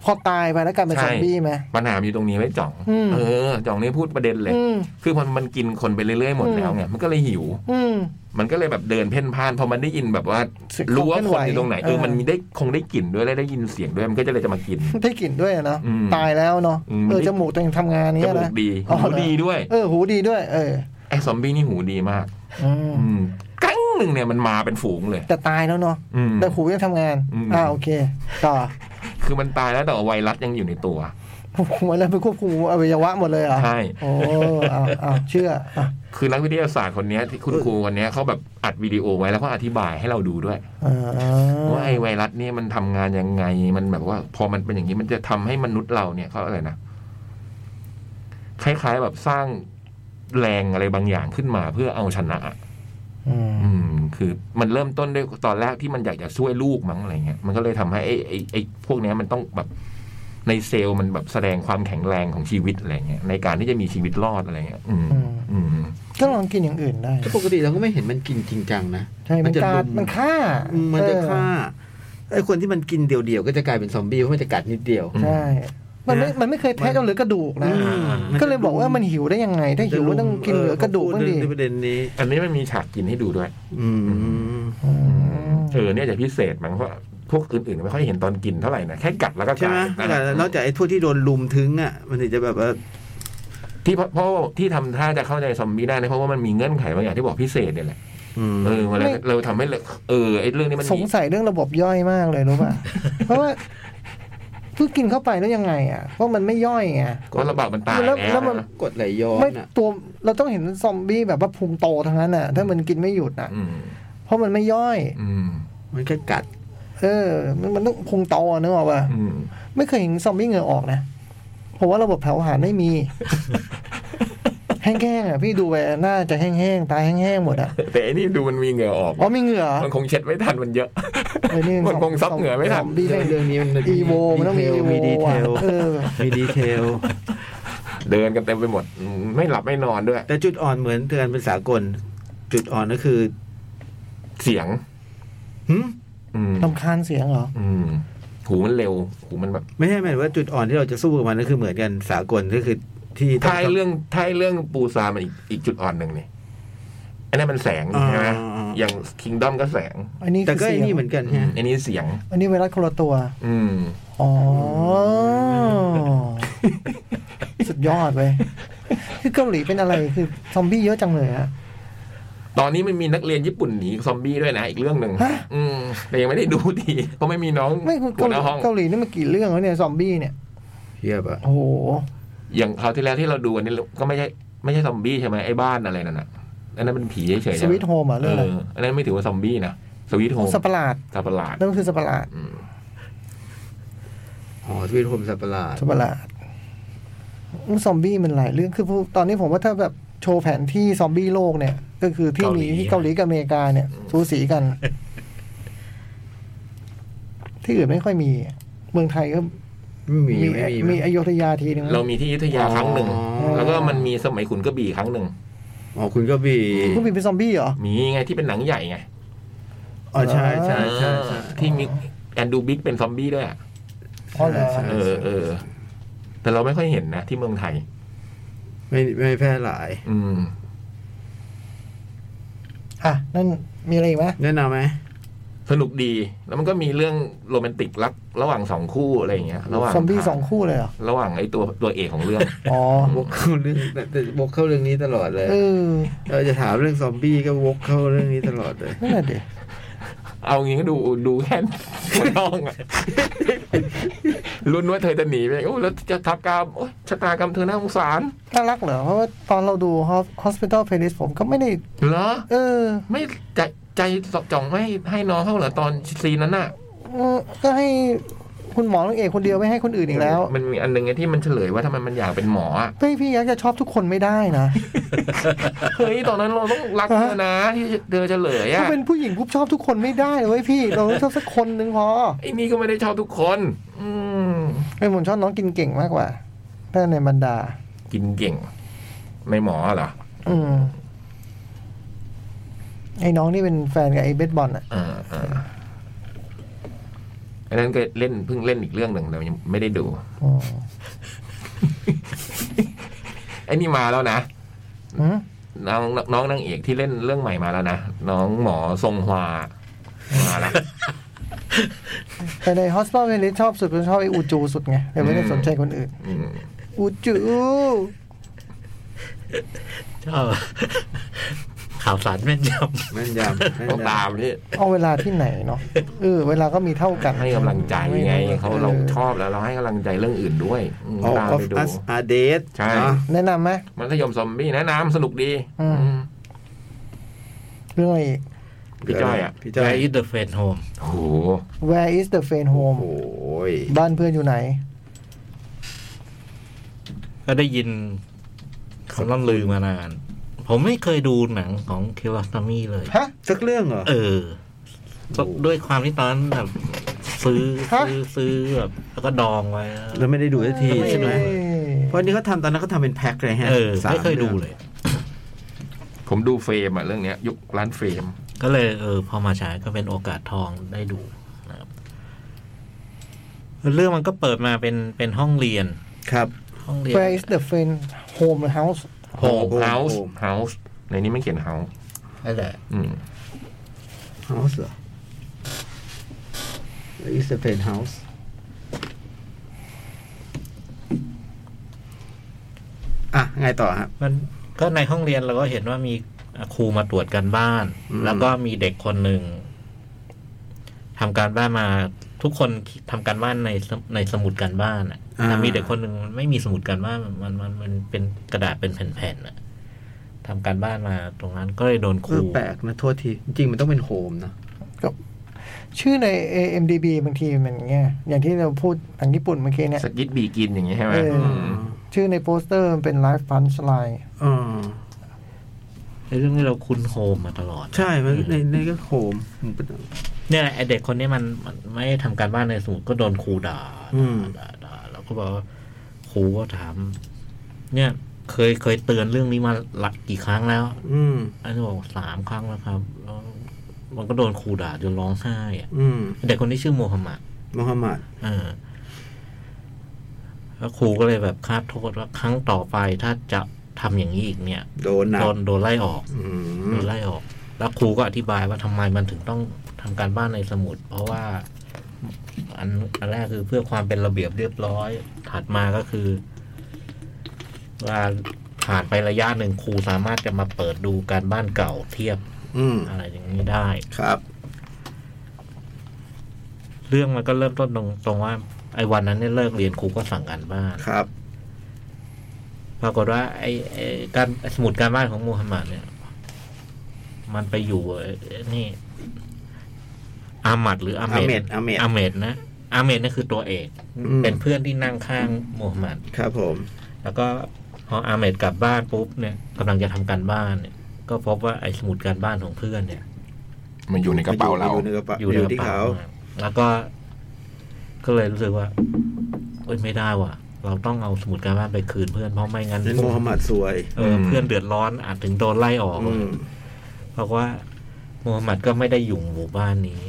พอตายไปแล้วกลายเป็นซอมบี้ไหม ปัญหาอยู่ตรงนี้ไว้จ่อง อืม เออ จ่องนี่พูดประเด็นเลย อืม คือมันมันกินคนไปเรื่อยๆหมดแล้วไง มันก็เลยหิว อืม มันก็เลยแบบเดินเพ่นพ่าน พอมันได้ยินแบบว่า เสียง รู้ว่า เคลื่ ค อนไหวน อยู่ตรงไหน เอ เอ อ อ มันมีได้คงได้กลิ่นด้วยและได้ยินเสียงด้วย มันก็จะเลยจะมากิน ได้กลิ่นด้วยอะเนาะ อืม ตายแล้วเนาะ อืม เออจมูกตัวเองทำงาน จ เนี้ย มู นะ กดี อ๋อ หู เหรอ ดีด้วย เออ หูดีด้วย เออ ไอ้ซอมบี้นี่หูดีมาก อืม อืมกั้งหนึ่งเนี่ยมันมาเป็นฝูงเลย แต่ตายแล้วเนาะ อืม แต่หูยังทำงาน อืม อ่าโอเค ต่อ คือมันตายแล้วแต่ว่าไวรัสยังอยู่ในตัว หัวแล้วไปควบคุมอวัยวะหมดเลยเหรอ ใช่ โอ้เอาเอาเชื่ออ่ะ คือนักวิทยาศาสตร์คนเนี้ยที่คุณครูคนเนี้ยเขาแบบอัดวิดีโอไว้แล้วก็อธิบายให้เราดูด้วย อ่ ว่า า ไอไวรัสเนี่ยมันทำงานยังไง มันแบบว่า พอมันเป็นอย่างนี้มันจะทำให้มนุษย์เราเนี่ยเขาอะไรนะคล้ายๆแบบสร้างแรงอะไรบางอย่างขึ้นมาเพื่อเอาชนะอะ อืม อืม คือมันเริ่มต้นด้วยตอนแรกที่มันอยากจะช่วยลูกมั้งอะไรเงี้ยมันก็เลยทำให้ไอไอไอพวกเนี้ยมันต้องแบบในเซลล์มันแบบแสดงความแข็งแรงของชีวิตอะไรเงี้ยในการที่จะมีชีวิตรอดอะไรเงี้ย อืม อืม ก็ลองกินอย่างอื่นได้ ก็ปกติเราก็ไม่เห็นมันกินจริงจังนะ ใช่ มัน จะ กา ลุ ดมันฆ่า มั มัน จะฆ่าไอ้คนที่มันกินเดี่ยวๆก็จะกลายเป็นซอมบี้เพราะมันจะกัดนิดเดียว อืม ใช่ มันไม่ นะ มันไม่เคยแทะจนเหลือกระดูกนะ อืมมันจะ ก็เลยบอกว่ามันหิวได้ยังไง ถ้าหิวมันต้องกินเหลือกระดูก เอ บ้าง อ ดิ พูในประเด็นนี้ อันนี้มันมีฉากกินให้ดูด้วย อืม อืม เออเนี่ยจะพิเศษมั้งเพราะพวกอื่นๆไม่ค่อยเห็นตอนกินเท่าไหร่นะแค่กัดแล้วก็ ใช่ กา ไหยมนั่นแห แต่ ละ นอกจากไอ้พวกที่โดนลุมถึงอ่ะ มันถึงจะแบบว่า ที่เพราะเพราะว่าที่ทำท่าจะเข้าใจซอมบี้ได้เนี่ยเพราะว่ามันมีเงื่อนไขบางอย่างที่บอกพิเศษเนี่ยแหละ อืม เออมาแล้วเราทำให้เราเออไอ้เรื่องนี้มัน ส มี งสัยเรื่องระบบย่อยมากเลย รู้ป่ะ เพราะว่าเพิ่งกินเข้าไปแล้วยังไง อ่ะ เพราะมันไม่ย่อยไง ก็ระบาดมันตาย แล้ แล้ว วแล้วมัน นะ กดไหลย้อน ไม่ อ่ะ ตัวเราต้องเห็นซอมบี้แบบว่าพุงโตทั้งนั้นน่ะ ถ้ามันกินไม่หยุดน่ะ อืม เพราะมันไม่ย่อย อืม มันแค่กัด เออ มันมันต้องพุงโตนึกออกป่ะ อืม ไม่เคยเห็นซอมบี้เหงื่อออกนะผมว่าระบบเผาผลาญไม่มี แห้งๆอ่ะพี่ดูไปน่าจะแห้งๆตายแห้งๆหมดอ่ะ แต่อันนี้ดูมันมีเหงื่อออก อ๋อมีเหงื่อเหรอ มันคงเช็ดไม่ทันมันเยอะ เออนี่ มันคงซับเหงื่อไม่ทัน ซบี้ เรื่อง แม่ง เรื่องนี้มัน อีโวมันต้องมีอี มีดี โว เท อ่ะ ล เออ มีดีเทล เดินกันเต็มไปหมดอืมไม่หลับไม่นอนด้วย แต่จุดอ่อนเหมือนเตือนเป็นสากล จุดอ่อนก็คือ เสียง หึ อืม ลำคาญเสียงเหรอ อืมหูมันเร็วหูมันแบบ ไม่ใช่หมายถึงว่าจุดอ่อนที่เราจะสู้กับมันก็คือเหมือนกันสากลก็คือที่ ถ้าไอ้เรื่องถ้าไอ้เรื่องปูซามันอีกอีกจุดอ่อนหนึ่งนี่อันนั้นมันแสง อ่า ใช่ไหมอย่างคิงดอมก็แสง อันนี้ แต่ คือ ก็ เสี ไอ้ ยง นี่เหมือนกันฮะ อันนี้เสียง อันนี้ไวรัสคนละตัว อืม อ๋อ สุดยอดเว้ยคือเกาหลีเป็นอะไรคือซอมบี้เยอะจังเลยฮะ ตอนนี้มันมีนักเรียนญี่ปุ่นหนีซอมบี้ด้วยนะ อีกเรื่องหนึ่ง ฮะ อืมแต่ยังไม่ได้ดูดีเพราะไม่มีน้อง ไม่คือ หัหเกาว หลี น้าห้อง เกาหลีนี่มันกี่เรื่องแล้วเนี่ยซอมบี้เนี่ย เทียบอะ โอ้โห อย่างคราวที่แล้วที่เราดูอันนี้ก็ไม่ใช่ไม่ใช่ซอมบี้ใช่ไหมไอ้บ้านอะไรนั่นน่ะ อันนั้นเป็นผีเฉยๆ ส นะ วิตโฮมอ่ะ เอ เรื่องอะไร ออันนั้นไม่ถือว่าซอมบี้นะสวิตโฮม สัตว์ประหลาด สัตว์ประหลาด นั่นก็คือสัตว์ประหลาด อืม อ๋อชีวิตผมสัตว์ประหลาด สัตว์ประหลาดอู้ซอมบี้มันหลายเรื่องคือพวกตอนนี้ผมว่าถ้าแบบโชว์แผนที่ซอมบี้โลกเนี่ย ก็คือที่มีที่เกาหลีกับอเมริกาเนี่ย สูสีกัน ที่อื่นไม่ค่อยมี เมืองไทยก็ ไม่มีมีไม่มี มี ไห อโยธยาทีนึง เรามีที่อยุธยาครั้งหนึ่ง อ๋อ แล้วก็มันมีสมัยขุนกระบี่ครั้งหนึ่ง อ๋อคุณก็บี คุณบินเป็นซอมบี้เหรอ มีไงที่เป็นหนังใหญ่ไง อ๋อใช่ใช่ใช่ใช่ เออที่มีแอนดูบิ๊กเป็นซอมบี้ด้วยอะ อ๋อเหรอ ใช่ เอ ใช่ อเออ แต่เราไม่ค่อยเห็นนะที่เมืองไทย ไม่ไม่แพร่หลาย อืม อ่ะ นั่นมีอะไรอีกไหม แนะนำไหม สนุกดี แล้วมันก็มีเรื่องโรแมนติกรักระหว่างสองคู่อะไรอย่างเงี้ย ระหว่าง ซอมบี้สองคู่เลยเหรอ ระหว่างไอ้ตัวตัวเอกของเรื่อง อ๋อ วกเข้าเรื่องแต่แต่วกเข้าเรื่องนี้ตลอดเลย เออ เราจะถามเรื่องซอมบี้ก็วกเข้าเรื่องนี้ตลอดเลย นั่นแหละเด็ก เอางี้ก็ดูดูแค่ หัวน้องอะลุ้นว่าเธอจะหนีไปโอ้แล้วจะทับกรรมโอ้ชะตากรรมเธอน่าสงสาร น่ารักเหรอ เพราะว่าตอนเราดู Ho- Hospital Playlist ผมก็ไม่ได้ เหรอ เออ ไม่ใจใจสอบจ่องให้ให้น้องเขาเหรอตอนซีนนั้นน่ะ เออ ก็ให้คุณหมอนางเอกคนเดียวไม่ให้คนอื่นอีกแล้ว มันมีอันหนึงไงที่มันเฉลยว่าทำไมมันอยากเป็นหมอ อะ เฮ้ยพี่ยักษ์จะชอบทุกคนไม่ได้นะ เฮ้ยตอนนั้นเราต้องรักเธอนะที่เธอเฉลย ถ้า อะ เป็นผู้หญิงปุ๊บชอบทุกคนไม่ได้เลยเว้ยพี่ เราต้องชอบสักคนนึงพอ ไอ้นี่ก็ไม่ได้ชอบทุกคน อืม ไอ้ยผมชอบน้องกินเก่งมากกว่าถ้าในบรรดา กินเก่ง ในหมอเหรอ อืมไอ้น้องนี่เป็นแฟนกับไอ้เบสบอลอ่ะ อ่าอ่าอันนั้นก็เล่นเพิ่งเล่นอีกเรื่องหนึ่งแต่ยังไม่ได้ดู อ๋อ ไอ้นี่มาแล้วนะ อืม น้องน้องนางเอกที่เล่นเรื่องใหม่มาแล้วนะน้องหมอทรงฮวามาละ แต่ใน Hospital Playlist ชอบสุดผมชอบไอ้อูจูสุดไงแต่ไม่ได้สนใจคนอื่น อืม อูจู ชอบ ข่าวสารแม่นย แม่นยำแม่น ต้องตาย ำ มนี่ เอาเวลาที่ไหนเนาะเออเวลาก็มีเท่ากัน ให้กำลังใจไง ออ เขาเราชอบแล้วเราให้กำลังใจเรื่องอื่นด้วยอืม ออก ตาม ออฟ ไปดู อัสอาเดส ใช่ แนะนำไหม มันยมซอมบี้แนะนำสนุกดี อืม อืม เรื่องอะไรอีก พี่จ้อยอ่ะ พี่ ำ จ้อย Where is the friend home โอ้โห Where is the friend โอ้ home โหย บ้านเพื่อนอยู่ไหน ก็ได้ยินคำล่ำลือมานาน ผมไม่เคยดูหนังของเคล o สตามีเลย ฮะ สักเรื่องเหรอ เออ ด้วยความที่ตอนนั้นแบบซื้อ ฮะ ซื้อซื้อแบบแล้วก็ดองไว้ แล้วไม่ได้ดูสักทีใช่ไหม เอ้ย เพราะนี่เขาทำตอนนั้นเขาทำเป็นแพ็คเลยฮะ เออ สา ไม่เคยดู รื่อง เลย ผมดูเฟรมอ่ะเรื่องเนี้ย ยุคร้านเฟรม ก็เลยเออ พอมาฉายก็เป็นโอกาสทองได้ดูนะครับเรื่องมันก็เปิดมาเป็นเป็นห้องเรียน ครับ ห้องเรียน Where is the friend home หรือ house โฮมเฮาส์เฮาส์ในนี้ไม่เขียนเฮาส์ นั่นแหละ อืม เฮาส์เหรอ Is the penthouse อ่ะไงต่อครับ มันก็ในห้องเรียนเราก็เห็นว่ามีครูมาตรวจการบ้าน อืม แล้วก็มีเด็กคนหนึ่งทำการบ้านมาทุกคนทำการบ้านในสมุในสมุดการบ้านอ่ะแต่มีเด็กคนหนึ่งมันไม่มีสมุดการบ้านมันมันมันเป็นกระดาษเป็นแผ่นๆอ่ะทำการบ้านมาตรงนั้นก็เลยโดนค เอ รู อแปลกนะโทษที จริงๆมันต้องเป็นโฮมนะ ชื่อใน AMDB บางทีมันเงี้ยอย่างที่เราพูดทางญี่ปุ่นเมื่อกี้เนี่ย สกิทบีกินอย่างงี้ใช่ไหม เอออื ม ชื่อในโปสเตอร์มันเป็น live punchline อ๋อ ไอ้เรื่องที่เราคุ้นโฮมมาตลอด ใช่มันในในก็โฮม เนี่ยไอเด็กคนนี้มันมันไม่ได้ทำการบ้านในสมุดก็โดนครูด่า อืม ด่าด่าแล้วก็บอกว่าครูก็ถาม เนี่ย เคยเคยเตือนเรื่องนี้มาหลักกี่ครั้งแล้ว อืม อันนี้บอกสามครั้งแล้วครับแล้วมันก็โดนครูด่าจนร้องไห้อะ อืม เด็กคนนี้ชื่อโมฮัมหมัด มูฮัมหมัด เออแล้วครูก็เลยแบบคาดโทษว่าครั้งต่อไปถ้าจะทำอย่างนี้อีกเนี่ย โดนหนัก โดนโดนไล่ออก อืม โดนไล่ออก แล้วครูก็อธิบายว่าทำไมมันถึงต้องทำการบ้านในสมุด เพราะว่า อันอันแรกคือเพื่อความเป็นระเบียบเรียบร้อย ถัดมาก็คือเว่าผ่านไประยะหนึ่งครูสามารถจะมาเปิดดูการบ้านเก่าเทียบ อืม อะไรอย่างนี้ได้ ครับ เรื่องมันก็เริ่มต้นตรงตรงว่า ไอ้วันนั้นเนี่ยเลิกเรียนครูก็สั่งการบ้าน ครับ ปรากฏว่าไอ้ไอ้การไอ้สมุดการบ้านของมูฮัมหมัดเนี่ย มันไปอยู่เอ่อนี่อามัดหรืออาเมด อาเมดอาเมด อาเมดนะอาเมดนั่นคือตัวเอก อืม เป็นเพื่อนที่นั่งข้างมูฮัมหมัด ครับผม แล้วก็พออาเมดกลับบ้านปุ๊บเนี่ยกำลังจะทำการบ้านเนี่ย ก็พบว่าไอ้สมุดการบ้านของเพื่อนเนี่ย มันอยู่ในกระเป๋าเรา อยู่ในกระเป๋า อ อยู่ ใน ยู่ กระ ที่ เป๋า เขา แล้วก็ ก็เลยรู้สึกว่าเอ้ยไม่ได้ว่ะ เราต้องเอาสมุดการบ้านไปคืนเพื่อนเพราะไม่งั้น นั้นโมฮัมหมัดซวย เออเพื่อนเดือดร้อนอาจถึงโดนไล่ออก อืม เพราะว่าโมฮัมหมัดก็ไม่ได้อยู่หมู่บ้านนี้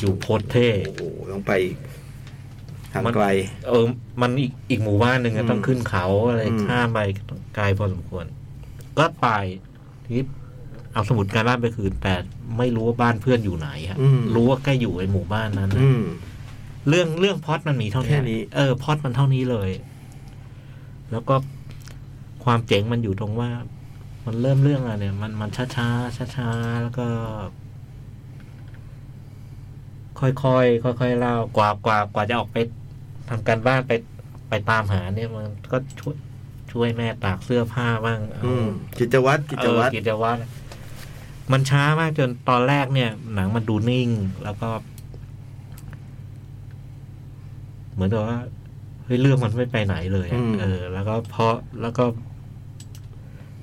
อยู่โพสเท่ โอ้โหต้องไปอีกทาง มัน ไกล เออ มันอีกอีกหมู่บ้านหนึ่งอะ อืม ต้องขึ้นเขาอะไร อืม ข้ามไปไกลพอสมควร ก็ไปทีนี้เอาสมุดการบ้านไปคืนแต่ไม่รู้ว่าบ้านเพื่อนอยู่ไหนอะ อืม รู้ว่าแกอยู่ไอ้หมู่บ้านนั้นนะ อืม เรื่องเรื่องพล็อดมันมีเท่า แค่ นี้ นี้ เออพล็อดมันเท่านี้เลย แล้วก็ความเจ๋งมันอยู่ตรงว่า มันเริ่มเรื่องอะไรเนี่ย มันมันช้าช้าช้าช้าๆแล้วก็ ค่อยๆค่อยๆเล่ากว่ากว่ากว่าจะออกไปทำการบ้านไปไปตามหาเนี่ยมันก็ช่วยช่วยแม่ตากเสื้อผ้าบ้างเอา อืมกิจวัตรกิจวัตร เออกิจวัตรมันช้ามากจนตอนแรกเนี่ย หนังมันดูนิ่ง แล้วก็ เหมือนกับว่าเฮ้ยเรื่องมันไม่ไปไหนเลยอะ อืม เออ แล้วก็พอแล้วก็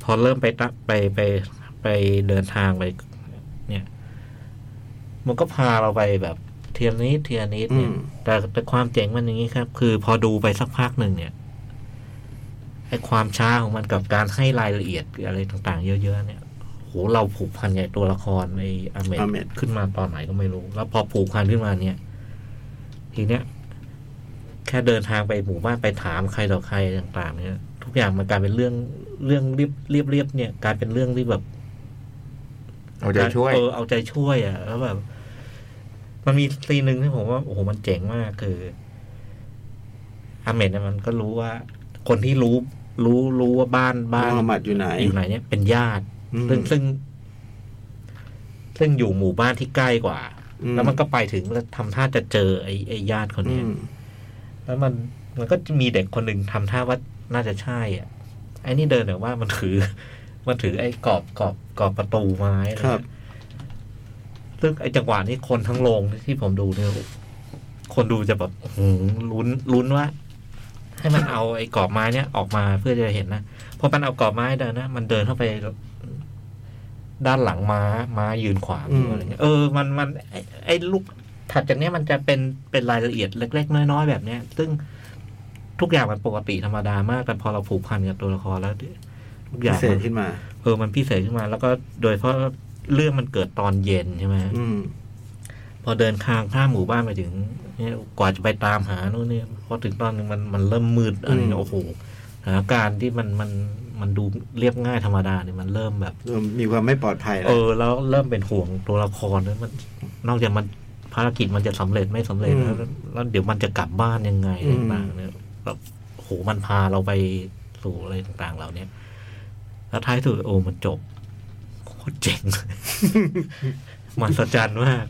พอเริ่มไปตะไปไปไปเดินทางไป เนี่ย มันก็พาเราไปแบบ เทียนิดเทียนิด อื เนี่ย ม แต่แต่ความเจ๋งมันอย่างนี้ครับ คือพอดูไปสักพักหนึ่งเนี่ยไอความช้าของมันกับการให้รายละเอียดอะไรต่างๆ เยอะๆเนี่ยโหเราผูกพันกับไอ้ตัวละครไออาเมด อาเมด ขึ้นมาตอนไหนก็ไม่รู้ แล้วพอผูกพันขึ้นมาเนี่ย ทีเนี้ยแค่เดินทางไปหมู่บ้านไปถามใครต่อใครต่างๆ เนี่ย ทุกอย่างมันกลายเป็นเรื่องเรื่องเรียบเรียบเรียบเนี่ยกลายเป็นเรื่องที่แบบ เอาใจช่วย เออเอาใจช่วยอ่ะ แล้วแบบ มันมีซีนหนึ่งที่ผมว่าโอ้โหมันเจ๋งมากคืออาเมดเนี่ยมันก็รู้ว่า คนที่รู้ รู้รู้ว่าบ้าน โม บ้าน ฮัมหมัดอยู่ไหน อยู่ไหนเนี่ยเป็นญาติ อืม ซึ่งซึ่ง ซึ่งอยู่หมู่บ้านที่ใกล้กว่า อืม แล้วมันก็ไปถึงแล้วทำท่าจะเจอไอ้ไอ้ญาติคน อื เนี้ย ม แล้วมันมันก็จะมีเด็กคนหนึ่งทำท่าว่าน่าจะใช่อ่ะไอ้นี่เดินแบบว่ามันถือ มันถือไอ้กรอบกรอบกรอบประตูไม้อะไร ครับ เงี้ยซึ่งไอ้จังหวะนี้คนทั้งโรงที่ผมดูเนี่ยคนดูจะแบบหืมลุ้นลุ้นว่า ให้มันเอาไอ้กรอบไม้เนี่ยออกมาเพื่อจะเห็นนะพอมันเอากรอบไม้เดินนะมันเดินเข้าไป ด้านหลังม้าม้ายืนขวางอยู่ อืม อะไรเงี้ยเออมันมันไอ้ไอ้ลูก ถัดจากเนี้ยมันจะเป็นเป็นรายละเอียดเล็ก ๆ น้อยๆแบบเนี้ย ซึ่งทุกอย่างมันปกติธรรมดามากแต่พอเราผูกพันกับตัวละครแล้ว ทุกอ พิ ย่าง เศ มั ษ น ขึ้นมา เออมันพิเศษขึ้นมา แล้วก็โดยเพราะเรื่องมันเกิดตอนเย็นใช่ไหม อืม พอเดินทางข้ามหมู่บ้านไปถึงเนี่ยกว่าจะไปตามหานู่นนี่พอถึงตอนหนึงมันมันเริ่มมืดอะไร อืม เงี้ยโอ้โหสถานการณ์ที่มันมันมันดูเรียบง่ายธรรมดาเนี่ยมันเริ่มแบบ เริ่มมีความไม่ปลอดภัยแล้ เอ ว อแล้วเริ่มเป็นห่วงตัวละครแล้วมัน นอกจากมันภารกิจมันจะสำเร็จไม่สำเร็จแล้ว อืม แล้วเดี๋ยวมันจะกลับบ้านยังไง อืม ต่างๆเนี่ยแบบโหมันพาเราไปสู่อะไรต่างๆเราเนี่ย แล้วท้ายสุดโอ้มันจบโคตรเจ๋ง มันสะใจรรย์มาก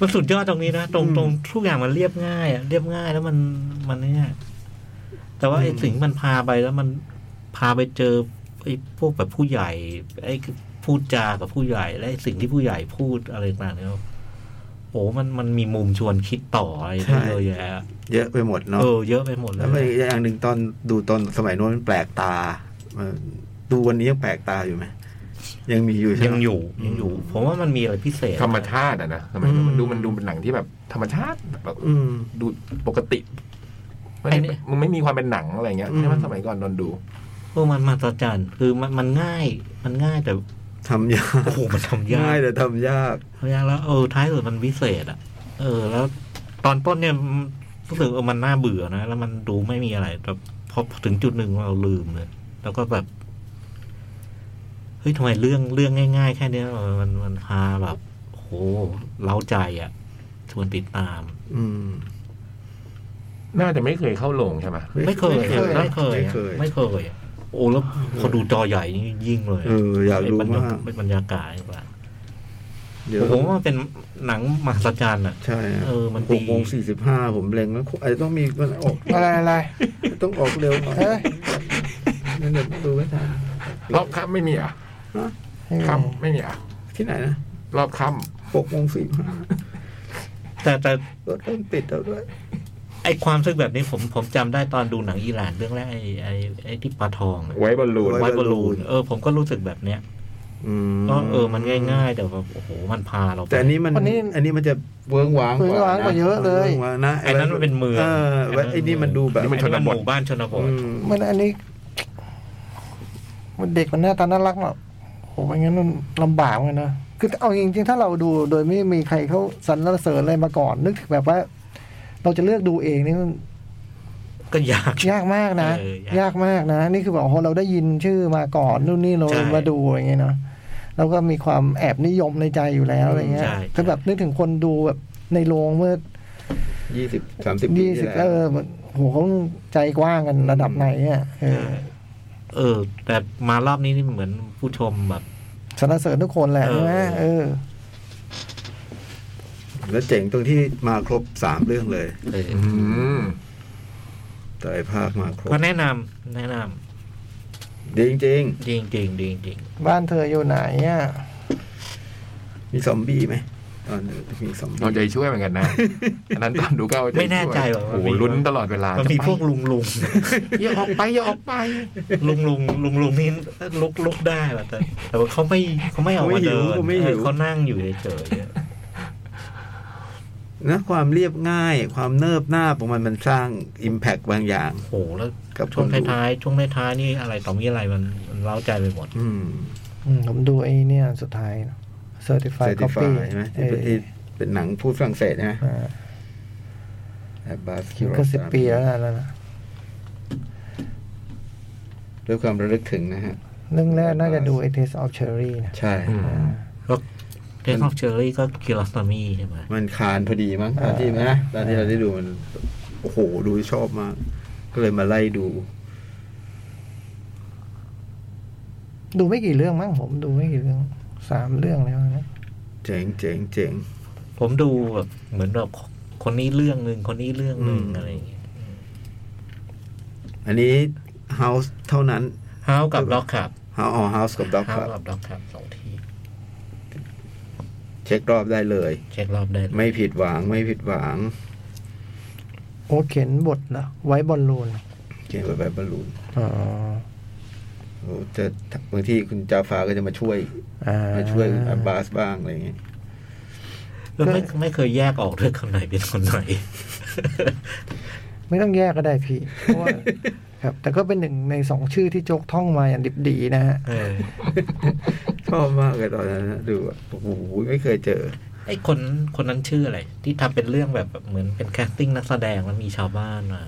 มันสุดยอดตรงนี้นะตรงตรงทุกอย่างมันเรียบง่ายอะเรียบง่ายแล้วมันมันเนี่ยแต่ว่าไอ้สิ่งที่มันพาไปแล้วมันพาไปเจอไอ้พวกแบบผู้ใหญ่ ไอ้พูดจากับผู้ใหญ่ และไอ้สิ่งที่ผู้ใหญ่พูดอะไรต่างๆเนี่ยโอ้มันมันมีมุมชวนคิดต่ออะไรได้เยอะแยะ เยอะไปหมดเนาะ เออเยอะไปหมดเล แล้วมัน ย อีกอย่างหนึ่งตอนดูตอนสมัยโน้นมันแปลกตาเออดูวันนี้ยังแปลกตาอยู่ไหม ยังมีอยู่ใช่ไหม ยังอยู่ยังอยู่ ผมว่ามันมีอะไรพิเศษ ธรรมชาติอะนะสมัยนั้น อืม มันดูมันดูเป็นหนังที่แบบธรรมชาติแบบ อืม ดูปกติไม่ได้ ไอ้นี่ มันไม่มีความเป็นหนังอะไรเงี้ย อืม ใช่ไหมสมัยก่อนนนดู เออมันมาตรจันคือมันมันง่าย มันง่ายแต่ ทำยาก โอ้โหมันทำยา ง่าย ก แต่ทำยาก ทำยากแล้วเออท้ายสุดมันวิเศษอ่ะ เออ แล้ว ตอนต้นเนี่ยรู้สึกเออมันน่าเบื่อนะแล้วมันดูไม่มีอะไรแต่พอถึงจุดหนึ่งเราลืมเลยแล้วก็แบบเฮ้ยทำไมเรื่องเรื่องง่าย ๆ แค่เนี้ยเออมันมันพาแบบโอ้โหเล้าใจอ่ะชวนติดตาม อืม น่าจะไม่เคยเข้าโรงใช่ไหม ไม่เคย ไม่เคย ไม่เคย ไม่เคย ไม่เคยอะโอ้แล้วพอดูจอใหญ่นี่ยิ่งเลยะ เออ อยากรู้มาก เป็นบรรยากาศดีกว่า เดี๋ยว ผมว่ามันเป็นหนังมหัศจรรย์อ่ะ ใช่ เออมัน ห ดี กโมงสี่สิบห้าผมเล็งแล้วไอ้ต้องมีมันออก อะไรอะไร ต้องออกเร็วหน่อย เอ้ย นั่นเดี๋ยวดูไม่ทัน รอบข้างไม่มีอ่ะ เ ค่ำไม่เนี่ย ที่ไหนนะ รอบค่ หกโมงสี่ห้า แต่แต่ รถเริ่มติดแล้วด้วย ไอความรู้สึกแบบนี้ผมผมจำได้ตอนดูหนังอิหร่านเรื่องแรกไอไอไอที่ปลาทอง ำไว้บอลลูน ไว้ ไวบอลูนเออผมก็รู้สึกแบบเนี้ย อืม ก็เออมันง่าย ๆ แต่แบบโอ้โหมันพาเราไป แต่อันนี้มัน อันนี้ อันนี้มันจะเวิ้งว้าง เวิ้งว้างกว่าเยอะเลย วิ้งว้างนะ ไอ้นั้นมันเป็นเมือง อไว้ไอ้นี่มันดูแบบ อันนี้มันหมู่บ้านชนบท อืม มันอันนี้ มันเด็กมันหน้าตาน่ารักเนาะโหไม่งั้นมันลำบากเหมือนกันนะคือเอาจริงๆ ถ้าเราดูโดยไม่มีใครเขาสรรเสริญอะไรมาก่อน นึกถึงแบบว่า เราจะเลือกดูเองนี่มัน ก็ยาก ยากมากนะ เออย ากมากนะ นี่คือแบบโอ้โหเราได้ยินชื่อมาก่อนนู่นนี่เรา ใช่ มาดูอย่างเงี้ยเนาะแล้วก็มีความแอบนิยมในใจอยู่แล้วอะไรเงี้ย ใช่ ถ้าแบบนึกถึงคนดูแบบในโรงเมื่อ ยี่สิบสามสิบปี ยี่สิ ที่ บ แล้ เออวมันโหเขาใจกว้างกันระดับไหนอ่ะเออ เออ แต่มารอบนี้นี่เหมือนผู้ชมแบบ สรรเสริญทุกคนแหละ เออ ใช่ไหมเออ แล้วเจ๋งตรงที่มาครบสามเรื่องเลย เออ อืม แต่ไอภาคมาครบ ก็แนะนำแนะนำ ดีจริง จริงจริงจริงจริง บ้านเธออยู่ไหนอ่ะ ๆมีซอมบี้ไหมตอนนี้มีซอมบี้ เอาใจช่วยเหมือนกัน นะ อันนั้นตอนดูก็เอาใจช่วย ไม่แน่ใจว่า โอ้โหลุ้นตลอดเวลา มันมีพวกลุงลุง อย่าออกไปอย่าออกไป ลุงลุงลุงลุงนี่ลุกลุกได้ว่ะแต่แต่ว่าเขาไม่เขาไม่ออกมาเดินเออเขานั่งอยู่เฉยๆ นะความเรียบง่าย ความเนิบหน้าบของมันมันสร้างอิมแพ t บางอย่าง โหแล้ว กับ ช่วคงนดู ท้ายๆช่วงท้ายๆนี่อะไรต่อมีอะไรมันมันเล้าใจไปหมด อืม อืมผมดูไอ้เนี่ยสุดท้ายเซอร์ติฟาย เซติ ก็ ฟา ปี้ ยใช่ไหมที่เป็นที่เป็นหนังพูดฝรั่งเศสใช่ไหมแอบบาสคิโร ก็สิบปีแล้วนะแล้วนะ ด้วยความระลึกถึงนะฮะ เรื่องแรกน่าจะดู A Taste of Cherry นะ ใช่ อืม ก็เทคโนเชอรี่ก็คิล o สตามีใช่ไหม มันคานพอดีมั้งตอนที่นะตอนที่เราได้ดูมันโอ้โหดูชอบมาก ก็เลยมาไล่ดู ดูไม่กี่เรื่องมั้งผมดูไม่กี่เรื่องสามเรื่องแล้วนะ เจ๋งเจ๋งเจ๋ง ผมดูแบบเหมือนแบบคนนี้เรื่องหนึ่งคนนี้เรื่องหนึ่ง อืม อะไรอย่างเงี้ย อันนี้ House เท่านั้น ฮาวกับด็อกครับ House อ๋อ House กับ Dog ค ฮาว รับ กับด็อกครับสองที่ เช็ครอบได้เลย เช็ครอบได้เลย ไม่ผิดหวังไม่ผิดหวัง โอเขียนบทเหรอไว้บอลลูน เขียนไว้แบบบอลลูน อ๋อ โอ้จะบางที่คุณจาฟ้าก็จะมาช่วย อ่า มาช่วยอับบาสบ้างอะไรอย่างเงี้ย แล้วไม่ไม่เคยแยกออกด้วยคนไหนเป็นคน ไหน ไม่ต้องแยกก็ได้พี่เพราะว่าครับ แต่ก็เป็นหนึ่งในสองชื่อที่โจ๊กท่องมาอย่างดิบดีนะฮะ เออ ชอบมากเลยตอนนั้นนะดูอะโอ้โหไม่เคยเจอ ไอ้คนคนนั้นชื่ออะไร ที่ทำเป็นเรื่องแบบแบบเหมือนเป็นแคสติ้งนักแสดงแล้วมีชาวบ้านมา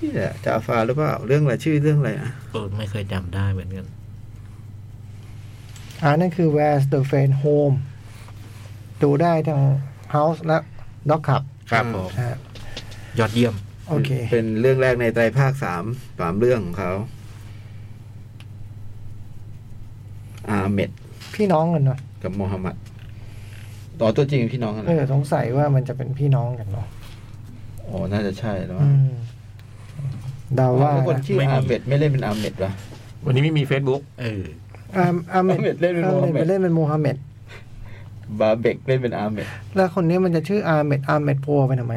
นี่แหละจาฟ้าหรือเปล่าเรื่องอะไรชื่อเรื่องอะไรนะ เออไม่เคยจำได้เหมือนกัน อันนั่นคือ Where's the Friend Home ดูได้ทั้ง House และ Dog Club ครับผม นะฮะ ยอดเยี่ยม โอเค เป็นเรื่องแรกในไตรภาคสามสามเรื่องของเขาอาเมด พี่น้องกันเนาะ กับโมฮัมหมัดต่อตัวจริงเป็นพี่น้องกันเหร เอ อ อสงสัยว่ามันจะเป็นพี่น้องกันเนาะ โอ้น่าจะใช่แล้ว อืมเดาว่า คน นะ ชื่อ ไม่มี อาเมดไม่เล่นเป็นอาเมดเหรอ วันนี้ไม่มี Facebook เออ อาอาเมด อาเมดเล่นเป็น อา โมฮัม เม เหม็ ด ด เล่นเป็นโมฮัมเหม็ด บาเบกเล่นเป็นอาเมด แล้วคนนี้มันจะชื่ออาเมดอาเมดโพไปทำไม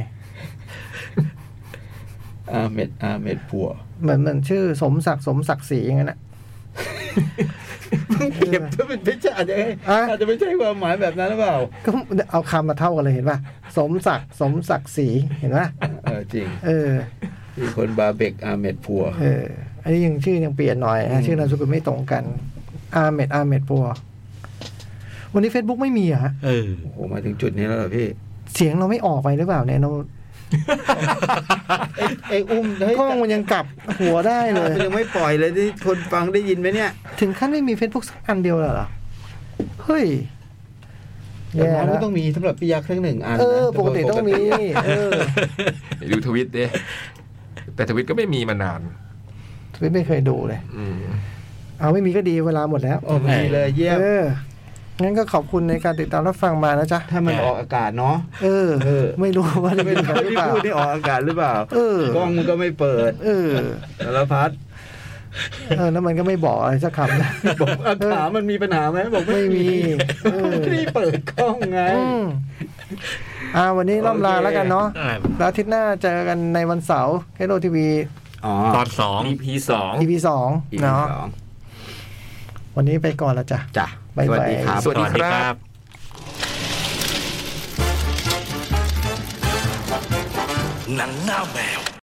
อาเมดอาเมดผัว เหมือนเหมือนชื่อสมศักดิ์สมศักดิ์ศรีอย่างนั้นนะ เก็บถ้าเป็นพิจารณา อ่ะ อาจจะไม่ใช่ความหมายแบบนั้นหรือเปล่า ก็เอาคำมาเท่ากันเลยเห็นป่ะ สมศักดิ์สมศักดิ์ศรีเห็นป่ะ เออจริง เออ มีคนบาเบกอาเมดผัว เออ อันนี้ยังชื่อยังเปลี่ยนหน่อยนะชื่อนามสกุลไม่ตรงกัน อาเมดอาเมดปัว วันนี้ Facebook ไม่มีเหรอะ เออ โอ้โหมาถึงจุดนี้แล้วเหรอพี่ เสียงเราไม่ออกไปหรือเปล่าเนี่ยเรา ไอ้อุ้ม กล้องมันยังกลับหัวได้เลย มันยังไม่ปล่อยเลยที่คนฟังได้ยินไหมเนี่ย ถึงขั้นไม่มี Facebook สักอันเดียวเลยเหรอ เฮ้ยแย่แย่างน้แล้อยก็ ว ต้องมีสำหรับพี่ยักษ์ทั้งหนึ่งอันนะ เออ ปกติต้องมี เออ เดี๋ยวดูทวิตดิแต่ทวิตก็ไม่มีมานาน ทวิตไม่เคยดูเลย อืม เอาไม่มีก็ดีเวลาหมดแล้ว โอ้มีเลยเยี่ยม เออ งั้นก็ขอบคุณในการติดตามรับฟังมานะจ๊ะ ถ้ามันออกอากาศเนาะ เออ เออ ไม่รู้ว่าจะ ไม่ เป็น รู้ กันหรือเปล่าที่พูดที่ออกอากาศหรือเปล่า เออ กล้องมันก็ไม่เปิด เออ สารพัด เออแล้วมันก็ไม่บอกอะไรสักคำนะ บอกว่าถามมันมีปัญหาไหมบอกไม่ ไม่มี มี เออ ไม่ได้เปิดกล้องไง อืมอ่าวันนี้ล่ำลาแล้วกันเนาะแล้วอาทิตย์หน้าเจอกันในวันเสาร์แคโรทีวี อ๋อ ตอนสอง EP สอง อีพีสอง อีพี เนาะ สอง วันนี้ไปก่อนละจ้ะ จ้ะ บ๊าย ส บาย วัสดีครับ สวัสดีครับ หนังหน้าแมว